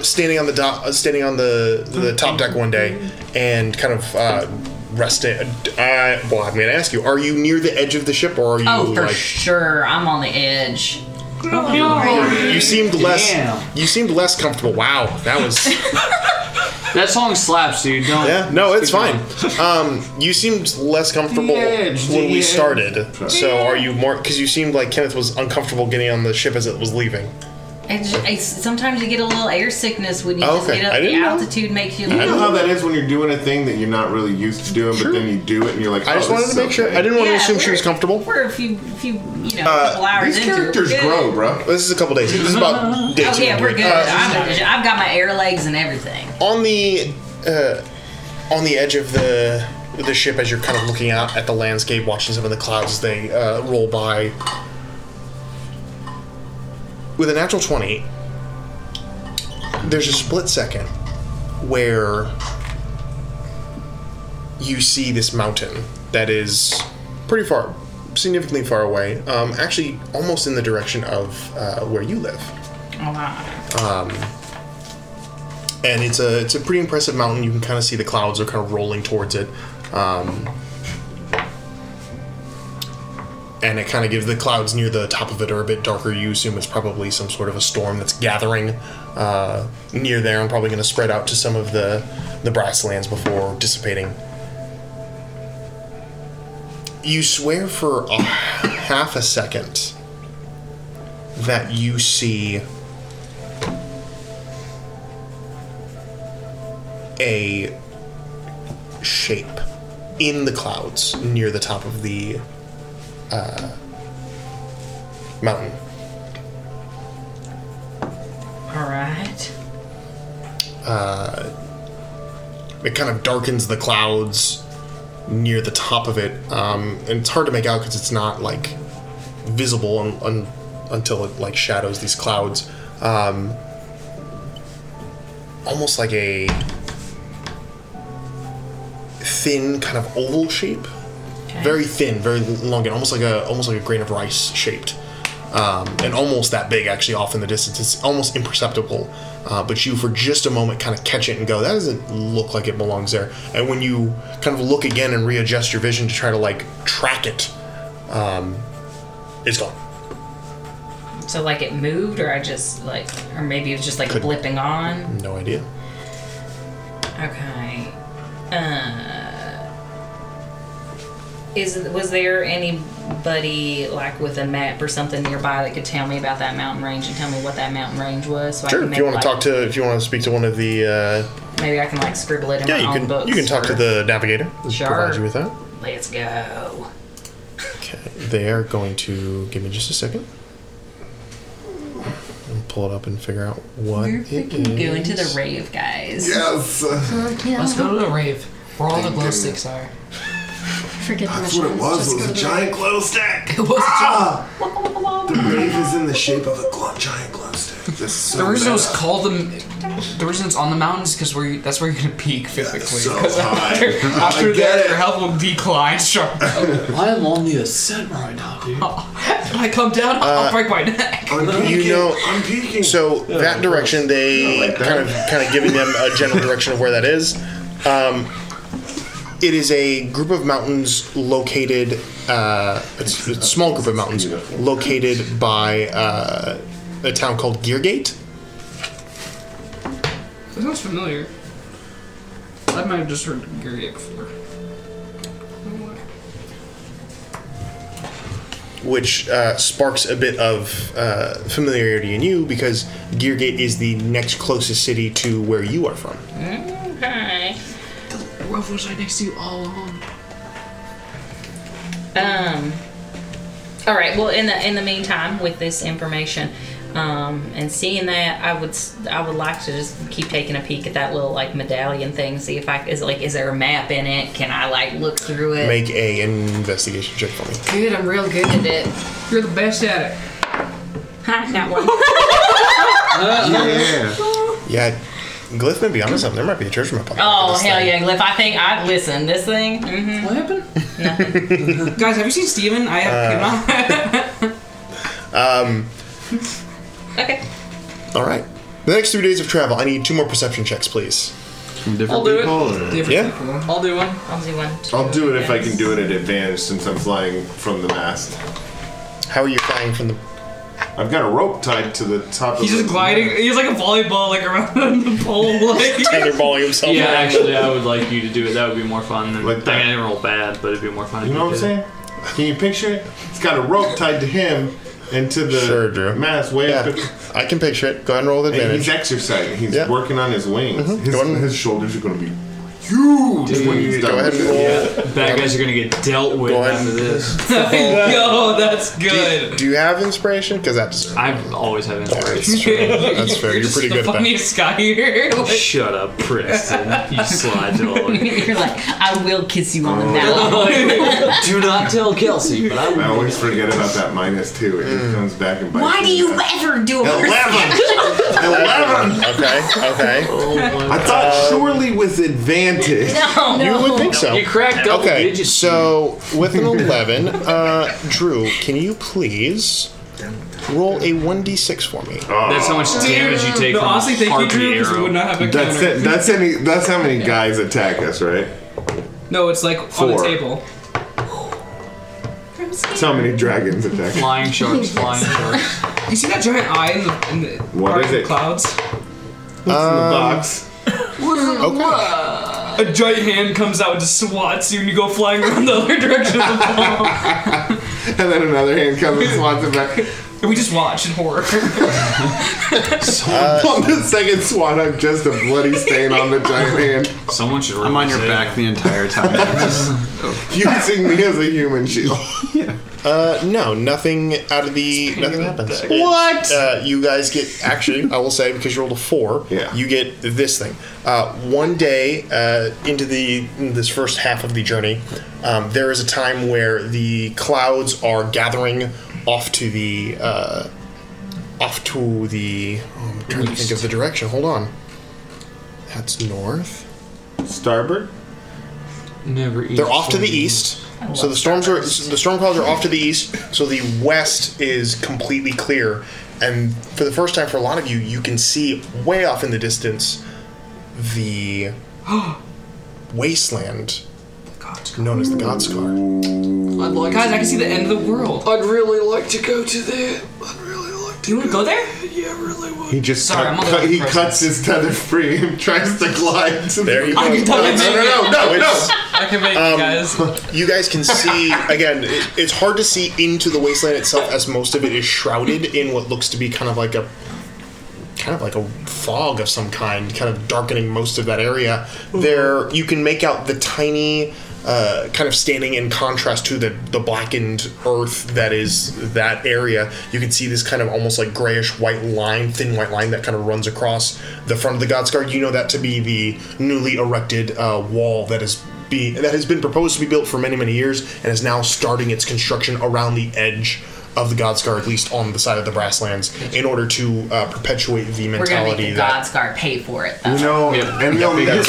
S1: are standing on the top, uh, standing on the the top deck one day, and kind of uh, resting. Uh, well, I'm going to ask you: Are you near the edge of the ship, or are you
S6: Oh, for
S1: like?
S6: sure. I'm on the edge.
S9: Oh,
S1: You seemed less. You seemed less comfortable. Wow, that was.
S2: That song slaps, dude. Don't.
S1: Yeah, no, it's
S2: keep
S1: fine. Um, you seemed less comfortable when we started. So are you more? Because you seemed like Kenneth was uncomfortable getting on the ship as it was leaving.
S6: I ju- I s- sometimes you get a little air sickness when you
S1: Oh,
S6: just
S1: okay.
S6: get up.
S1: I
S6: The
S1: didn't know.
S6: altitude makes you.
S3: You know
S6: Little,
S3: how that is when you're doing a thing that you're not really used to doing, but then you do it and you're like,
S1: I
S3: oh,
S1: just
S3: this
S1: wanted
S3: is
S1: to make sure.
S3: okay.
S1: I didn't want
S6: Yeah,
S1: to assume she was comfortable.
S6: we're a few, few, you know,
S1: Uh,
S6: couple hours
S3: Uh, These
S6: into it, we're
S3: characters
S6: good.
S3: grow, bro.
S1: This is a couple days. This is about day
S6: Oh
S1: two.
S6: yeah, we're good.
S1: Uh,
S6: I'm, I've got my air legs and everything.
S1: on the uh, on the edge of the the ship as you're kind of looking out at the landscape, watching some of the clouds as they uh, roll by. With a natural twenty, there's a split second where you see this mountain that is pretty far, significantly far away. Um, actually, almost in the direction of uh, where you live Um, and it's a it's a pretty impressive mountain. You can kind of see the clouds are kind of rolling towards it. Um, and it kind of gives the clouds near the top of it are a bit darker. You assume it's probably some sort of a storm that's gathering uh, near there and probably going to spread out to some of the the grasslands before dissipating. You swear for a half a second that you see a shape in the clouds near the top of the uh, mountain.
S6: All right.
S1: Uh, it kind of darkens the clouds near the top of it, um, and it's hard to make out because it's not like visible un- un- until it like shadows these clouds. Um, almost like a thin kind of oval shape, very thin, very long, and almost like a almost like a grain of rice shaped, um, and almost that big actually off in the distance. It's almost imperceptible, uh, but you for just a moment kind of catch it and go, that doesn't look like it belongs there. And when you kind of look again and readjust your vision to try to like track it, um, it's gone.
S6: So like it moved, or I just like, or maybe it was just like
S1: Couldn't-
S6: blipping on.
S1: No idea.
S6: Okay. Uh, is was there anybody like with a map or something nearby that could tell me about that mountain range and tell me what that mountain range was? So
S1: Sure,
S6: I can
S1: if you
S6: maybe,
S1: want to
S6: like-
S1: talk to, if you want to speak to one of the, uh,
S6: Maybe I can like scribble it in
S1: yeah,
S6: my
S1: you
S6: own
S1: can
S6: books.
S1: you can talk to
S6: or-
S1: the navigator.
S6: Sure.
S1: Provide you with that.
S6: Let's go.
S1: They are going to give me just a second. And pull it up and figure out what
S16: We're
S1: it
S16: freaking going to
S1: is.
S16: the rave, guys.
S8: Yes.
S9: Let's go to the rave, where all the glow sticks are.
S17: Forget the
S8: That's what it
S9: mushrooms.
S8: was.
S9: Let's
S8: It was
S9: go
S8: a
S9: to
S8: giant
S9: the-
S8: glow stick.
S9: It was a
S8: ah! The rave is in the shape of a glo- giant glow stick. This is so
S9: the reason
S8: meta.
S9: it's called the, the reason it's on the mountains because where you, that's where you're gonna peak physically.
S8: so
S9: 'Cause
S8: high.
S9: after,
S8: I
S9: after
S8: get
S9: that,
S8: it.
S9: your health will decline sharply.
S2: I am on the ascent right now, dude.
S9: If I come down, Oh I'll break my neck.
S1: Uh, you know, so that direction they kind of kind of giving them a general direction of where that is. Um, it is a group of mountains located. Uh, it's a small group of mountains located by uh, a town called Geargate.
S9: That sounds familiar. I might have just heard Gary before.
S1: which uh, sparks a bit of uh, familiarity in you because Geargate is the next closest city to where you are from.
S6: Okay.
S9: The roof was right next to you all along.
S6: Um. All right. Well, in the in the meantime, with this information, um, and seeing that, I would s- I would like to just keep taking a peek at that little like medallion thing. See if I is like is there a map in it? Can I like look through it?
S1: Make a investigation check for me.
S6: Good. I'm real good at it.
S9: You're the best at it.
S6: I got one.
S9: Uh,
S1: Yeah, Glyph may be onto something. There might be a church in my pocket.
S6: Oh hell yeah, Glyph! I think I listen. This thing. Mm-hmm. What happened?
S9: Guys, have you seen Steven? I have.
S1: Um,
S6: Okay.
S1: all right. The next three days of travel, I need two more perception checks, please. From
S3: different I'll do it. people, or- Different
S1: yeah.
S18: I'll do one.
S6: I'll do one.
S3: I'll do it if I can do it at advantage since I'm flying from the mast.
S1: How are you flying from the?
S3: I've got a rope tied to the top
S9: He's
S3: of the
S9: just gliding. He's like a volleyball, like around the pole, like
S1: tetherballing himself.
S2: Yeah, actually, I would like you to do it. That would be more fun than.
S3: Like
S2: I mean, I didn't roll bad, but it'd be more fun. if
S3: You know what I'm
S2: did it.
S3: saying? Can you picture it? It's got a rope tied to him and to the
S1: Sure, Drew.
S3: mast way up.
S1: Yeah, I can picture it. Go ahead and roll with
S3: And
S1: advantage.
S3: he's exercising. He's
S1: Yeah.
S3: working on his wings.
S1: Mhm.
S3: His,
S1: Go on.
S3: his shoulders are going to be huge when he's
S1: Go
S3: done.
S1: ahead and roll.
S2: Yeah, bad guys are gonna get dealt with after this.
S9: Yo, that's
S1: good. Do you, do you have inspiration? Because that's
S2: I always have
S1: inspiration. That's fair. That's fair. You're, pretty good at that.
S9: guy here.
S2: Shut up, Preston. You slide to all
S6: You're like I will kiss you on
S3: Oh,
S6: the mouth.
S2: Do not tell Kelsey, but I
S3: I always forget about that minus two. It
S1: Mm.
S3: just comes back and bites
S6: Why
S3: me.
S6: do you ever do a
S1: Eleven. okay. Okay.
S13: Oh
S3: I thought
S1: Uh,
S3: surely with advantage.
S6: No,
S1: You would think so.
S3: up.
S1: Okay, so with an 11, uh, Drew, can you please roll a 1d6 for me?
S2: That's how much damage you take
S3: No,
S2: from
S3: honestly, thank
S2: honestly,
S3: you,
S2: harpy
S3: Drew, 'cause
S2: arrow.
S3: we would
S9: not have a
S3: That's
S9: counter.
S3: it. That's any. That's how many guys attack us, right?
S9: No, it's like on
S3: Four.
S9: the table.
S3: That's how many dragons attack.
S13: Flying sharks, flying sharks.
S9: You see that giant eye in the, in the
S3: What
S9: part
S3: is
S9: of the
S3: it?
S9: clouds?
S3: What's
S1: Um,
S3: in the box?
S9: A giant hand comes out and just swats you, and you go flying around the other direction of the ball.
S3: and then another hand comes and swats it back.
S9: And we just watch in horror.
S1: Uh,
S3: on the second swat, I'm just a bloody stain on the giant hand.
S13: Someone should.
S4: I'm on your back the entire time. oh,
S3: Using me as a human shield.
S1: Uh, no, nothing out of the nothing happens.
S3: What?
S1: Uh, you guys get actually, I will say because you rolled a four. Yeah. You get this thing. Uh, one day uh, into the this first half of the journey, um, there is a time where the clouds are gathering off to the uh, off to the. Oh, I'm trying to think of the direction. Hold on. That's north.
S3: Starboard.
S13: Never
S1: They're off to the east. So the storms are the storm clouds are off to the east. So the west is completely clear, and for the first time for a lot of you, you can see way off in the distance the wasteland known as the Godscar.
S9: I'd like Guys, I can see the end of the world.
S13: I'd really like to go to there.
S9: You want to go there?
S3: He just
S9: Sorry,
S3: cut-
S9: I'm on the
S3: cut- he
S9: process.
S3: cuts his tether free and tries to glide to there
S1: you
S3: the
S1: go. I can
S3: no,
S1: totally
S3: no,
S1: make
S3: no, no,
S1: it.
S3: no, no.
S1: It's-
S9: I can make
S1: Um,
S9: it, guys.
S1: you guys can see again. It, it's hard to see into the wasteland itself, as most of it is shrouded in what looks to be kind of like a kind of like a fog of some kind, kind of darkening most of that area. There, you can make out the tiny. Uh, kind of standing in contrast to the, the blackened earth that is that area, you can see this kind of almost like grayish white line, thin white line that kind of runs across the front of the God's Guard. You know that to be the newly erected uh, wall that is be that has been proposed to be built for many many years and is now starting its construction around the edge of the God's Guard, at least on the side of the Brasslands, in order to uh, perpetuate the
S6: We're gonna make
S1: mentality
S6: the
S1: that
S6: God's guard pay for it.
S3: You know, and they'll never.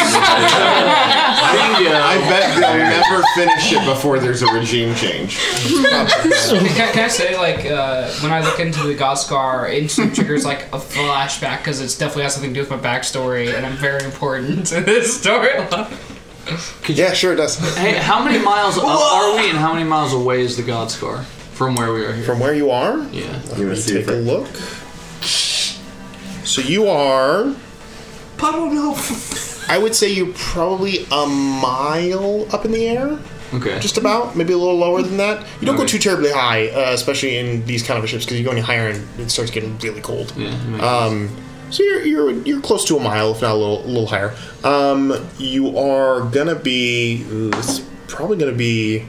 S6: Bingo.
S3: I bet they'll never finish it before there's a regime change.
S9: can, can- can I say, like, uh, when I look into the Godscar, it instantly triggers, like, a flashback because it's definitely has something to do with my backstory, and I'm very important to this storyline.
S1: yeah, sure it does.
S13: Hey, how many miles up are we, and how many miles away is the God Scar from where we are here?
S1: From where you are?
S13: Yeah.
S1: Let me take a look. So you are.
S9: I don't know.
S1: I would say you're probably a mile up in the air.
S13: Okay.
S1: Just about, maybe a little lower than that. You don't go too terribly high, uh, especially in these kind of ships, because you go any higher and it starts getting really cold. Um, so you're, you're you're close to a mile, if not a little a little higher. Um, you are gonna be ooh, it's probably gonna be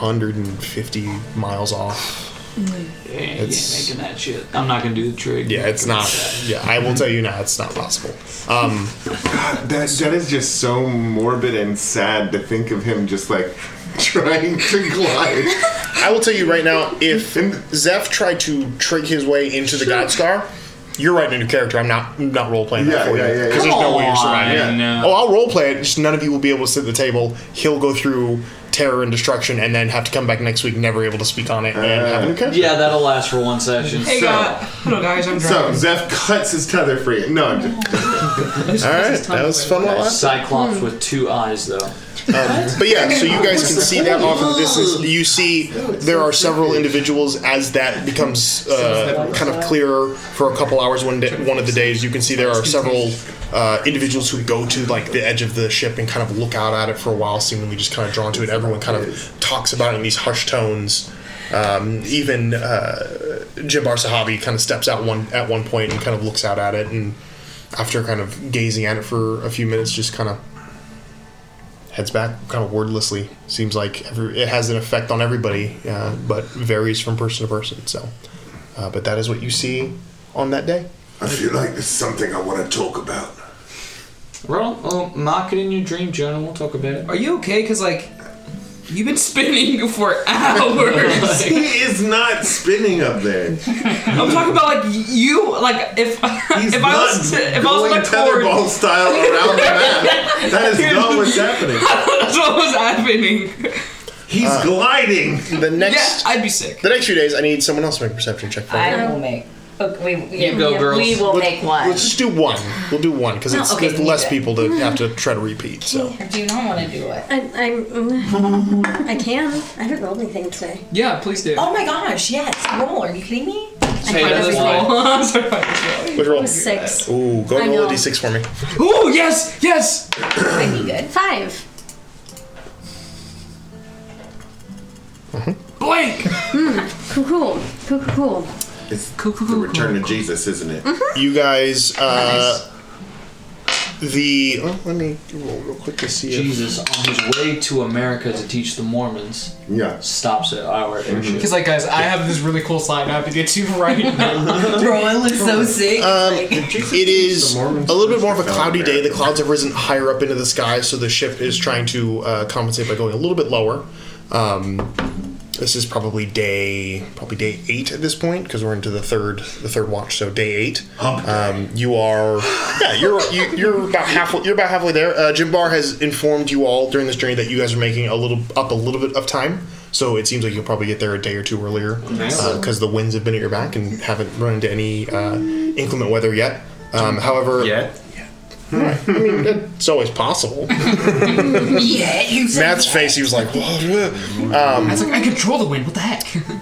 S1: 150 miles off.
S13: Yeah, yeah, making that shit. I'm not gonna do the trig.
S1: Yeah, it's not. Yeah, I will tell you now, it's not possible. Um,
S3: God, Ah, that that is just so morbid and sad to think of him just like trying to glide.
S1: I will tell you right now, if Zeph tried to trig his way into the God Star, you're writing a new character. I'm not I'm not role playing
S3: Yeah,
S1: that for
S3: yeah,
S1: you
S3: yeah,
S1: because
S3: yeah.
S1: there's no way you're
S3: Come
S1: surviving.
S3: on.
S1: it. Oh, I'll role play it. Just none of you will be able to sit at the table. He'll go through terror and destruction, and then have to come back next week never able to speak on it and
S3: Uh,
S1: have a
S2: Uh,
S1: new character.
S13: Yeah, that'll last for one session.
S1: Hey, God.
S9: Hello, guys, I'm
S3: So
S1: driving.
S3: Zeph cuts his tether free. No, I'm just,
S1: All right, that was fun while it lasted.
S9: Hmm.
S13: Cyclops with two eyes, though.
S1: Um, but yeah, so you guys can see that off in the distance. You see there are several individuals as that becomes uh, kind of clearer for a couple hours one, day, one of the days. You can see there are several uh, individuals who go to like the edge of the ship and kind of look out at it for a while, seemingly just kind of drawn to it. Everyone kind of talks about it in these hushed tones. Um, even uh, Jim Barsahabi kind of steps out one at one point and kind of looks out at it, and after kind of gazing at it for a few minutes, just kind of heads back kind of wordlessly. Seems like every, it has an effect on everybody, uh, but varies from person to person. So, uh, but that is what you see on that day.
S8: I feel like there's something I want to talk about.
S13: Well, well, mark it in your dream journal. We'll talk about it.
S9: Are you okay? Because, like, you've been spinning for hours.
S3: he is not spinning up there.
S9: I'm talking about, like, you, like, if, if I was, to, if I was
S3: going
S9: on a cord.
S3: tetherball style around the map. That is not what's happening.
S9: That's what was happening.
S3: He's gliding.
S1: Uh, The next,
S9: I'd be sick.
S1: The next few days, I need someone else to make a perception check for
S6: I
S1: me.
S6: will make
S12: Okay, we, yeah,
S1: You go,
S12: yeah,
S1: girls.
S12: we will
S1: Let's-
S12: make one.
S1: Let's just do one. We'll do one because
S12: No,
S1: it's
S12: okay,
S1: there's
S12: we
S1: less
S12: need it.
S1: people to have to try to repeat. So
S12: do not want to do it.
S7: I'm, I'm. mm, I can. I haven't rolled anything today.
S9: Yeah, please do.
S12: Oh my gosh, yes. Roll. Are you kidding me?
S1: Hey,
S7: I
S1: that is which roll?
S7: Six.
S1: Ooh, go
S7: I
S1: and roll a
S7: know.
S1: d6 for me.
S9: Ooh, yes, yes.
S7: I'd be good. Five.
S9: Blank.
S7: Mm. Cool, cool, cool, cool, cool.
S3: It's the return to Jesus, isn't it?
S9: Mm-hmm.
S1: You guys, uh, the oh, let me roll real quick to see.
S2: Jesus on his way to America to teach the Mormons.
S3: Yeah.
S2: Stops at our
S1: Mm-hmm.
S2: airship.
S9: He's like, guys, I have this really cool slide I have to get to right now.
S1: Bro, I look so
S12: sick.
S1: Um, it is a little bit more of a cloudy day. The clouds have risen higher up into the sky, so the ship is trying to uh, compensate by going a little bit lower. Um, this is probably day probably day eight at this point because we're into the third the third watch. So day eight. Um, you are yeah you're you, you're about halfway you're about halfway there. Uh, Jim Barr has informed you all during this journey that you guys are making a little up a little bit of time. So it seems like you'll probably get there a day or two earlier uh,
S2: Nice.
S1: because the winds have been at your back and haven't run into any uh, inclement weather yet. Um, however, yet. I mean, it's always possible.
S12: yeah, you said
S1: Matt's face, he was like, "Whoa." um,
S9: I was like, I control the wind. What the heck?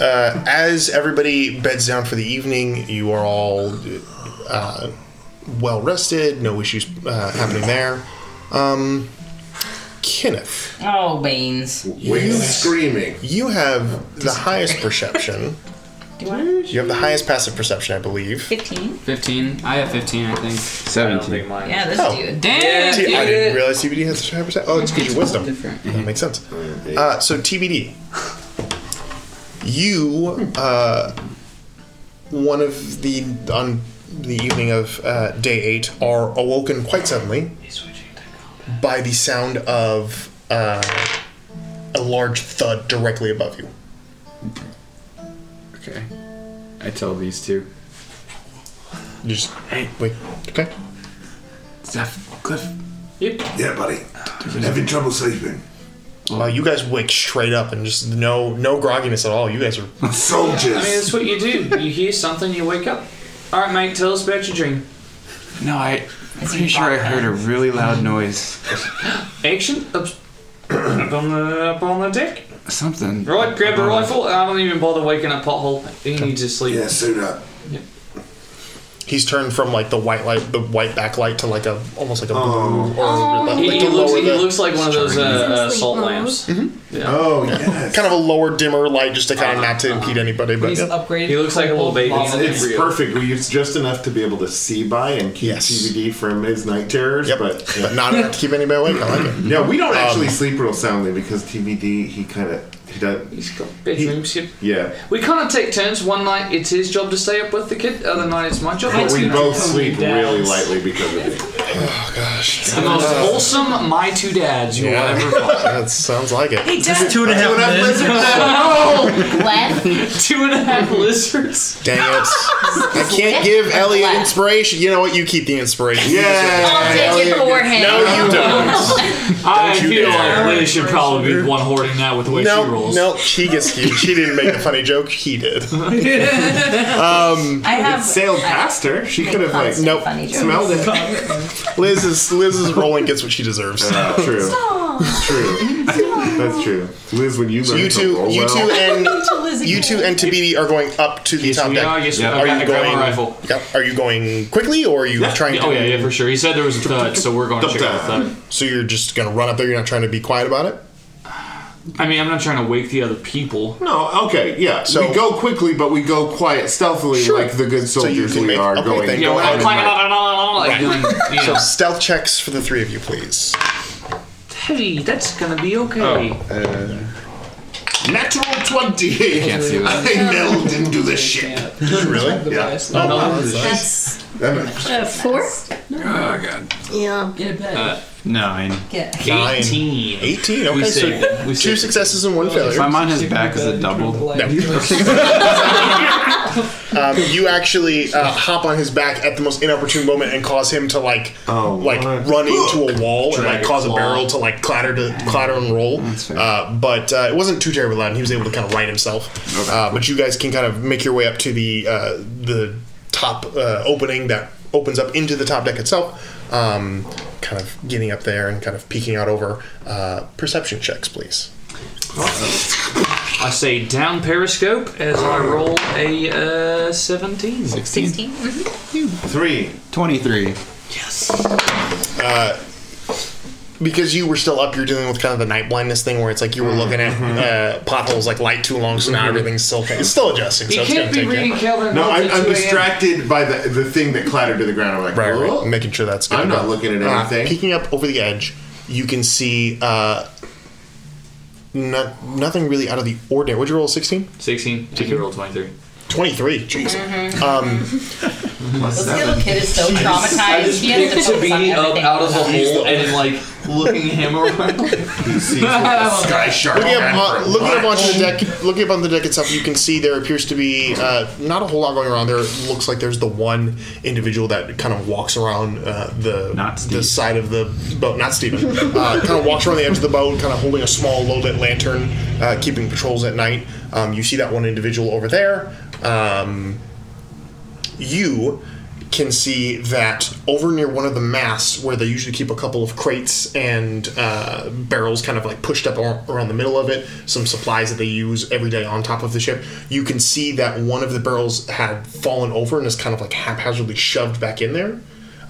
S1: uh, as everybody beds down for the evening, you are all uh, well rested, no issues uh, happening there. Um, Kenneth.
S12: Oh, Beans.
S1: you- You have the highest perception.
S12: Do I?
S1: You have the highest passive perception, I believe.
S12: 15.
S9: 15. I have 15, I think. Oh,
S4: 17.
S12: Yeah, this dude.
S9: Damn,
S1: See, I
S9: dude.
S1: didn't realize TBD has a high percent. Oh, it's because your wisdom. That makes sense. Uh, so TBD, you, uh, one of the on the evening of uh, day eight, are awoken quite suddenly by the sound of uh, a large thud directly above you.
S4: Okay. I tell these two.
S1: You just hey wait. Okay.
S8: Steph, Cliff.
S2: Yep.
S8: Yeah, buddy. I'm having trouble sleeping.
S1: Wow, you guys wake straight up and just no no grogginess at all. You guys are
S2: I mean, that's what you do. You hear something, you wake up. All right, mate, tell us about your dream.
S4: No, I. I'm pretty sure I heard a really loud noise.
S2: Action. Ups. up on the up on the deck.
S4: Something.
S2: Right, grab a rifle. I don't even bother waking up pothole. He needs to sleep.
S8: Yeah, suit up.
S1: He's turned from like the white light, the white backlight to like a almost like a blue
S3: Oh.
S1: or like,
S2: He,
S1: like
S2: he
S1: the
S2: looks,
S1: lower
S2: he
S1: the-
S2: looks like one of those uh, uh, salt
S1: Sleep
S2: lamps.
S3: Mm-hmm.
S1: Oh kind of a lower dimmer light just to kind
S2: Ah.
S1: of not to impede anybody. But yeah.
S2: He looks like a little baby.
S3: It's, it's perfect. We use just enough to be able to see by and keep TBD from his night terrors, but,
S1: but not enough to keep anybody awake. I like it.
S3: Yeah, we don't actually
S1: Um,
S3: sleep real soundly because TBD he kind of he does.
S2: He's got bedrooms. He,
S3: yeah,
S2: We kind of take turns. One night it's his job to stay up with the kid. Other night it's my job.
S3: but we both sleep
S2: Dads.
S3: really lightly because of
S1: Oh,
S3: it.
S2: It's the most wholesome my two dads you'll
S1: Yeah.
S2: ever find.
S1: that sounds like it.
S2: Hey, Dad.
S1: Just
S2: Two and a half men.
S1: No!
S2: Two and a half lizards.
S1: Dang it! I can't give Elliot inspiration. You know what? You keep the inspiration. Yeah.
S12: I'll take it for him.
S1: No, you don't.
S2: I
S1: Don't you
S2: feel
S1: dare.
S2: like Lily should probably be the one hoarding that with the way she
S1: No,
S2: rolls.
S1: no, she gets huge. She didn't make a funny joke. He did. um,
S12: I have-
S3: sailed past her. She could have like
S1: nope.
S3: smelled it.
S1: Liz is Liz's rolling gets what she deserves.
S3: Uh, true. True. That's true. Liz, when you
S1: So
S3: learn
S1: you
S3: to
S1: two,
S3: roll
S1: you two,
S3: well,
S1: and you two and Tabidi are going up to the top
S2: we
S1: deck.
S2: are. Yes, we are. I've got
S1: you
S2: to grab my
S1: going?
S2: rifle.
S1: Yep. Are you going quickly or are you trying? to
S2: Oh yeah, yeah, for sure. He said there was a thud, so we're going to check out the thud.
S1: So you're just gonna run up there. You're not trying to be quiet about it.
S2: I mean, I'm not trying to wake the other people.
S3: No, okay, yeah.
S1: So-
S3: we go quickly, but we go quiet, stealthily,
S1: Sure.
S3: like the good
S1: So you
S3: soldiers
S1: can
S3: we
S1: make-
S3: are
S1: okay,
S3: going.
S1: then
S3: Yeah,
S1: go
S3: we're
S1: ahead and
S3: climbing
S1: make-
S3: up.
S1: Right.
S2: Yeah.
S1: So stealth checks for the three of you, please.
S2: Hey, that's gonna be okay.
S3: Natural 20!
S4: can't see that.
S3: I meld into the ship.
S1: really?
S3: Yeah.
S2: No, no,
S3: That
S7: Uh, four?
S4: Oh, God.
S7: Yeah.
S5: Get a bed.
S2: Uh,
S4: Nine.
S12: Yeah.
S1: Nine.
S4: 18.
S1: 18, okay, so two successes and one failure.
S4: If I'm on his back, is it double?
S1: um, you actually uh, hop on his back at the most inopportune moment and cause him to like like run into a wall and like
S3: Drag
S1: cause a
S3: claw.
S1: barrel to like clatter to clatter and roll. Uh, but uh, it wasn't too terribly loud, and he was able to kind of right himself. Uh, but you guys can kind of make your way up to the uh, the top uh, opening that opens up into the top deck itself. Um, kind of getting up there and kind of peeking out over. Uh, perception checks, please.
S2: I say down periscope as I roll a uh, 17. 16. 16.
S12: Mm-hmm.
S1: Three. 23. Yes. Uh, because you were still up, you're dealing with kind of the night blindness thing where it's like you were looking at uh, potholes like light too long, so now everything's still Mm-hmm. it's still adjusting. So
S3: You
S1: it's
S3: can't
S1: gonna
S3: be
S1: take you.
S3: reading Calvin No, Hobbes I'm- at I'm 2 a.m.. distracted by the the thing that clattered to the ground. I'm like,
S1: right, right.
S3: "Whoa."
S1: making sure that's. good
S3: I'm
S1: to
S3: not
S1: go.
S3: looking at
S1: Uh,
S3: anything.
S1: peeking up over the edge, you can see uh, not nothing really out of the ordinary. Would you roll? Sixteen.
S2: 16. I can roll 23.
S1: 23. Jeez.
S3: Mm-hmm.
S1: Um,
S12: This little kid is so
S2: I
S12: traumatized.
S2: just
S12: He has
S2: picked
S12: to
S2: to be up out of the hole and then like looking him around.
S1: Sky
S2: shark
S1: Looking up,
S2: man
S1: on,
S2: for
S1: looking up
S2: lunch.
S1: onto the deck, looking up on the deck itself, you can see there appears to be uh, not a whole lot going around. There looks like there's the one individual that kind of walks around uh, the the side of the boat. Not Steven. uh, kind of walks around the edge of the boat, kind of holding a small low lit lantern, uh, keeping patrols at night. Um, you see that one individual over there. Um, you can see that over near one of the masts where they usually keep a couple of crates and uh, barrels kind of like pushed up ar- around the middle of it some supplies that they use every day on top of the ship you can see that one of the barrels had fallen over and is kind of like haphazardly shoved back in there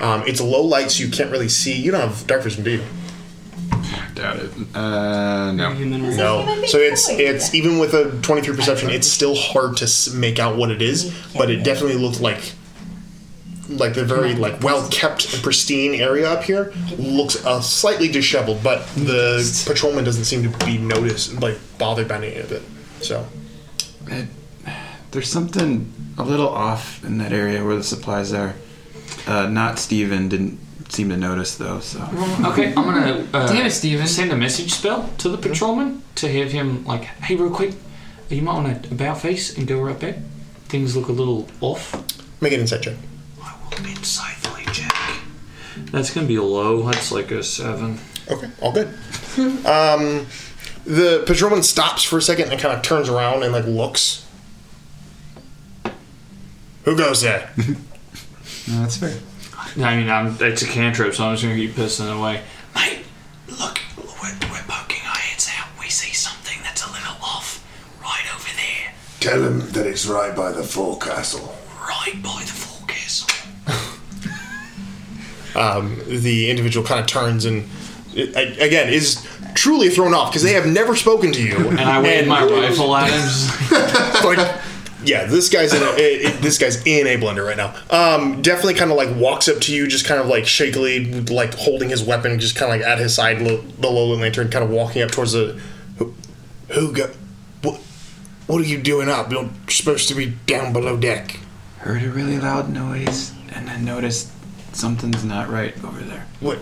S1: um, it's low light so you can't really see you don't have dark vision do you
S4: Doubt it. Uh, no.
S1: no so it's it's even with a 23 perception it's still hard to s- make out what it is but it definitely looked like like the very like well kept and pristine area up here looks uh, slightly disheveled but the patrolman doesn't seem to be noticed like bothered by any of it so
S4: There's something a little off in that area where the supplies are. Uh, not Steven didn't seem to notice though, so.
S2: Okay, I'm gonna. Uh,
S4: Damn
S2: it, Steven. Send a message spell to the patrolman to have him, like, hey, real quick, you might want to about face and go right back. Things look a little off.
S1: Make an insight check.
S2: I will insightfully check. That's gonna be low. That's like a 7.
S1: Okay, all good. um, the patrolman stops for a second and kind of turns around and like looks. Who goes there?
S4: No, that's fair.
S2: I mean, I'm, it's a cantrip, so I'm just gonna keep pissing it away.
S14: We see something that's a little off right over there,
S8: Tell him that it's right by the forecastle.
S14: right by the forecastle.
S1: um, the individual kind of turns and a- again is truly thrown off because they have never spoken to you.
S2: And I wave my rifle at him.
S1: like, yeah, this guy's in a, i- i- this guy's in a blender right now. Um, definitely kind of like walks up to you, just kind of like shakily, like holding his weapon, just kind of like at his side, lo- the Lowland Lantern, kind of walking up towards the who, who go, what, what are you doing up? You're supposed to be down below deck.
S4: Heard a really loud noise and then noticed something's not right over there.
S1: What?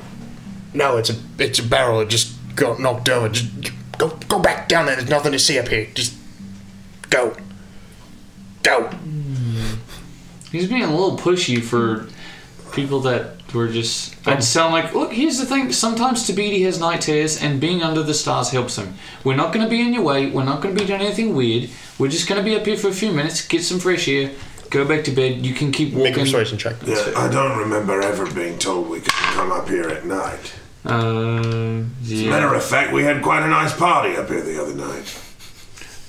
S1: No, it's a it's a barrel. It just got knocked over. Just go go back down there. There's nothing to see up here. Just go, go.
S2: Hmm. He's being a little pushy for people that were just. I'd sound like, look, here's the thing. Sometimes Tabidi has night tears, and being under the stars helps him. We're not going to be in your way. We're not going to be doing anything weird. We're just going to be up here for a few minutes, get some fresh air, go back to bed. You can keep walking.
S8: Yeah, I don't remember ever being told we could come up here at night.
S2: Uh,
S8: As a
S2: yeah.
S8: matter of fact, we had quite a nice party up here the other night.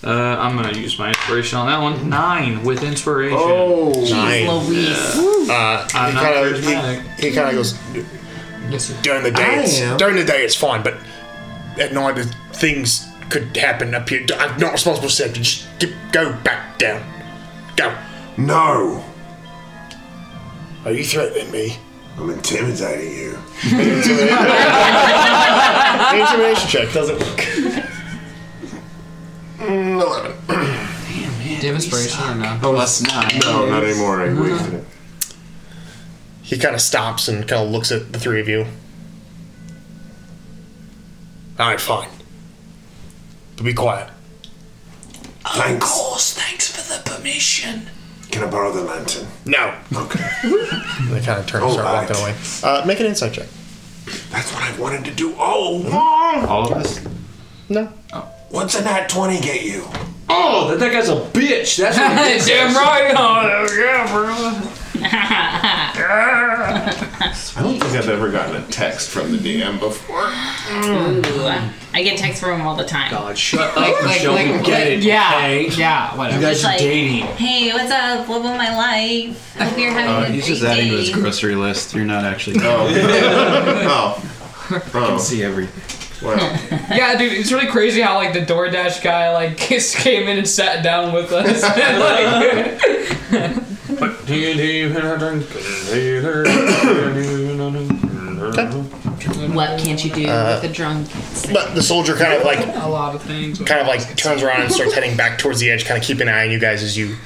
S2: Uh, I'm going to use my inspiration on that one. Nine with inspiration.
S1: Oh, Nine.
S2: Yeah.
S1: Uh,
S2: I'm
S1: he
S2: not
S1: kind
S2: charismatic.
S1: of he, he kind of goes. During the
S2: I
S1: day, it's,
S2: am.
S1: during the day it's fine, but at night uh, things could happen up here. I'm not responsible for safety. Just get, go back down. Go.
S8: No.
S1: Are you threatening me?
S8: I'm intimidating you.
S1: Intimidation check doesn't work. Eleven.
S9: Do you have inspiration or no?
S4: Oh, that's not.
S3: No, not anymore. I
S9: No.
S3: wasted it.
S1: He kind of stops and kind of looks at the three of you. All right, fine. But be quiet.
S8: Thanks.
S19: Of course, thanks for the permission.
S8: Can I borrow the lantern?
S1: No.
S8: Okay.
S1: They kind of turn and
S8: All
S1: start
S8: right.
S1: walking away. Uh, make an insight check.
S8: That's what I wanted to do all along. Oh.
S1: All of us? No.
S8: What's a nat 20 get you?
S2: Oh, that, that guy's a bitch. That's what it is.
S9: Damn right.
S2: Oh, yeah,
S3: I don't think I've ever gotten a text from the DM before.
S6: Ooh, I get texts from him all the time.
S2: God, shut
S6: Like,
S2: up,
S6: like,
S2: Michelle.
S6: like,
S2: we get
S6: like,
S2: it.
S6: yeah,
S2: okay?
S9: yeah, whatever.
S2: You
S6: Uh,
S2: guys
S6: It's
S2: are
S6: like,
S2: dating.
S6: Hey, what's up? Love of my life. Hope you're having
S4: Uh,
S6: a
S4: he's
S6: great
S4: just adding to
S6: day.
S4: his grocery list. You're not actually.
S3: Oh.
S4: oh. I can see everything.
S9: yeah, dude, it's really crazy how like the DoorDash guy like just came in and sat down with us. Like,
S2: Do you, do you,
S6: What can't you do
S1: Uh,
S6: with a drunk?
S1: But the soldier kind of like
S9: a lot of things.
S1: kind of like turns around and starts heading back towards the edge, kind of keep an eye on you guys as you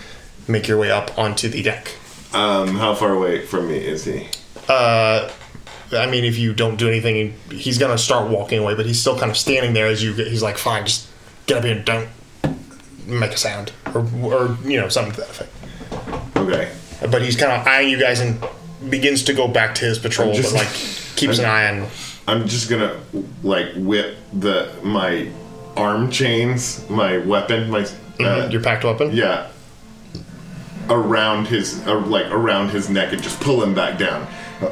S1: make your way up onto the deck.
S3: Um, how far away from me is he?
S1: Uh, I mean, if you don't do anything, he's gonna start walking away, but he's still kind of standing there as you. get- He's like, "Fine, just get up here and don't make a sound, or, or you know, something to that effect."
S3: Okay.
S1: But he's kind of eyeing you guys and begins to go back to his patrol,
S3: I'm just-
S1: but like keeps an
S3: I'm-
S1: eye on.
S3: I'm just gonna like whip the my arm chains, my weapon, my uh,
S1: Mm-hmm. your packed weapon.
S3: Yeah. Around his uh, like around his neck and just pull him back down.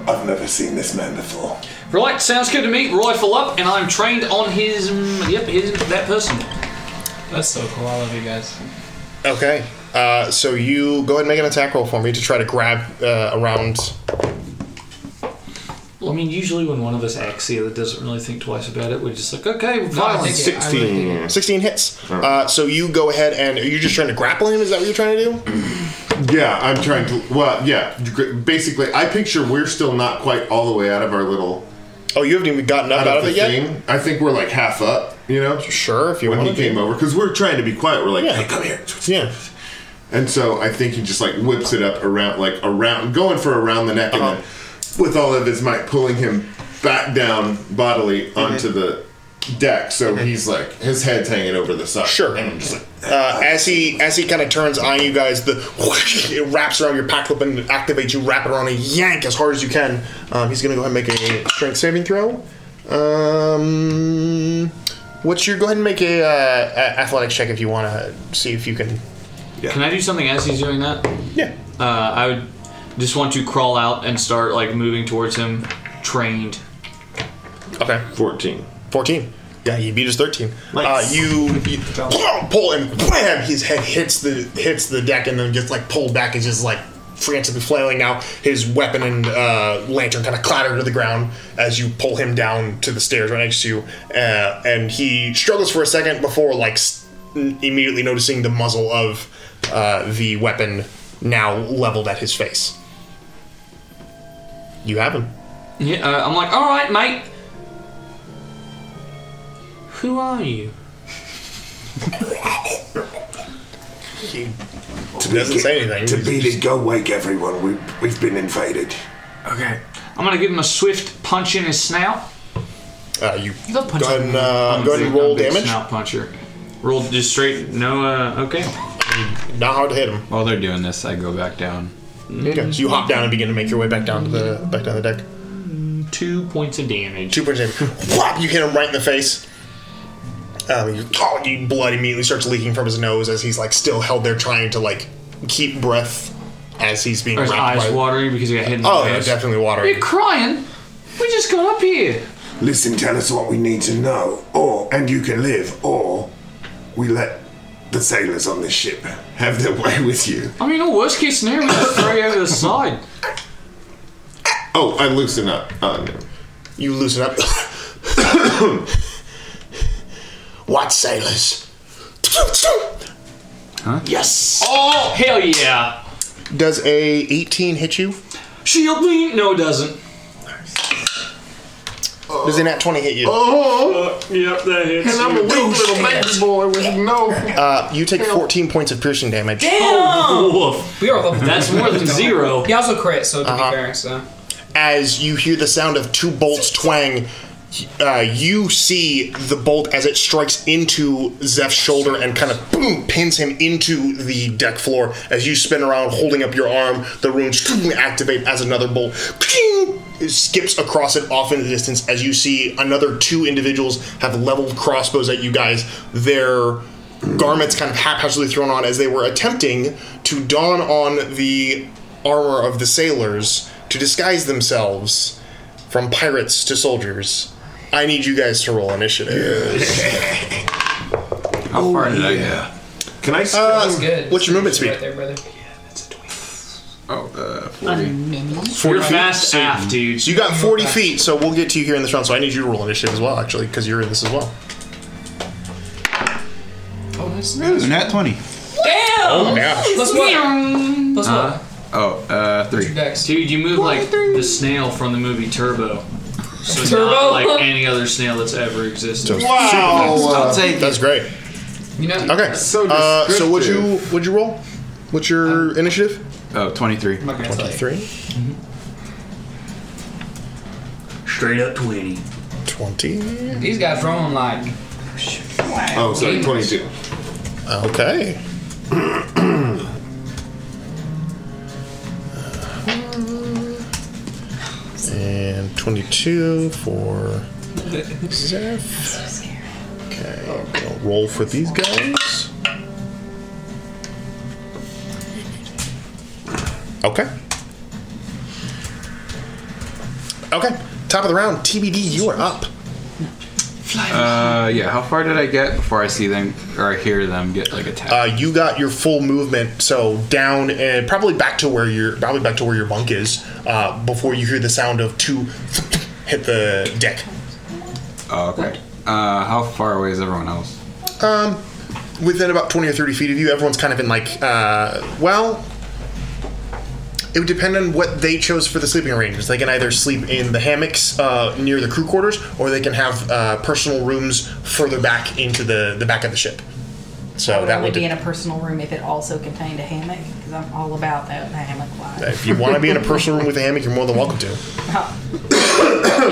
S3: I've never seen this man before.
S2: Right, sounds good to me. Rifle up, and I'm trained on his. mm, Yep, his, that person.
S9: That's so cool. I love you guys.
S1: Okay, uh, so you go ahead and make an attack roll for me to try to grab uh, around.
S2: Well, I mean, usually when one of us acts the other doesn't really think twice about it, we're just like, okay, violence.
S1: 16 hits. Uh, so you go ahead and are you just trying to grapple him? Is that what you're trying to do?
S3: Yeah, I'm trying to. Well, yeah. gr- Basically, I picture we're still not quite all the way out of our little.
S1: Oh, you haven't even gotten up out of it yet?
S3: I think we're like half up. You know?
S1: Sure, if you
S3: when
S1: wanna
S3: he came
S1: be.
S3: over, because we're trying to be quiet. We're like,
S1: Yeah.
S3: hey, come here.
S1: Yeah.
S3: And so I think he just like whips it up around, like around, going for around the neck,
S1: Uh-huh.
S3: and then with all of his might, pulling him back down
S1: Mm-hmm.
S3: bodily onto the deck. So he's like his head's hanging over the side. Sure. And I'm just like,
S1: Uh, as he as he kind of turns on you guys, the it wraps around your pack clip and activates you. Wrap it around and yank as hard as you can. Um, he's gonna go ahead and make a strength saving throw. Um, what's your go ahead and make a, uh, a- athletics check if you want to see if you can.
S2: Can I do something as he's doing that?
S1: Yeah.
S2: Uh, I would just want to crawl out and start like moving towards him, trained.
S1: Okay.
S3: Fourteen.
S1: Fourteen. Yeah, he beat his thirteen. Uh, you, you pull and wham, his head hits the hits the deck and then gets like pulled back. He's just like frantically flailing out. His weapon and uh, lantern kind of clatter to the ground as you pull him down to the stairs right next to you. Uh, and he struggles for a second before like s- immediately noticing the muzzle of uh, the weapon now leveled at his face. You have him.
S2: Yeah, uh, I'm like, all right, mate. Who are you?
S8: To
S1: doesn't say anything.
S8: To beat it, go wake everyone. We, we've been invaded.
S2: Okay. I'm gonna give him a swift punch in his snout.
S1: Uh, you
S2: go
S1: ahead and, uh, go ahead and roll damage.
S2: Snout puncher. Roll just straight. No. Uh, okay.
S1: Not hard to hit him.
S4: While they're doing this, I go back down.
S1: Okay, so you hop down and begin to make your way back down to the back down the deck.
S2: Mm, Two points of damage.
S1: Two points of damage. Whop! You hit him right in the face. Um, you, oh, you blood immediately starts leaking from his nose as he's like still held there trying to like keep breath as he's being
S2: Are his
S1: wrapped
S2: eyes
S1: by-
S2: watering because he got hit in the
S1: Oh, yeah,
S2: nose?
S1: definitely watering.
S2: You're crying. We just got up here.
S8: Listen, tell us what we need to know, or and you can live, or we let the sailors on this ship have their way with you.
S2: I mean, the worst case scenario, we just throw you over the side.
S3: oh, I loosen up. Oh, no.
S1: You loosen up. what sailors? Yes.
S2: Oh hell yeah!
S1: Does a 18 hit you?
S2: Shield me? No, it doesn't.
S1: Does a nat 20 hit you?
S3: Oh,
S2: Uh, yep, that hits.
S3: And I'm a weak little baby boy with no.
S1: Uh, you take 14 points of piercing damage.
S9: Damn. We are level.
S1: Oh, That's more than zero.
S9: He also crit, so to
S1: Uh-huh.
S9: be fair, so.
S1: As you hear the sound of two bolts twang, uh, you see the bolt as it strikes into Zeph's shoulder and kind of boom pins him into the deck floor. As you spin around, holding up your arm, the runes activate as another bolt skips across it off in the distance. As you see, another two individuals have leveled crossbows at you guys. Their garments kind of haphazardly thrown on as they were attempting to don on the armor of the sailors to disguise themselves from pirates to soldiers. I need you guys to roll initiative.
S4: How far did I go?
S1: Can I? Uh, What's your movement speed?
S4: Oh, uh,
S1: Forty
S2: You're
S1: feet.
S2: fast
S1: so,
S2: aft, dude.
S1: So you got
S2: You're
S1: forty
S2: fast.
S1: feet. So we'll get to you here in this round. So I need you to roll initiative as well, actually, because you're in this as well.
S9: Oh, that's
S4: Ooh, nat 20.
S9: Damn!
S1: Oh, yeah.
S9: Plus what? Plus what?
S13: Uh,
S4: oh, uh, three.
S13: Dude, you move like the snail from the movie Turbo. So
S9: Turbo?
S13: not like any other snail that's ever existed.
S1: uh, that's great.
S9: You know,
S1: okay. So, uh, so would you would you roll? What's your
S2: Um,
S1: initiative?
S4: Oh, 23.
S1: Twenty-three.
S13: Straight up 20.
S1: 20.
S9: These guys throwing like.
S3: Oh, sorry, 22.
S1: Okay. and 22 for Zeph. Okay, we'll roll for these guys. Okay. Okay, top of the round, TBD, you are up.
S4: Uh, yeah. How far did I get before I see them or I hear them get like attacked?
S1: Uh, you got your full movement, so down and probably back to where your probably back to where your bunk is uh, before you hear the sound of two hit the deck.
S4: Oh, okay. Uh, how far away is everyone else?
S1: Um, within about twenty or thirty feet of you, everyone's kind of in like uh, well. It would depend on what they chose for the sleeping arrangements. They can either sleep in the hammocks uh, near the crew quarters, or they can have uh, personal rooms further back into the, the back of the ship. So
S12: I would
S1: that
S12: only
S1: would
S12: be
S1: de-
S12: in a personal room if it also contained a hammock, because I'm all about that the hammock life.
S1: if you want to be in a personal room with a hammock, you're more than welcome to.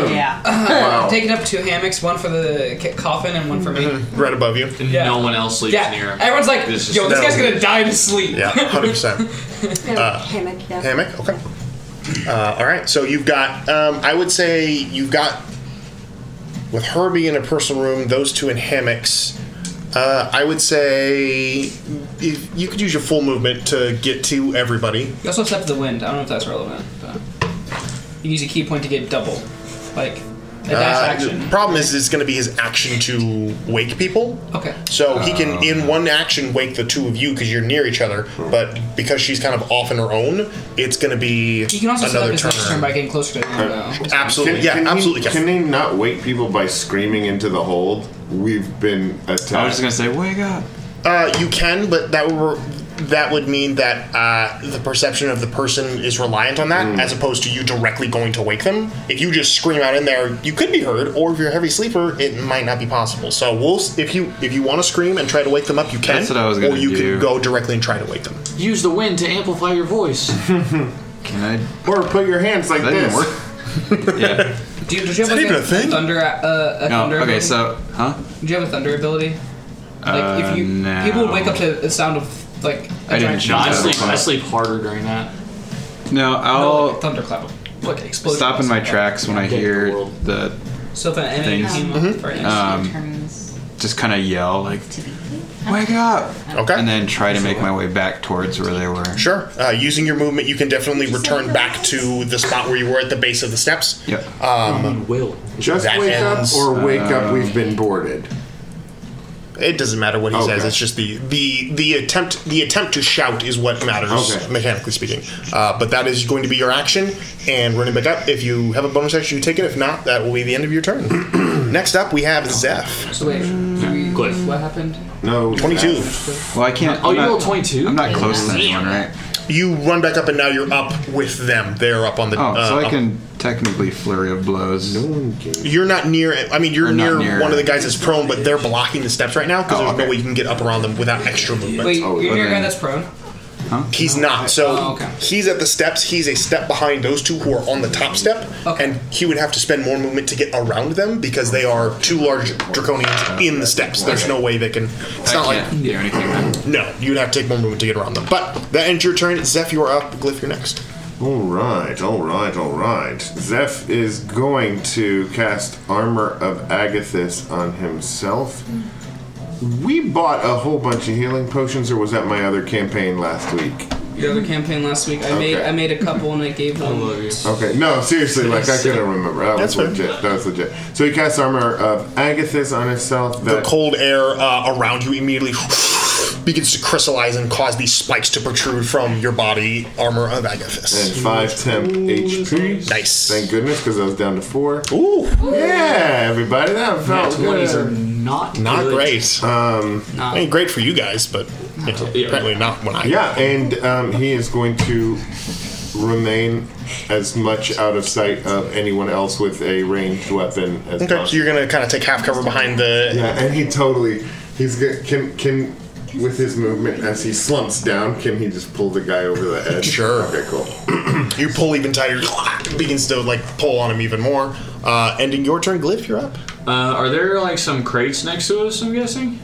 S12: yeah.
S1: Wow.
S9: Taking up two hammocks, one for the ca- coffin and one for me.
S1: Right above you.
S9: Yeah.
S13: No one else sleeps
S9: Yeah,
S13: near him.
S9: everyone's like, yo, this guy's gonna die to sleep.
S1: Yeah, hundred percent.
S7: hammock, yeah.
S1: Hammock. Okay. Uh, all right. So you've got. Um, I would say you've got with Herbie in a personal room. Those two in hammocks. Uh, I would say if you could use your full movement to get to everybody.
S9: You also step to the wind. I don't know if that's relevant, but you use a key point to get double, like a dash
S1: Uh,
S9: action.
S1: The problem is, it's going to be his action to wake people.
S9: Okay.
S1: So he can,
S9: Oh.
S1: in one action, wake the two of you because you're near each other.
S4: Hmm.
S1: But because she's kind of off on her own, it's going to be
S9: You can also set up
S1: another
S9: his
S1: turn. Uh,
S9: next turn by getting closer to the window.
S1: Absolutely, yeah,
S3: he-
S1: absolutely,
S3: Uh, Can they not wake people by screaming into the hold? We've been attacked.
S4: I was just gonna say, wake up.
S1: Uh, you can, but that would that would mean that uh, the perception of the person is reliant on
S4: Hmm.
S1: that, as opposed to you directly going to wake them. If you just scream out in there, you could be heard, or if you're a heavy sleeper, it might not be possible. So we'll s- if you if you want to scream and try to wake them up, you can.
S4: That's what I was gonna
S1: Or you
S4: do.
S1: can go directly and try to wake them.
S13: Use the wind to amplify your voice.
S4: Can I?
S3: Or put your hands like
S4: That didn't
S3: this.
S4: work. yeah.
S9: Do you, did you have like
S4: It's not even a thing.
S9: thunder? Uh, a
S4: No.
S9: thunder
S4: Okay.
S9: ability?
S4: So, huh?
S9: Do you have a thunder ability? Like
S4: Uh,
S9: if you
S4: no.
S9: people would wake up to the sound of like.
S4: I didn't
S9: attraction.
S4: choose I that sleep- one. I
S13: sleep harder during that.
S4: No, I'll
S9: thunderclap. Like explosion.
S4: stop in my tracks when I hear the
S9: So if an enemy
S4: things.
S9: came
S1: Mm-hmm.
S9: up for
S4: Um, just kind of yell like, "Wake up!"
S1: Okay.
S4: And then try to make my way back towards where they were.
S1: Sure. Uh, using your movement, you can definitely return back to the spot where you were at the base of the steps.
S4: Yep.
S1: Um, uh,
S13: will
S3: Just wake up or wake
S4: Uh,
S3: up. We've been boarded.
S1: It doesn't matter what he
S3: Okay.
S1: says. It's just the, the the attempt the attempt to shout is what matters
S3: Okay.
S1: mechanically speaking. Uh, but that is going to be your action, and running back up. If you have a bonus action, you take it. If not, that will be the end of your turn. Next up, we have Zeph.
S9: So wait,
S13: Cliff.
S9: what happened?
S3: No,
S1: twenty-two.
S4: Well, I can't.
S1: Oh, you
S4: roll
S1: rolled 22?
S4: I'm not close to
S1: Damn.
S4: anyone, right?
S1: You run back up, and now you're up with them. They're up on the.
S4: Oh,
S1: uh,
S4: so I
S1: up-
S4: can technically flurry of blows. No one can.
S1: You're not near. I mean, you're
S4: Or not
S1: near,
S4: near. Oh,
S1: one of the guys that's prone, but they're blocking the steps right now because there's no way you can get up around them without extra movement.
S9: Wait, you're near a guy that's prone.
S1: He's not. So he's at the steps. He's a step behind those two who are on the top step, and he would have to spend more movement to get around them because they are two large draconians in the steps. There's no way they can. It's not like
S4: do anything.
S1: no. You'd have to take more movement to get around them. But that ends your turn. Zeph, you are up. Glyph, you're next.
S3: All right, all right, all right. Zeph is going to cast Armor of Agathis on himself. We bought a whole bunch of healing potions, or was that my other campaign last week?
S9: The other campaign last week, I made
S3: Okay.
S9: I made a couple and I gave one.
S3: Okay, no, seriously, like I couldn't remember. That
S9: That's
S3: was
S9: fair.
S3: legit. That was legit. So he casts Armor of Agathis on himself.
S1: The cold air uh, around you immediately begins to crystallize and cause these spikes to protrude from your body armor of Agathis.
S3: And five temp HP.
S1: Nice.
S3: Thank goodness, because I was down to four.
S1: Ooh.
S3: Yeah, everybody, that felt
S1: Nat 20s are
S3: good.
S13: not
S1: Not great.
S3: Um,
S1: I mean, great for you guys, but you know, apparently not when I.
S3: Yeah, and um, he is going to remain as much out of sight of anyone else with a ranged weapon as
S1: Okay, so
S3: possible.
S1: you're gonna kind of take half cover behind the.
S3: Yeah, and he totally he's get, can can with his movement as he slumps down. Can he just pull the guy over the edge?
S1: Sure.
S3: Okay, cool.
S1: you pull even tighter, begins to like pull on him even more. Uh, ending your turn, Glyph, you're up.
S13: Uh, are there like some crates next to us? I'm guessing.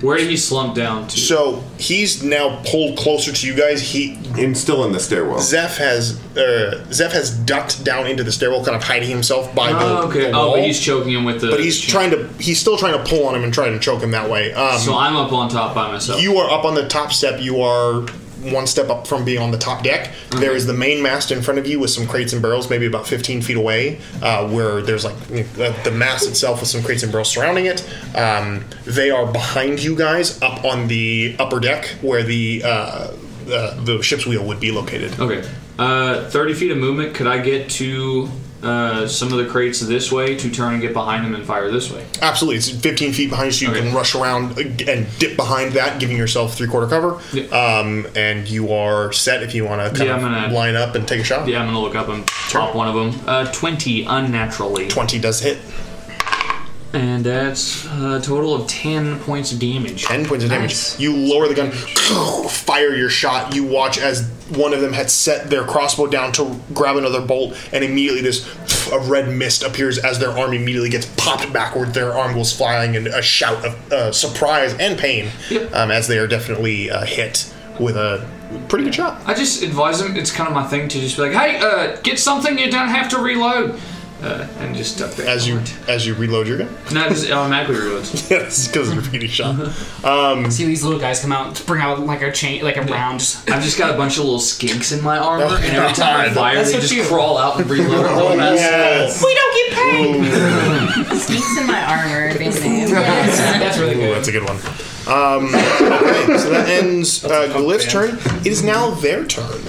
S13: Where did he slump down to?
S1: So he's now pulled closer to you guys. He
S3: and still in the stairwell.
S1: Zeph has uh, Zeph has ducked down into the stairwell, kind of hiding himself by the,
S13: Oh, okay.
S1: the
S13: Oh,
S1: wall.
S13: but he's choking him with the.
S1: But he's trying to he's still trying to pull on him and trying to choke him that way. Um,
S13: so I'm up on top by myself.
S1: You are up on the top step. You are one step up from being on the top deck. There is the main mast in front of you with some crates and barrels, maybe about 15 feet away, uh, where there's like the, the mast itself with some crates and barrels surrounding it. Um, they are behind you guys up on the upper deck where the uh, the, the ship's wheel would be located.
S13: Okay. Uh, 30 feet of movement. Could I get to uh, some of the crates this way to turn and get behind him and fire this way?
S1: Absolutely, it's 15 feet behind you, so you can rush around and dip behind that, giving yourself three quarter cover. Um, and you are set if you want to kind
S13: Yeah,
S1: of
S13: I'm gonna-
S1: line up and take a shot.
S13: Yeah, I'm gonna look up and pop one of them. Uh, 20 unnaturally.
S1: 20 does hit.
S13: And that's a total of 10 points of damage.
S1: 10 points of damage. You lower the gun, fire your shot. You watch as one of them had set their crossbow down to grab another bolt, and immediately this a red mist appears as their arm immediately gets popped backward. Their arm goes flying, and a shout of uh, surprise and pain um, as they are definitely uh, hit with a pretty good shot.
S13: I just advise them, it's kind of my thing to just be like, hey, uh, get something you don't have to reload. Uh, and just duck there.
S1: As you as you reload your gun?
S13: No, it just automatically reloads.
S1: yes, because of repeating shot. Um,
S9: See these little guys come out, bring out like a chain, like a round.
S13: I've just got a bunch of little skinks in my armor, and every time I
S9: God.
S13: fire,
S9: That's
S13: they
S9: so
S13: just
S9: cute.
S13: crawl out and reload.
S9: Oh, yes.
S6: We don't get paid. Sneaks in my armor.
S1: That's really good. that's a good one. Um, okay, so that ends uh, Glyph's turn. It is now their turn.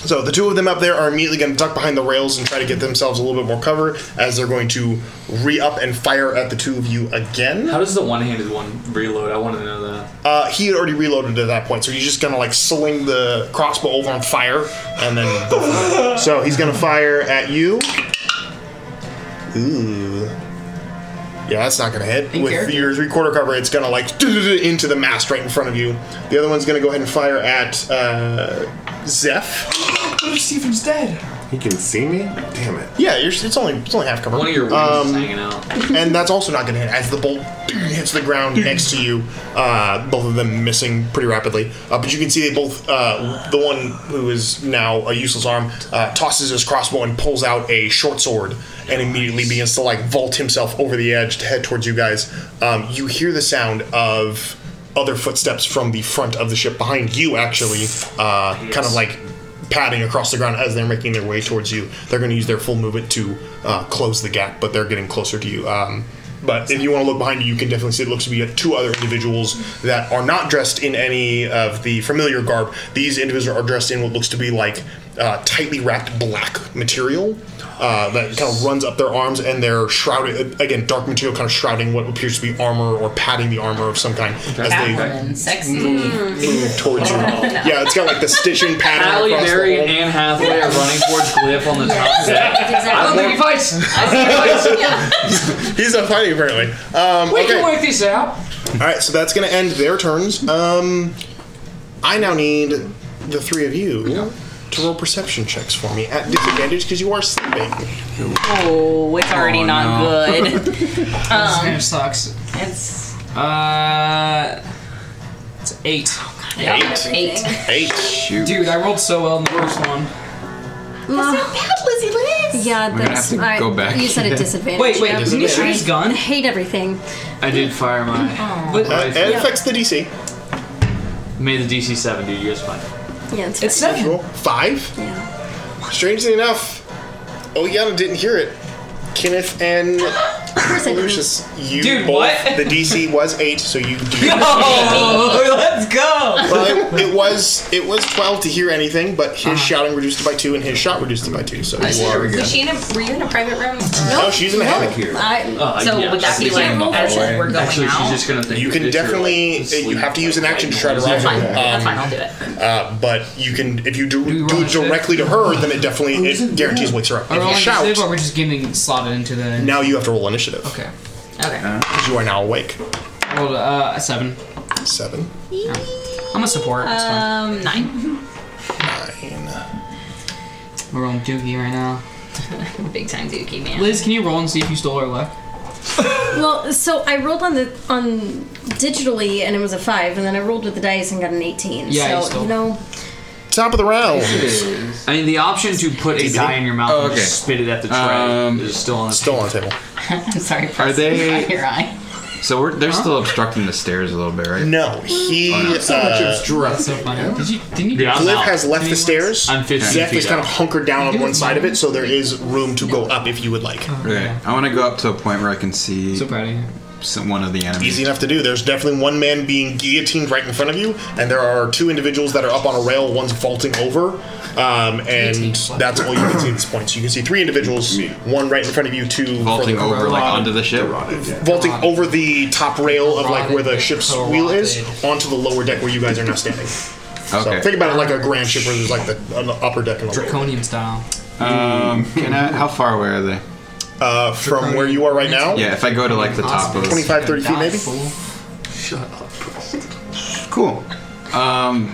S1: So the two of them up there are immediately going to duck behind the rails and try to get themselves a little bit more cover as they're going to re up and fire at the two of you again.
S13: How does the one-handed one reload? I want to know that.
S1: Uh, he had already reloaded at that point, so he's just gonna like sling the crossbow over on fire, and then go from there. so he's gonna fire at you. Ooh, yeah, that's not gonna hit. With your three quarter cover, it's gonna like into the mast right in front of you. The other one's gonna go ahead and fire at uh, Zeph.
S9: Stephen's dead.
S3: He can see me. Damn it.
S1: Yeah, you're, it's only it's only half cover.
S13: One of your wings
S1: Um,
S13: hanging out.
S1: and that's also not going to hit as the bolt hits the ground next to you. Uh, both of them missing pretty rapidly, uh, but you can see they both. Uh, the one who is now a useless arm uh, tosses his crossbow and pulls out a short sword, and immediately begins to like vault himself over the edge to head towards you guys. Um, you hear the sound of other footsteps from the front of the ship behind you, actually, uh, kind of like padding across the ground as they're making their way towards you. They're going to use their full movement to uh, close the gap, but they're getting closer to you. Um, but if you want to look behind you, you can definitely see it looks to be two other individuals that are not dressed in any of the familiar garb. These individuals are dressed in what looks to be like uh, tightly wrapped black material uh, that kind of runs up their arms, and they're shrouded again, dark material kind of shrouding what appears to be armor or padding the armor of some kind as they
S6: Catwoman, sexy.
S1: move towards you. Yeah, it's got like the stitching pattern.
S13: Halle
S1: across the
S13: Berry and
S1: whole-
S13: Anne Hathaway are running towards Glyph on the top
S1: Yes,
S13: step.
S1: that's exactly
S13: I don't think he fights. I don't think he fights.
S1: He's not fighting apparently. Um,
S13: We
S1: okay.
S13: can work this out.
S1: All right, so that's going to end their turns. Um, I now need the three of you to roll perception checks for me at disadvantage because you are sleeping.
S12: Oh, it's already not
S9: Um,
S12: good.
S9: this
S12: um,
S9: game sucks.
S12: It's
S9: uh, it's eight.
S12: I got Eight.
S1: Eight.
S9: Dude, I rolled so well in the first one.
S7: Yeah,
S9: We're gonna
S7: that's.
S9: have to
S7: I-
S9: go back.
S7: You said a disadvantage.
S9: Wait, wait,
S7: yeah.
S9: didn't you shoot his gun?
S7: I hate everything.
S13: I did fire my.
S9: But- Uh,
S1: it affects the DC.
S13: Made the DC seven, dude. You guys fine.
S7: Yeah, it's,
S1: seven. Five?
S7: Yeah.
S1: Strangely enough, Oleana didn't hear it. Kenneth and Lucius, you
S9: Dude,
S1: both,
S9: what?
S1: the DC was eight, so you do.
S9: Yo, let's go.
S1: Well, it, it was it was twelve to hear anything, but his
S9: Ah.
S1: shouting reduced it by two, and his shot reduced it by two. So you are.
S12: Was she in a, were you in a private room?
S1: No, she's in a hammock here.
S4: Oh,
S12: I- so would that be like as if we're going out?
S13: gonna think.
S1: You can
S13: if you're, like,
S1: definitely. uh, you have to use an action to try to
S12: That's
S1: rival.
S12: fine. That's fine. I'll
S1: Um,
S12: do it.
S1: uh, but you can if you do, do it directly to her, then it definitely it guarantees wakes her up.
S9: Are we
S1: If you
S9: rolling
S1: shout,
S9: initiative, or we're just getting slotted into the?
S1: now you have to roll initiative.
S9: Okay.
S12: Okay.
S1: Because you are now awake.
S9: I rolled uh, a seven.
S1: Seven.
S9: I'm a support.
S6: Uh.
S9: It's fine.
S12: Um, nine.
S9: We're rolling dookie right now.
S12: Big time dookie man.
S9: Liz, can you roll and see if you stole our luck?
S7: Well, so I rolled on the on digitally and it was a five, and then I rolled with the dice and got an eighteen.
S13: Yeah, you
S7: so
S13: stole.
S7: you know,
S1: Top of the round.
S13: I mean, the option to put a die in your mouth
S4: Oh,
S13: and
S4: okay.
S13: just spit it at the tray
S4: Um,
S13: is still on the
S1: still on the table.
S12: I'm sorry.
S4: Are
S12: Preston,
S4: they?
S12: Your eye.
S4: So we're, they're still obstructing the stairs a little bit, right?
S1: No, he.
S6: Oh,
S9: Oh,
S1: uh,
S9: Did you? Didn't you?
S1: Cliff has left the stairs.
S4: I'm 15
S1: Zeph
S4: feet
S1: is kind
S4: out.
S1: of hunkered down on one side of it, so there is room to go up if you would like.
S4: Okay. I want to go up to a point where I can see
S9: so proud of you.
S4: Some, one of the enemies.
S1: Easy enough to do. There's definitely one man being guillotined right in front of you, and there are two individuals that are up on a rail. One's vaulting over, um, and that's all you can see at this point. So you can see three individuals, one right in front of you, two
S4: Vaulting
S1: further-
S4: over, like onto the ship.
S1: vaulting over the top rail of like where the ship's wheel is onto the lower deck where you guys are now standing. So
S4: Okay.
S1: think about it like a grand ship where there's like the an upper deck and a lower.
S9: Draconium style.
S4: Um, can I, how far away are they?
S1: Uh, from where you are right now?
S4: Yeah, if I go to like the top of
S1: 25, 30 feet maybe?
S4: Shut up. Cool. Um,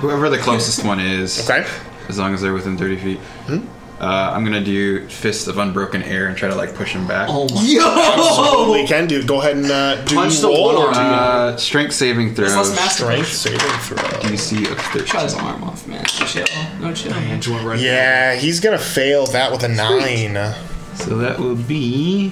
S4: whoever the closest one is.
S1: Okay. Hmm?
S4: As long as they're within 30 feet. Uh, I'm gonna do fist of unbroken air and try to like push him back. Oh
S1: my- Yo! Absolutely can do. Go ahead and uh, do
S4: Punch the
S1: roll
S4: wall.
S1: or do
S4: Uh, strength saving throw.
S1: That's less masterful. Strength saving throw.
S4: DC of 13.
S9: Shut his arm off, man. Chill. No chill. Man.
S1: Yeah, he's gonna fail that with a nine.
S4: So that will be.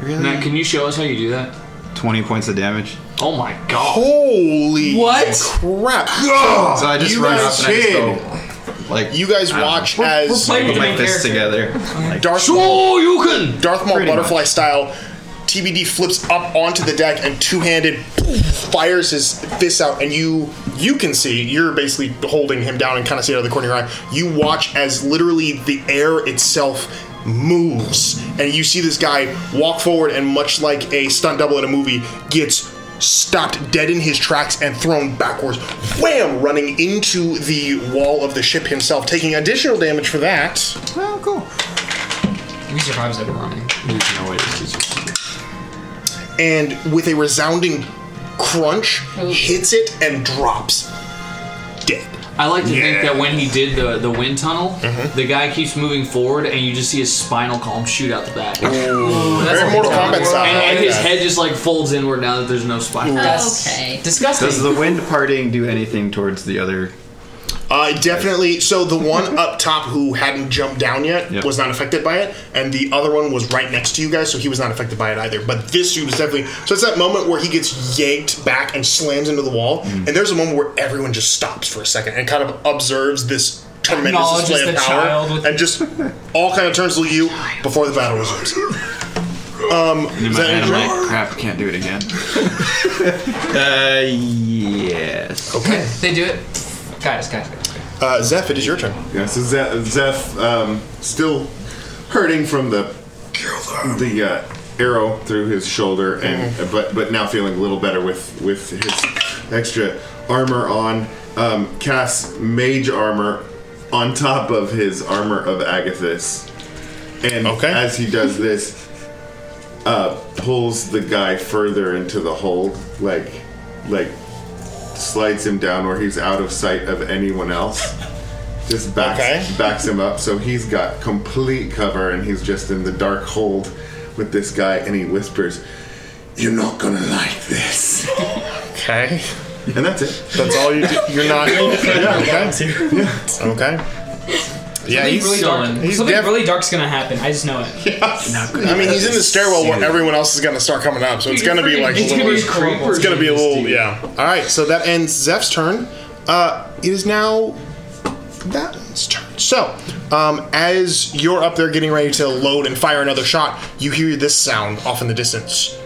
S4: Really?
S13: Matt, can you show us how you do that?
S4: 20 points of damage.
S13: Oh my god.
S1: Holy
S9: what?
S1: crap!
S4: So I just
S1: You
S4: run
S1: guys
S4: up and I just
S1: did.
S4: go. Like
S1: You guys
S4: I don't
S1: watch
S4: know.
S1: as
S4: I put my fists together. Like,
S1: Darth
S13: Maul, you can
S1: Darth Maul
S4: Pretty
S1: butterfly style. TBD flips up onto the deck and two-handed fires his fists out, and you you can see you're basically holding him down and kind of see it out of the corner of your eye. You watch as literally the air itself moves, and you see this guy walk forward and much like a stunt double in a movie gets stopped dead in his tracks and thrown backwards, wham, running into the wall of the ship himself, taking additional damage for that.
S4: Oh, cool.
S9: He survives every running.
S13: There's no way this is.
S1: and with a resounding crunch, hits it and drops dead.
S13: I like to think that when he did the the wind tunnel, the guy keeps moving forward, and you just see his spinal column shoot out the back.
S1: Very
S13: what it's
S1: Mortal Kombat
S13: like.
S1: style,
S13: And,
S1: I
S13: and
S1: like
S13: his
S1: that.
S13: head just like folds inward now that there's no spinal.
S12: Okay.
S9: Disgusting.
S4: Does the wind parting do anything towards the other?
S1: Uh, definitely. So the one up top who hadn't jumped down yet
S4: Yep.
S1: was not affected by it, and the other one was right next to you guys, so he was not affected by it either. But this dude was definitely. So it's that moment where he gets yanked back and slams into the wall,
S4: Hmm.
S1: and there's a moment where everyone just stops for a second and kind of observes this tremendous
S9: Acknowledges
S1: display of
S9: the
S1: power,
S9: child with-
S1: and just all kind of turns to you before the battle resumes. Um,
S4: And in
S1: is
S4: my
S1: that
S4: head, I'm
S1: Andrew?
S4: like, crap, I can't do it again. uh, yes.
S1: Okay.
S9: They do it. Guys, guys, guys.
S1: Uh, Zeph, it is your turn.
S3: Yeah, so Ze- Zeph, um, still hurting from the the uh, arrow through his shoulder, and
S1: Mm-hmm.
S3: uh, but but now feeling a little better with with his extra armor on. Um, casts mage armor on top of his armor of Agathis, and as he does this, uh, pulls the guy further into the hole, like like slides him down where he's out of sight of anyone else. Just backs, backs him up, so he's got complete cover, and he's just in the dark hold with this guy, and he whispers, "You're not gonna like this."
S1: Okay.
S3: And that's it.
S1: That's all you do. You're not. yeah, okay. Yeah. Okay. Yeah,
S9: Something
S1: he's
S9: really
S1: dark-
S9: dark.
S1: he's
S9: Something
S1: def-
S9: really dark's gonna happen. I just know it.
S1: I mean, he's in the stairwell where everyone else is going to start coming up, so it's
S9: Dude,
S1: going to be
S9: freaking-
S1: like
S9: it's
S1: a
S9: gonna
S1: little,
S9: be creepers
S1: It's going to be a
S9: in
S1: little, yeah. All right, so that ends Zeph's turn. Uh, it is now that's turn. So, um, as you're up there getting ready to load and fire another shot, you hear this sound off in the distance.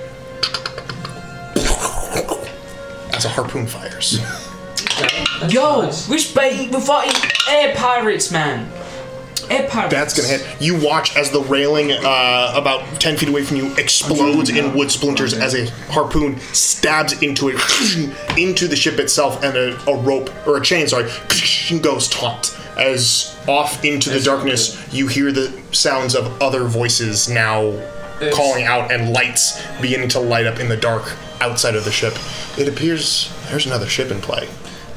S1: As a harpoon fires.
S9: Yo, which bay we're fighting air pirates, man. Air pirates.
S1: That's gonna hit. You watch as the railing, uh, about ten feet away from you, explodes in wood splinters as a harpoon stabs into it, into the ship itself, and a, a rope or a chain, sorry, goes taut. As off into the darkness, you hear the sounds of other voices now calling out, and lights beginning to light up in the dark outside of the ship. It appears there's another ship in play.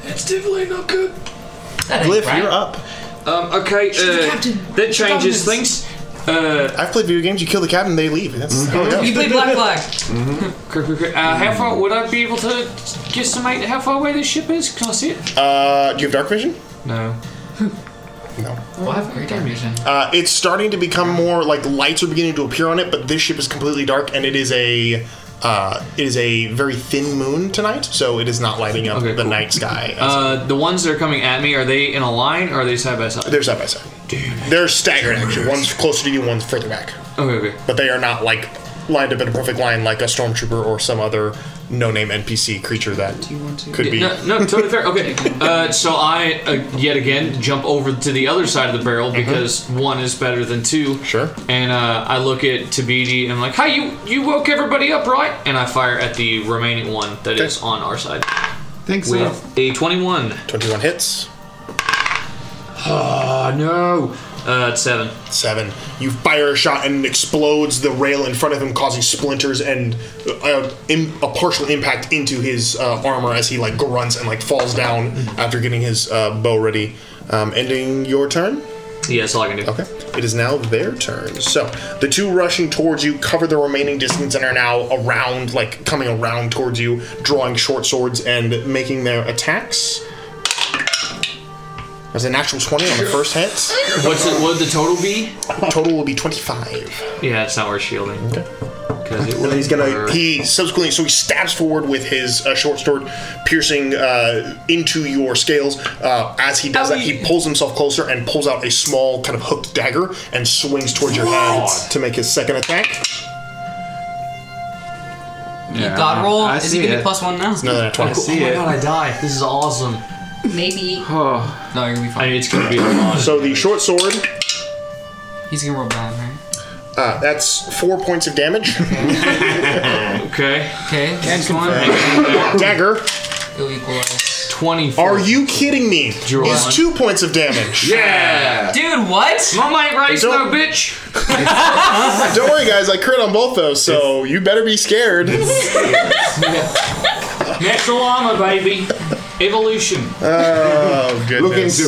S13: It's definitely not good.
S1: Glyph, you're up.
S13: Um, okay, uh, that changes things. Uh,
S1: I've played video games. You kill the captain, they leave.
S2: Mm-hmm.
S1: That's
S2: Oh,
S1: how it goes.
S13: You play Black Flag.
S2: Uh, how far would I be able to guesstimate how far away this ship is? Can I see it?
S1: Uh, do you have dark vision?
S2: No.
S1: no.
S2: Well, I have great vision.
S1: Uh, it's starting to become more like lights are beginning to appear on it, but this ship is completely dark, and it is a uh, it is a very thin moon tonight, so it is not lighting up the night sky.
S2: Uh, the ones that are coming at me, are they in a line or are they side by side?
S1: They're side by side. They're staggered actually. One's closer to you, one's further back.
S2: Okay, okay.
S1: But they are not like lined up in a perfect line like a stormtrooper or some other no-name NPC creature that could
S13: Yeah,
S1: be.
S13: no,
S2: No, totally fair. Okay. Uh, so I, uh, yet again, jump over to the other side of the barrel because one is better than two.
S1: Mm-hmm. Sure.
S2: And uh, I look at Tabidi and I'm like, hey, you, you woke everybody up, right? And I fire at the remaining one that is on our side.
S4: Thanks,
S2: With
S4: Zeph.
S2: a 21.
S1: 21 uh, hits.
S2: Oh, no. Uh, it's seven.
S1: Seven. You fire a shot and it explodes the rail in front of him, causing splinters and uh, im- a partial impact into his uh, armor as he like grunts and like falls down after getting his uh, bow ready. Um, ending your turn.
S2: Yeah, that's all I can do.
S1: Okay. It is now their turn. So the two rushing towards you cover the remaining distance and are now around, like coming around towards you, drawing short swords and making their attacks. There's a natural 20 on the first hit.
S2: What's it, what would the total be?
S1: Total will be 25.
S2: Yeah, it's not worth shielding. Okay. Because it
S1: And
S2: was.
S1: he's gonna. He subsequently, so he stabs forward with his uh, short sword, piercing uh, into your scales. Uh, as he does that, he pulls himself closer and pulls out a small, kind of hooked dagger and swings towards your head to make his second attack.
S9: Yeah, God I- roll? I Is he see getting it. plus one now?
S1: No, no,
S2: Oh,
S1: twice.
S2: oh my god, I die. This is awesome.
S6: Maybe.
S2: Oh. No, you're gonna be fine. it's gonna be
S1: So the short sword.
S9: He's gonna roll bad, right?
S1: Uh, that's four points of damage.
S2: okay.
S9: Okay. Next one.
S1: Dagger.
S9: It'll equalize.
S2: Twenty.
S1: Are you kidding me?
S9: Draw.
S1: Is two points of damage.
S9: Dude, what?
S2: Mama ain't right,
S1: Don't-
S2: no bitch.
S1: Don't worry, guys. I crit on both those, so you better be scared.
S2: Natural armor, baby. Evolution.
S1: Oh, goodness.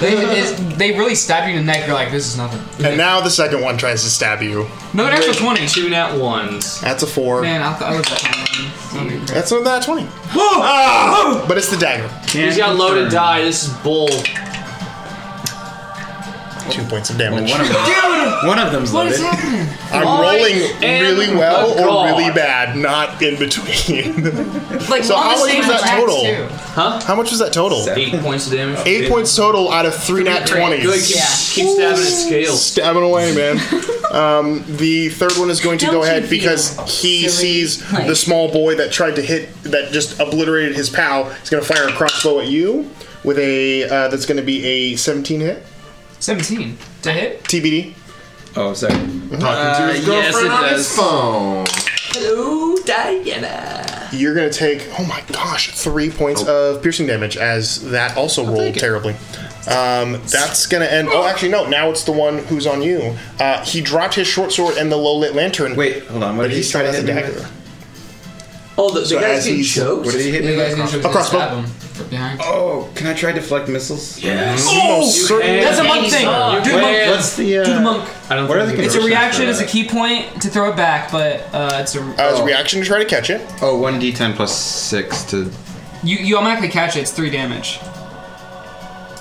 S9: They, it's- they really stab you in the neck. You're like, this is nothing.
S1: And now the second one tries to stab you.
S9: Another natural twenty.
S2: Two nat ones.
S1: That's a four.
S9: Man, I thought I was that
S1: That's not that twenty.
S9: Ah!
S1: But it's the dagger.
S2: He's got loaded die. This is bull.
S1: Two points of damage.
S4: Well, one of them- Dude! one of them's What is loaded. happening?
S1: I'm
S4: I
S1: rolling
S4: am
S1: really well
S4: a
S1: or
S4: god.
S1: really bad, not in between.
S9: Like,
S1: so
S9: on
S1: how
S9: the
S1: much
S9: same
S1: was that
S9: attacks,
S1: total?
S9: too.
S2: Huh?
S1: How much was that total?
S2: Eight points of damage.
S1: Eight points total out of three nat twenties.
S2: Good, keep- keep stabbing at scales.
S1: Stabbing away, man. um, the third one is going to go ahead because he sees the small boy that tried to hit, that just obliterated his pal. He's going to fire a crossbow at you with a uh, that's going to be a 17 hit.
S9: 17 to hit.
S1: TBD.
S4: Oh, sorry.
S1: Uh, Talking to his girlfriend on his phone.
S9: Hello, Diana.
S1: You're going to take, oh my gosh, three points
S4: Oh.
S1: of piercing damage as that also rolled terribly. Um, that's going to end. Oh, actually, no. Now it's the one who's on you. Uh, he dropped his short sword and the low lit lantern. Wait,
S4: hold on. What
S1: but
S4: did he
S1: he's
S4: try
S1: trying
S4: to
S1: to
S4: hit me
S1: dagger.
S4: with?
S2: Oh, the, the
S4: So
S2: guy's
S4: as
S2: getting
S4: he's-
S2: choked.
S4: what did he hit me
S2: The
S4: with?
S2: guy's getting choked.
S4: A crossbow.
S2: Stab him from behind.
S4: Oh, can I try deflect missiles?
S2: Yes.
S9: Oh, that's a monk thing. Do the monk.
S4: What's the? Uh,
S9: Do the monk.
S4: I don't. What are the
S9: It's a
S4: conversions for
S9: reaction.
S4: that?
S9: It's a key point to throw it back, but uh, it's a.
S4: Oh.
S1: reaction to try to catch it.
S4: Oh, 1d10 plus 6 to.
S9: You you automatically catch it. It's three damage.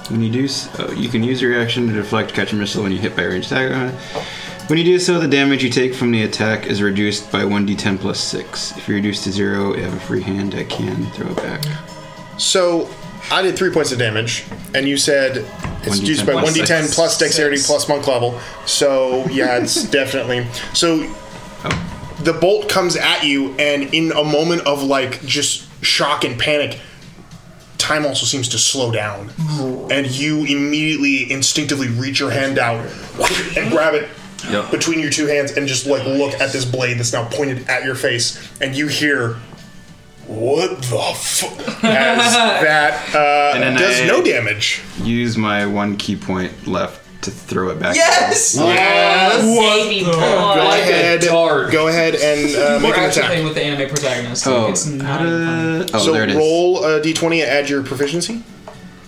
S4: When you do s oh, you can use your reaction to deflect, catch a missile when you hit by a ranged attack. Uh, When you do so, the damage you take from the attack is reduced by 1d10 plus 6. If you're reduced to 0, you have a free hand, I can throw it back.
S1: So I did three points of damage, and you said it's
S4: 1d10
S1: reduced by
S4: plus
S1: 1d10
S4: six.
S1: plus dexterity plus monk level. So yeah, it's definitely. So the bolt comes at you, and in a moment of like just shock and panic, time also seems to slow down. And you immediately instinctively reach your hand out and grab it. Between your two hands, and just like look at this blade that's now pointed at your face, and you hear, "What the fuck?" As
S4: And
S1: that uh,
S4: then
S1: does
S4: I-
S1: no damage.
S4: Use my one key point left to throw it back.
S1: Yes!
S9: Baby
S1: What the-
S9: boy.
S1: Go
S9: Like a
S1: ahead. Go ahead and uh,
S9: We're
S1: make an
S9: actually
S1: attack.
S9: playing with the anime protagonist. like,
S4: Oh,
S9: it's
S4: how
S9: not
S4: to- oh,
S1: so
S4: there it is.
S1: roll a d20 and add your proficiency.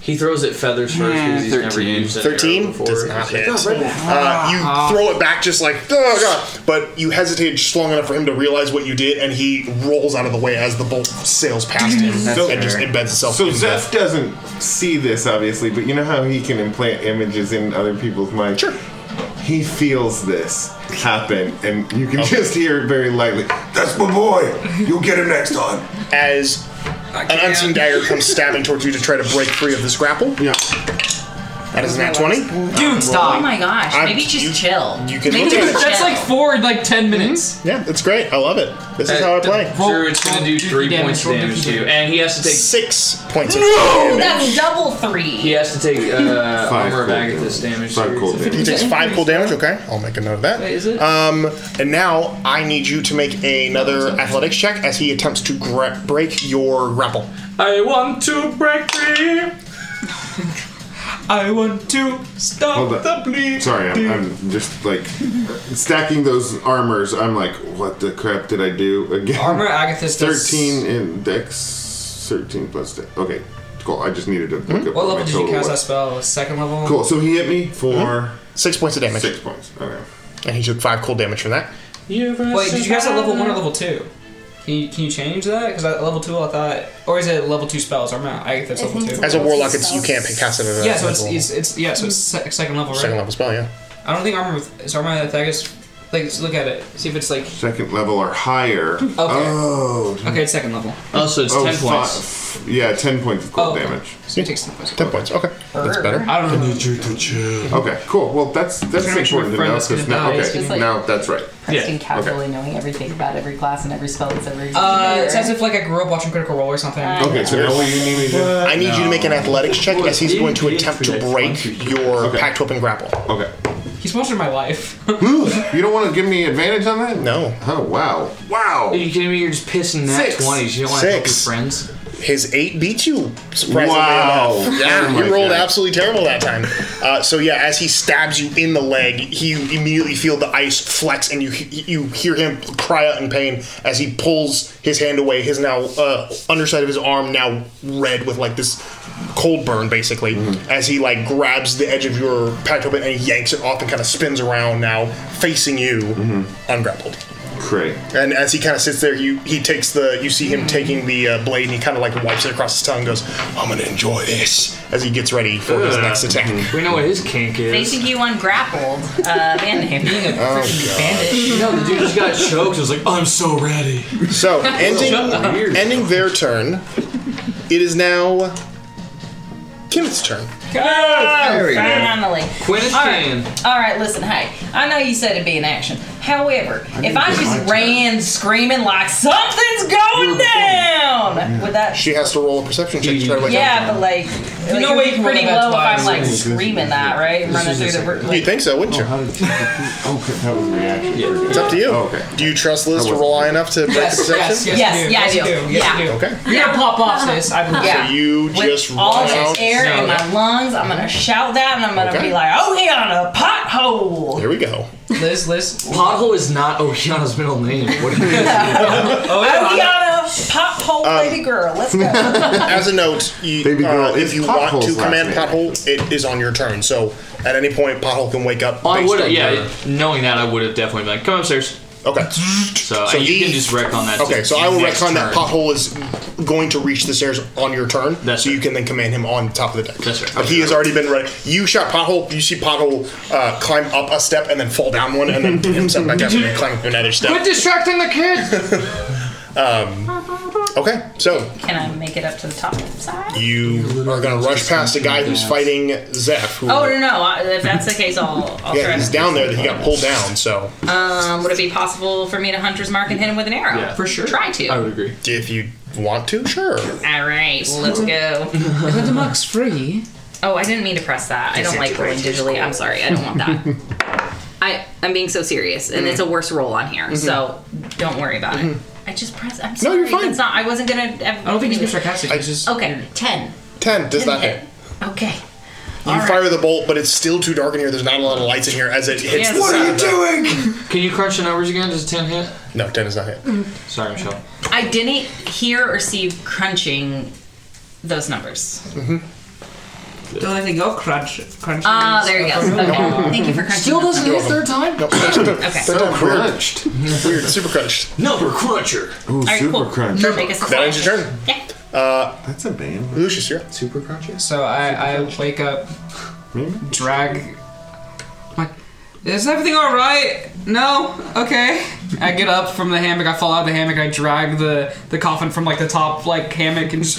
S2: He throws it feathers first because he's never
S4: 13.
S2: used it.
S1: 13 does not hit.
S2: It's like,
S1: Uh, you
S2: Ah.
S1: throw it back just like, oh god. But you hesitate just long enough for him to realize what you did, and he rolls out of the way as the bolt sails past him and just embeds itself
S3: So
S1: in the-
S3: Zeph doesn't see this, obviously, but you know how he can implant images in other people's minds? Sure. He feels this happen, and you
S9: Oh.
S3: can just hear it very lightly. That's my boy! You'll get him next time!
S1: As an unseen dagger comes stabbing towards you to try to break free of this grapple. Yeah. That is not 20.
S9: Dude, stop.
S1: Rolling.
S9: Oh my
S12: gosh,
S1: I'm-
S12: maybe just chill.
S1: You can
S9: Maybe
S1: look at it. Mm-hmm.
S9: that's like four in like ten minutes.
S1: Yeah, that's great. I love it. This is
S2: Uh,
S1: how I play.
S2: Druid's gonna do three
S1: damage,
S2: points of
S1: roll
S2: damage to
S1: dookie
S2: you, and he has to take
S1: six points of
S12: No,
S1: damage.
S12: that's double three.
S2: He has to take uh,
S1: Five
S2: armor of
S1: cold
S2: Agathis damage.
S1: He takes five cold damage. Okay, I'll make a note of that. Is it? Um, and now I need you to make another athletics check as he attempts to gra- break your grapple.
S2: I want to break free.
S9: I want to
S3: Hold
S9: stop
S3: on.
S9: the bleed.
S3: Sorry, I'm, I'm just like stacking those armors. I'm like, what the crap did I do again?
S9: Armor Agathis does-
S3: 13 in dex. 13 plus dex. Okay, cool. I just needed to look up
S9: What level
S3: my
S9: did
S3: total
S9: you cast
S3: was.
S9: that spell? Second level.
S3: Cool, so he hit me for.
S1: Mm-hmm. Six points of damage.
S3: Six points. Okay.
S1: And he took five cold damage from that.
S9: Wait, did you guys have level one or level two? Can you, can you change that? Because at level two, I thought, or is it level two spells? Or not? I get that's level two.
S1: As a warlock, it's you can't cast it at a
S9: yeah, so it's,
S1: level.
S9: it's, it's yeah, so it's se- second level, right?
S1: second level spell. Yeah.
S9: I don't think armor with, is armor with Athegus. Like, let's look at it. See if it's like.
S3: Second level or higher. Okay. Oh.
S9: Okay, it's second level.
S2: Oh, so it's 10
S3: fi-
S2: points.
S3: f- yeah, 10 points of cold damage.
S9: So it takes ten points.
S1: Ten points. Okay. That's better.
S9: I don't know.
S3: need you to chill. Okay, cool. Well, that's that's
S1: Just make sure
S3: important
S1: my
S3: to
S1: friend
S3: know
S1: is
S3: because
S1: gonna
S3: now,
S1: die.
S3: okay,
S1: It's just like-
S3: now that's right.
S12: Preston
S3: Okay.
S12: calculating, knowing everything about every class and every spell that's ever existed.
S9: Uh, it's as if like I grew up watching Critical Role or something.
S3: Okay, so now what do you need me to do?
S1: I need you to make an athletics check as he's going to attempt to break your packed whip and grapple.
S3: Okay.
S9: He's sponsored my life.
S3: you don't want to give me advantage on that?
S1: No.
S3: Oh wow. Wow.
S2: Are you kidding me? You're just pissing that
S1: Six.
S2: 20s. You don't want to help your
S1: Six.
S2: friends.
S1: His eight beat you. Surprisingly
S2: Wow.
S1: enough.
S2: Oh
S1: Yeah,
S2: my
S1: you rolled
S2: God.
S1: absolutely terrible that time. Uh, so yeah, as he stabs you in the leg, you immediately feel the ice flex, and you you hear him cry out in pain as he pulls his hand away. His now uh, underside of his arm now red with like this cold burn, basically.
S2: Mm-hmm.
S1: As he like grabs the edge of your patch open and yanks it off, and kind of spins around now, facing you, ungrappled.
S3: Mm-hmm. Great.
S1: And as he kind of sits there, you he takes the you see him taking the uh, blade and he kind of like wipes it across his tongue. and Goes, I'm gonna enjoy this as he gets ready for his
S2: Ugh.
S1: next attack.
S2: We know what his kink
S12: They
S2: is.
S12: think you ungrappled. Uh, band name. Being
S1: Oh,
S12: a bandit.
S2: No, the dude just got choked. It was like, I'm so ready.
S1: So ending
S2: Shut up.
S1: ending their turn, it is now Kenneth's turn.
S12: There
S1: Ah, we go.
S12: Finally.
S1: Quinn is
S12: All right.
S1: king.
S12: All right, listen, hey, I know you said it'd be an action. However,
S1: I
S12: if
S1: didn't
S12: I
S1: get my
S12: just
S1: turn.
S12: ran screaming like something's going down, would that?
S1: She has to roll a perception check to try to wake
S12: yeah,
S1: up.
S12: but like, like
S9: know
S12: it
S9: what
S12: would
S9: you
S12: be
S9: can
S12: pretty
S9: roll
S12: low if
S9: that
S12: I'm like
S9: twice.
S12: screaming that, right? Running through the. r-
S1: You'd think so, wouldn't you?
S3: Oh, okay, that was a reaction. Oh,
S1: It's up to you. Do you trust Liz to rely enough to break
S9: Yes,
S1: the
S9: yes,
S1: perception?
S9: yes, Yes, you do. yeah, I Yes, you do. do. Yes, Yeah. you do.
S1: Okay.
S9: You're gonna pop off this. I believe.
S12: Yeah.
S1: So you just
S12: all
S1: run
S12: this
S1: out.
S12: air in my lungs, I'm gonna shout that, and I'm gonna
S1: Okay.
S12: be like, "Oh, he on a pothole!"
S1: Here we go.
S9: Liz, Liz.
S2: Pothole is not Ohiana's middle name. What are you
S12: oh, he on a
S6: Pop hole
S1: Oh, Um,
S6: lady girl. Let's go.
S1: As a note, you,
S3: Baby girl,
S1: uh, if
S3: it's
S1: you want to
S3: Pothole's last
S1: command
S3: name.
S1: pothole, it is on your turn. So at any point, pothole can wake up.
S2: I
S1: based
S2: would,
S1: on
S2: yeah.
S1: your-
S2: Knowing that, I would have definitely been like, "Come upstairs."
S1: Okay.
S2: So, and you
S1: he-
S2: can just wreck on that.
S1: Okay,
S2: to
S1: so I will
S2: next
S1: wreck on that
S2: turn.
S1: pothole is going to reach the stairs on your turn. That's so you can then command him on top of the deck. That's right. But he has already been ready. You shot pothole. You see pothole uh, climb up a step and then fall down one, and then put himself back up and then climb up another
S6: Quit
S1: step.
S6: distracting the kid.
S1: Um, okay, so
S6: Can I make it up to the top side?
S1: you are going to rush past a guy who's fighting Zeph.
S6: Oh
S1: Who,
S6: no no! I, if that's the case, I'll. I'll
S1: yeah,
S6: try
S1: he's
S6: to-
S1: down there. That he got pulled down. So
S6: Um, would it be possible for me to hunter's mark and hit him with an arrow? for sure. Try to.
S1: would agree if you want to. Sure.
S6: All right, well, let's go.
S9: But the mug's free.
S6: Oh, I didn't mean to press that. I don't like rolling digitally. I'm sorry. I don't want that. I I'm being so serious, and it's a worse roll on here.
S9: Mhm.
S6: So don't worry about it. Mm-hmm. I just pressed. I'm
S9: No,
S6: sorry.
S9: you're fine.
S6: That's not. I wasn't gonna.
S9: I don't think he's being sarcastic. I just
S6: Okay, ten.
S1: Ten does not hit.
S6: Mm-hmm. Okay.
S1: You fire the bolt, but it's still too dark in here. There's not a lot of lights in here as it hits.
S2: Yes.
S1: the
S2: What are
S1: side
S2: you
S1: of the-
S2: doing? Can you crunch the numbers again? Does ten hit?
S1: No, ten is not hit.
S2: Sorry, Michelle.
S6: Mm. I didn't hear or see crunching those numbers. Mm-hmm.
S9: Don't I think I'll crunch crunch.
S6: Ah, there he goes. Okay. Thank you for crunching.
S9: Still doesn't hit third
S2: time.
S6: okay.
S1: Third time, weird. Weird, super crunched.
S2: Number cruncher.
S3: Ooh,
S6: right,
S3: super
S6: cool.
S3: crunch.
S6: Now make us a
S1: That ends your turn.
S6: Yeah.
S1: Uh,
S3: That's a band.
S1: Lucius, you're
S3: Super crunches.
S9: So I, I wake up, drag. Like, is everything all right? No. Okay. I get up from the hammock. I fall out of the hammock. I drag the the coffin from like the top like hammock and just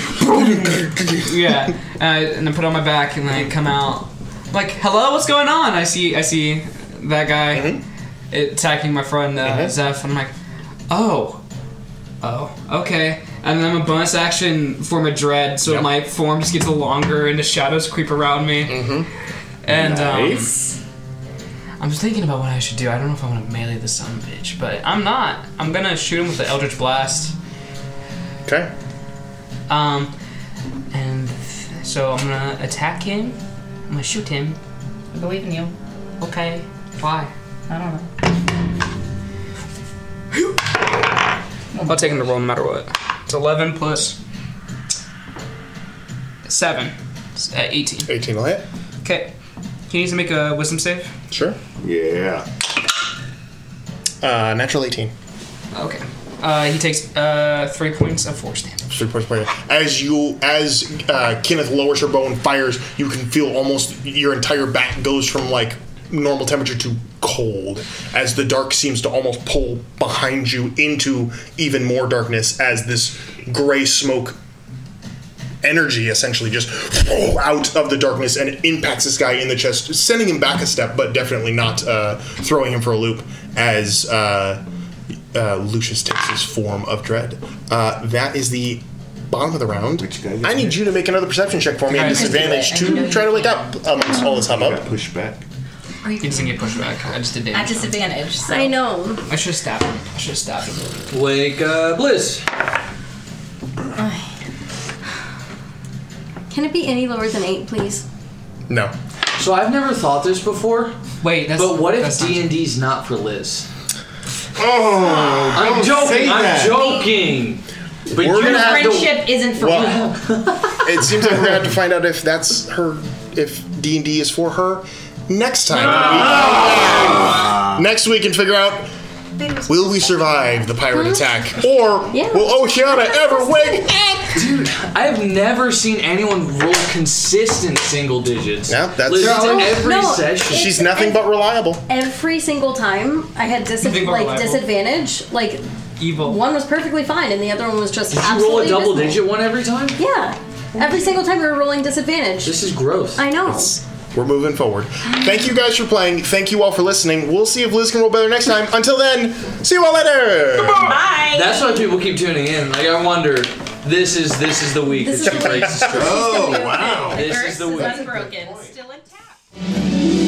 S9: yeah, and I, and I put it on my back and I come out. Like, hello, what's going on? I see I see that guy attacking my friend uh, Zeph. I'm like, oh, oh, okay. And then I'm a bonus action form a dread, so my form just gets longer and the shadows creep around me. Mm-hmm. And
S20: Nice.
S9: um, I'm just thinking about what I should do. I don't know if I want to melee this son of a bitch, but I'm not. I'm gonna shoot him with the Eldritch Blast.
S1: Okay.
S9: Um, and th- so I'm gonna attack him. I'm gonna shoot him.
S6: I believe in you.
S9: Okay. Why?
S6: I don't know.
S9: I'll take him to roll no matter what. It's 11 plus 7. It's, uh, 18.
S1: 18 will hit.
S9: Okay. He needs to make a wisdom save.
S1: Sure.
S3: Yeah.
S1: Uh, natural 18.
S9: Okay. Uh, he takes uh, 3 points of force damage.
S1: Three points per As you, as uh, Kenneth lowers her bow and fires, you can feel almost your entire back goes from like normal temperature to cold as the dark seems to almost pull behind you into even more darkness as this gray smoke energy essentially just out of the darkness and it impacts this guy in the chest, sending him back a step, but definitely not uh, throwing him for a loop as uh, uh, Lucius takes his form of dread. Uh, that is the bottom of the round. I need you to make another perception check for me at
S9: Alright.
S1: disadvantage
S9: I can do it. I can
S1: to
S9: do
S1: try to wake up amongst all this hubbub.
S3: Push back.
S9: He doesn't get pushed back. I just did damage.
S6: At disadvantage. So.
S7: I know.
S9: I should have stabbed him. I should have stabbed him.
S2: Wake up, Liz.
S7: Can it be any lower than eight, please?
S1: No.
S2: So I've never thought this before.
S9: Wait, that's
S2: but what if
S9: that's not-
S2: D and D's not for Liz?
S3: Oh,
S2: I'm
S3: don't say
S2: joking. I'm
S3: that.
S2: joking. But
S1: We're
S2: you're
S1: gonna
S2: gonna have to.
S6: Friendship isn't for
S1: Well, it seems like we're gonna have to find out if that's her, if D and D is for her next time.
S2: Ah.
S1: Next week and figure out will we survive the pirate attack or will Oceana ever wake up?
S2: Dude, I have never seen anyone roll consistent single digits.
S1: Yeah, that's
S2: Listen to every
S7: No,
S2: session.
S7: it's- She's nothing
S1: but reliable.
S7: Every single time I had dis-
S2: You think we're
S7: like
S2: reliable?
S7: disadvantage, like
S9: Evil.
S7: one was perfectly fine and the other one was just
S2: Did you roll
S7: absolutely
S2: a double
S7: abysmal.
S2: digit one every time?
S7: Yeah. Every single time we were rolling disadvantage.
S2: This is gross.
S7: I know.
S1: We're moving forward. Thank you guys for playing. Thank you all for listening. We'll see if Liz can roll better next time. Until then, see you all later.
S6: Bye.
S2: That's why people keep tuning in. Like I wonder, this is this is the week
S6: This
S2: that
S6: is
S2: she
S6: the week.
S2: breaks the streak.
S6: Oh,
S2: wow. This is the week.
S6: unbroken. Still intact.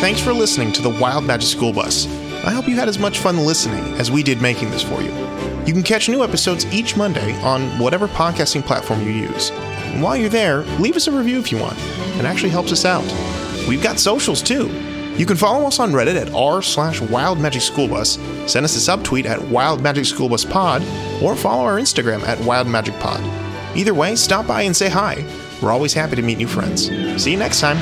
S1: Thanks for listening to the Wild Magic School Bus, a I hope you had as much fun listening as we did making this for you. You can catch new episodes each Monday on whatever podcasting platform you use. And while you're there, leave us a review if you want. It actually helps us out. We've got socials too. You can follow us on Reddit at r slash Wild Magic School Bus, send us a subtweet at Wild Magic School Bus Pod, or follow our Instagram at Wild Magic Pod. Either way, stop by and say hi. We're always happy to meet new friends. See you next time.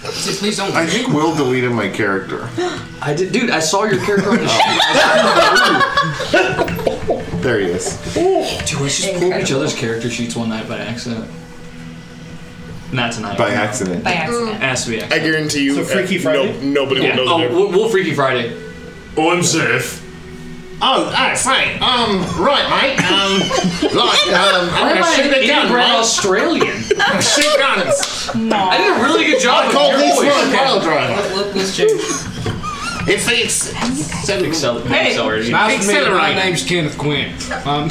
S2: Please don't.
S3: I think Will deleted my character.
S2: I did, dude. I saw your character on the sheet.
S3: there he is.
S2: Dude, we just pulled each other's character sheets one night by accident. Not tonight.
S3: By accident.
S1: By accident.
S2: Has to be accident.
S1: I guarantee you, So Freaky uh, Friday? no- nobody will
S2: yeah.
S1: know the
S2: Oh,
S1: difference.
S2: we'll, we'll Freaky Friday.
S3: Oh, I'm safe. Oh, that's right. Um, right, mate. Um, like, um,
S2: Why
S3: I'm
S2: am
S3: gonna
S2: I
S3: shoot
S2: an
S3: a gun,
S2: inbred
S3: mate.
S2: Australian.
S3: shoot guns.
S2: I did a really good job.
S3: I
S2: with
S3: call
S2: your
S3: this
S2: voice.
S3: one
S2: Okay.
S3: pile driver.
S2: Let- let- Let's change.
S3: It's the ex-
S2: Excel-
S9: Hey,
S2: accelerator.
S9: nice to meet you. My name's Kenneth Quinn. Um,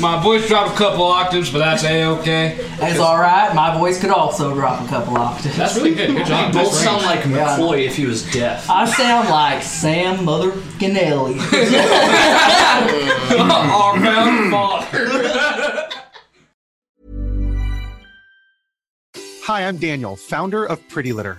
S9: my voice dropped a couple octaves, but that's a okay.
S21: That's all right. My voice could also drop a couple octaves.
S2: That's really good. Good job. You both
S21: Nice
S2: sound like
S21: range. Yeah.
S2: McCloy if he was deaf.
S21: I sound like Sam Mother Ganelli.
S2: Our founding
S22: Hi, I'm Daniel, founder of Pretty Litter.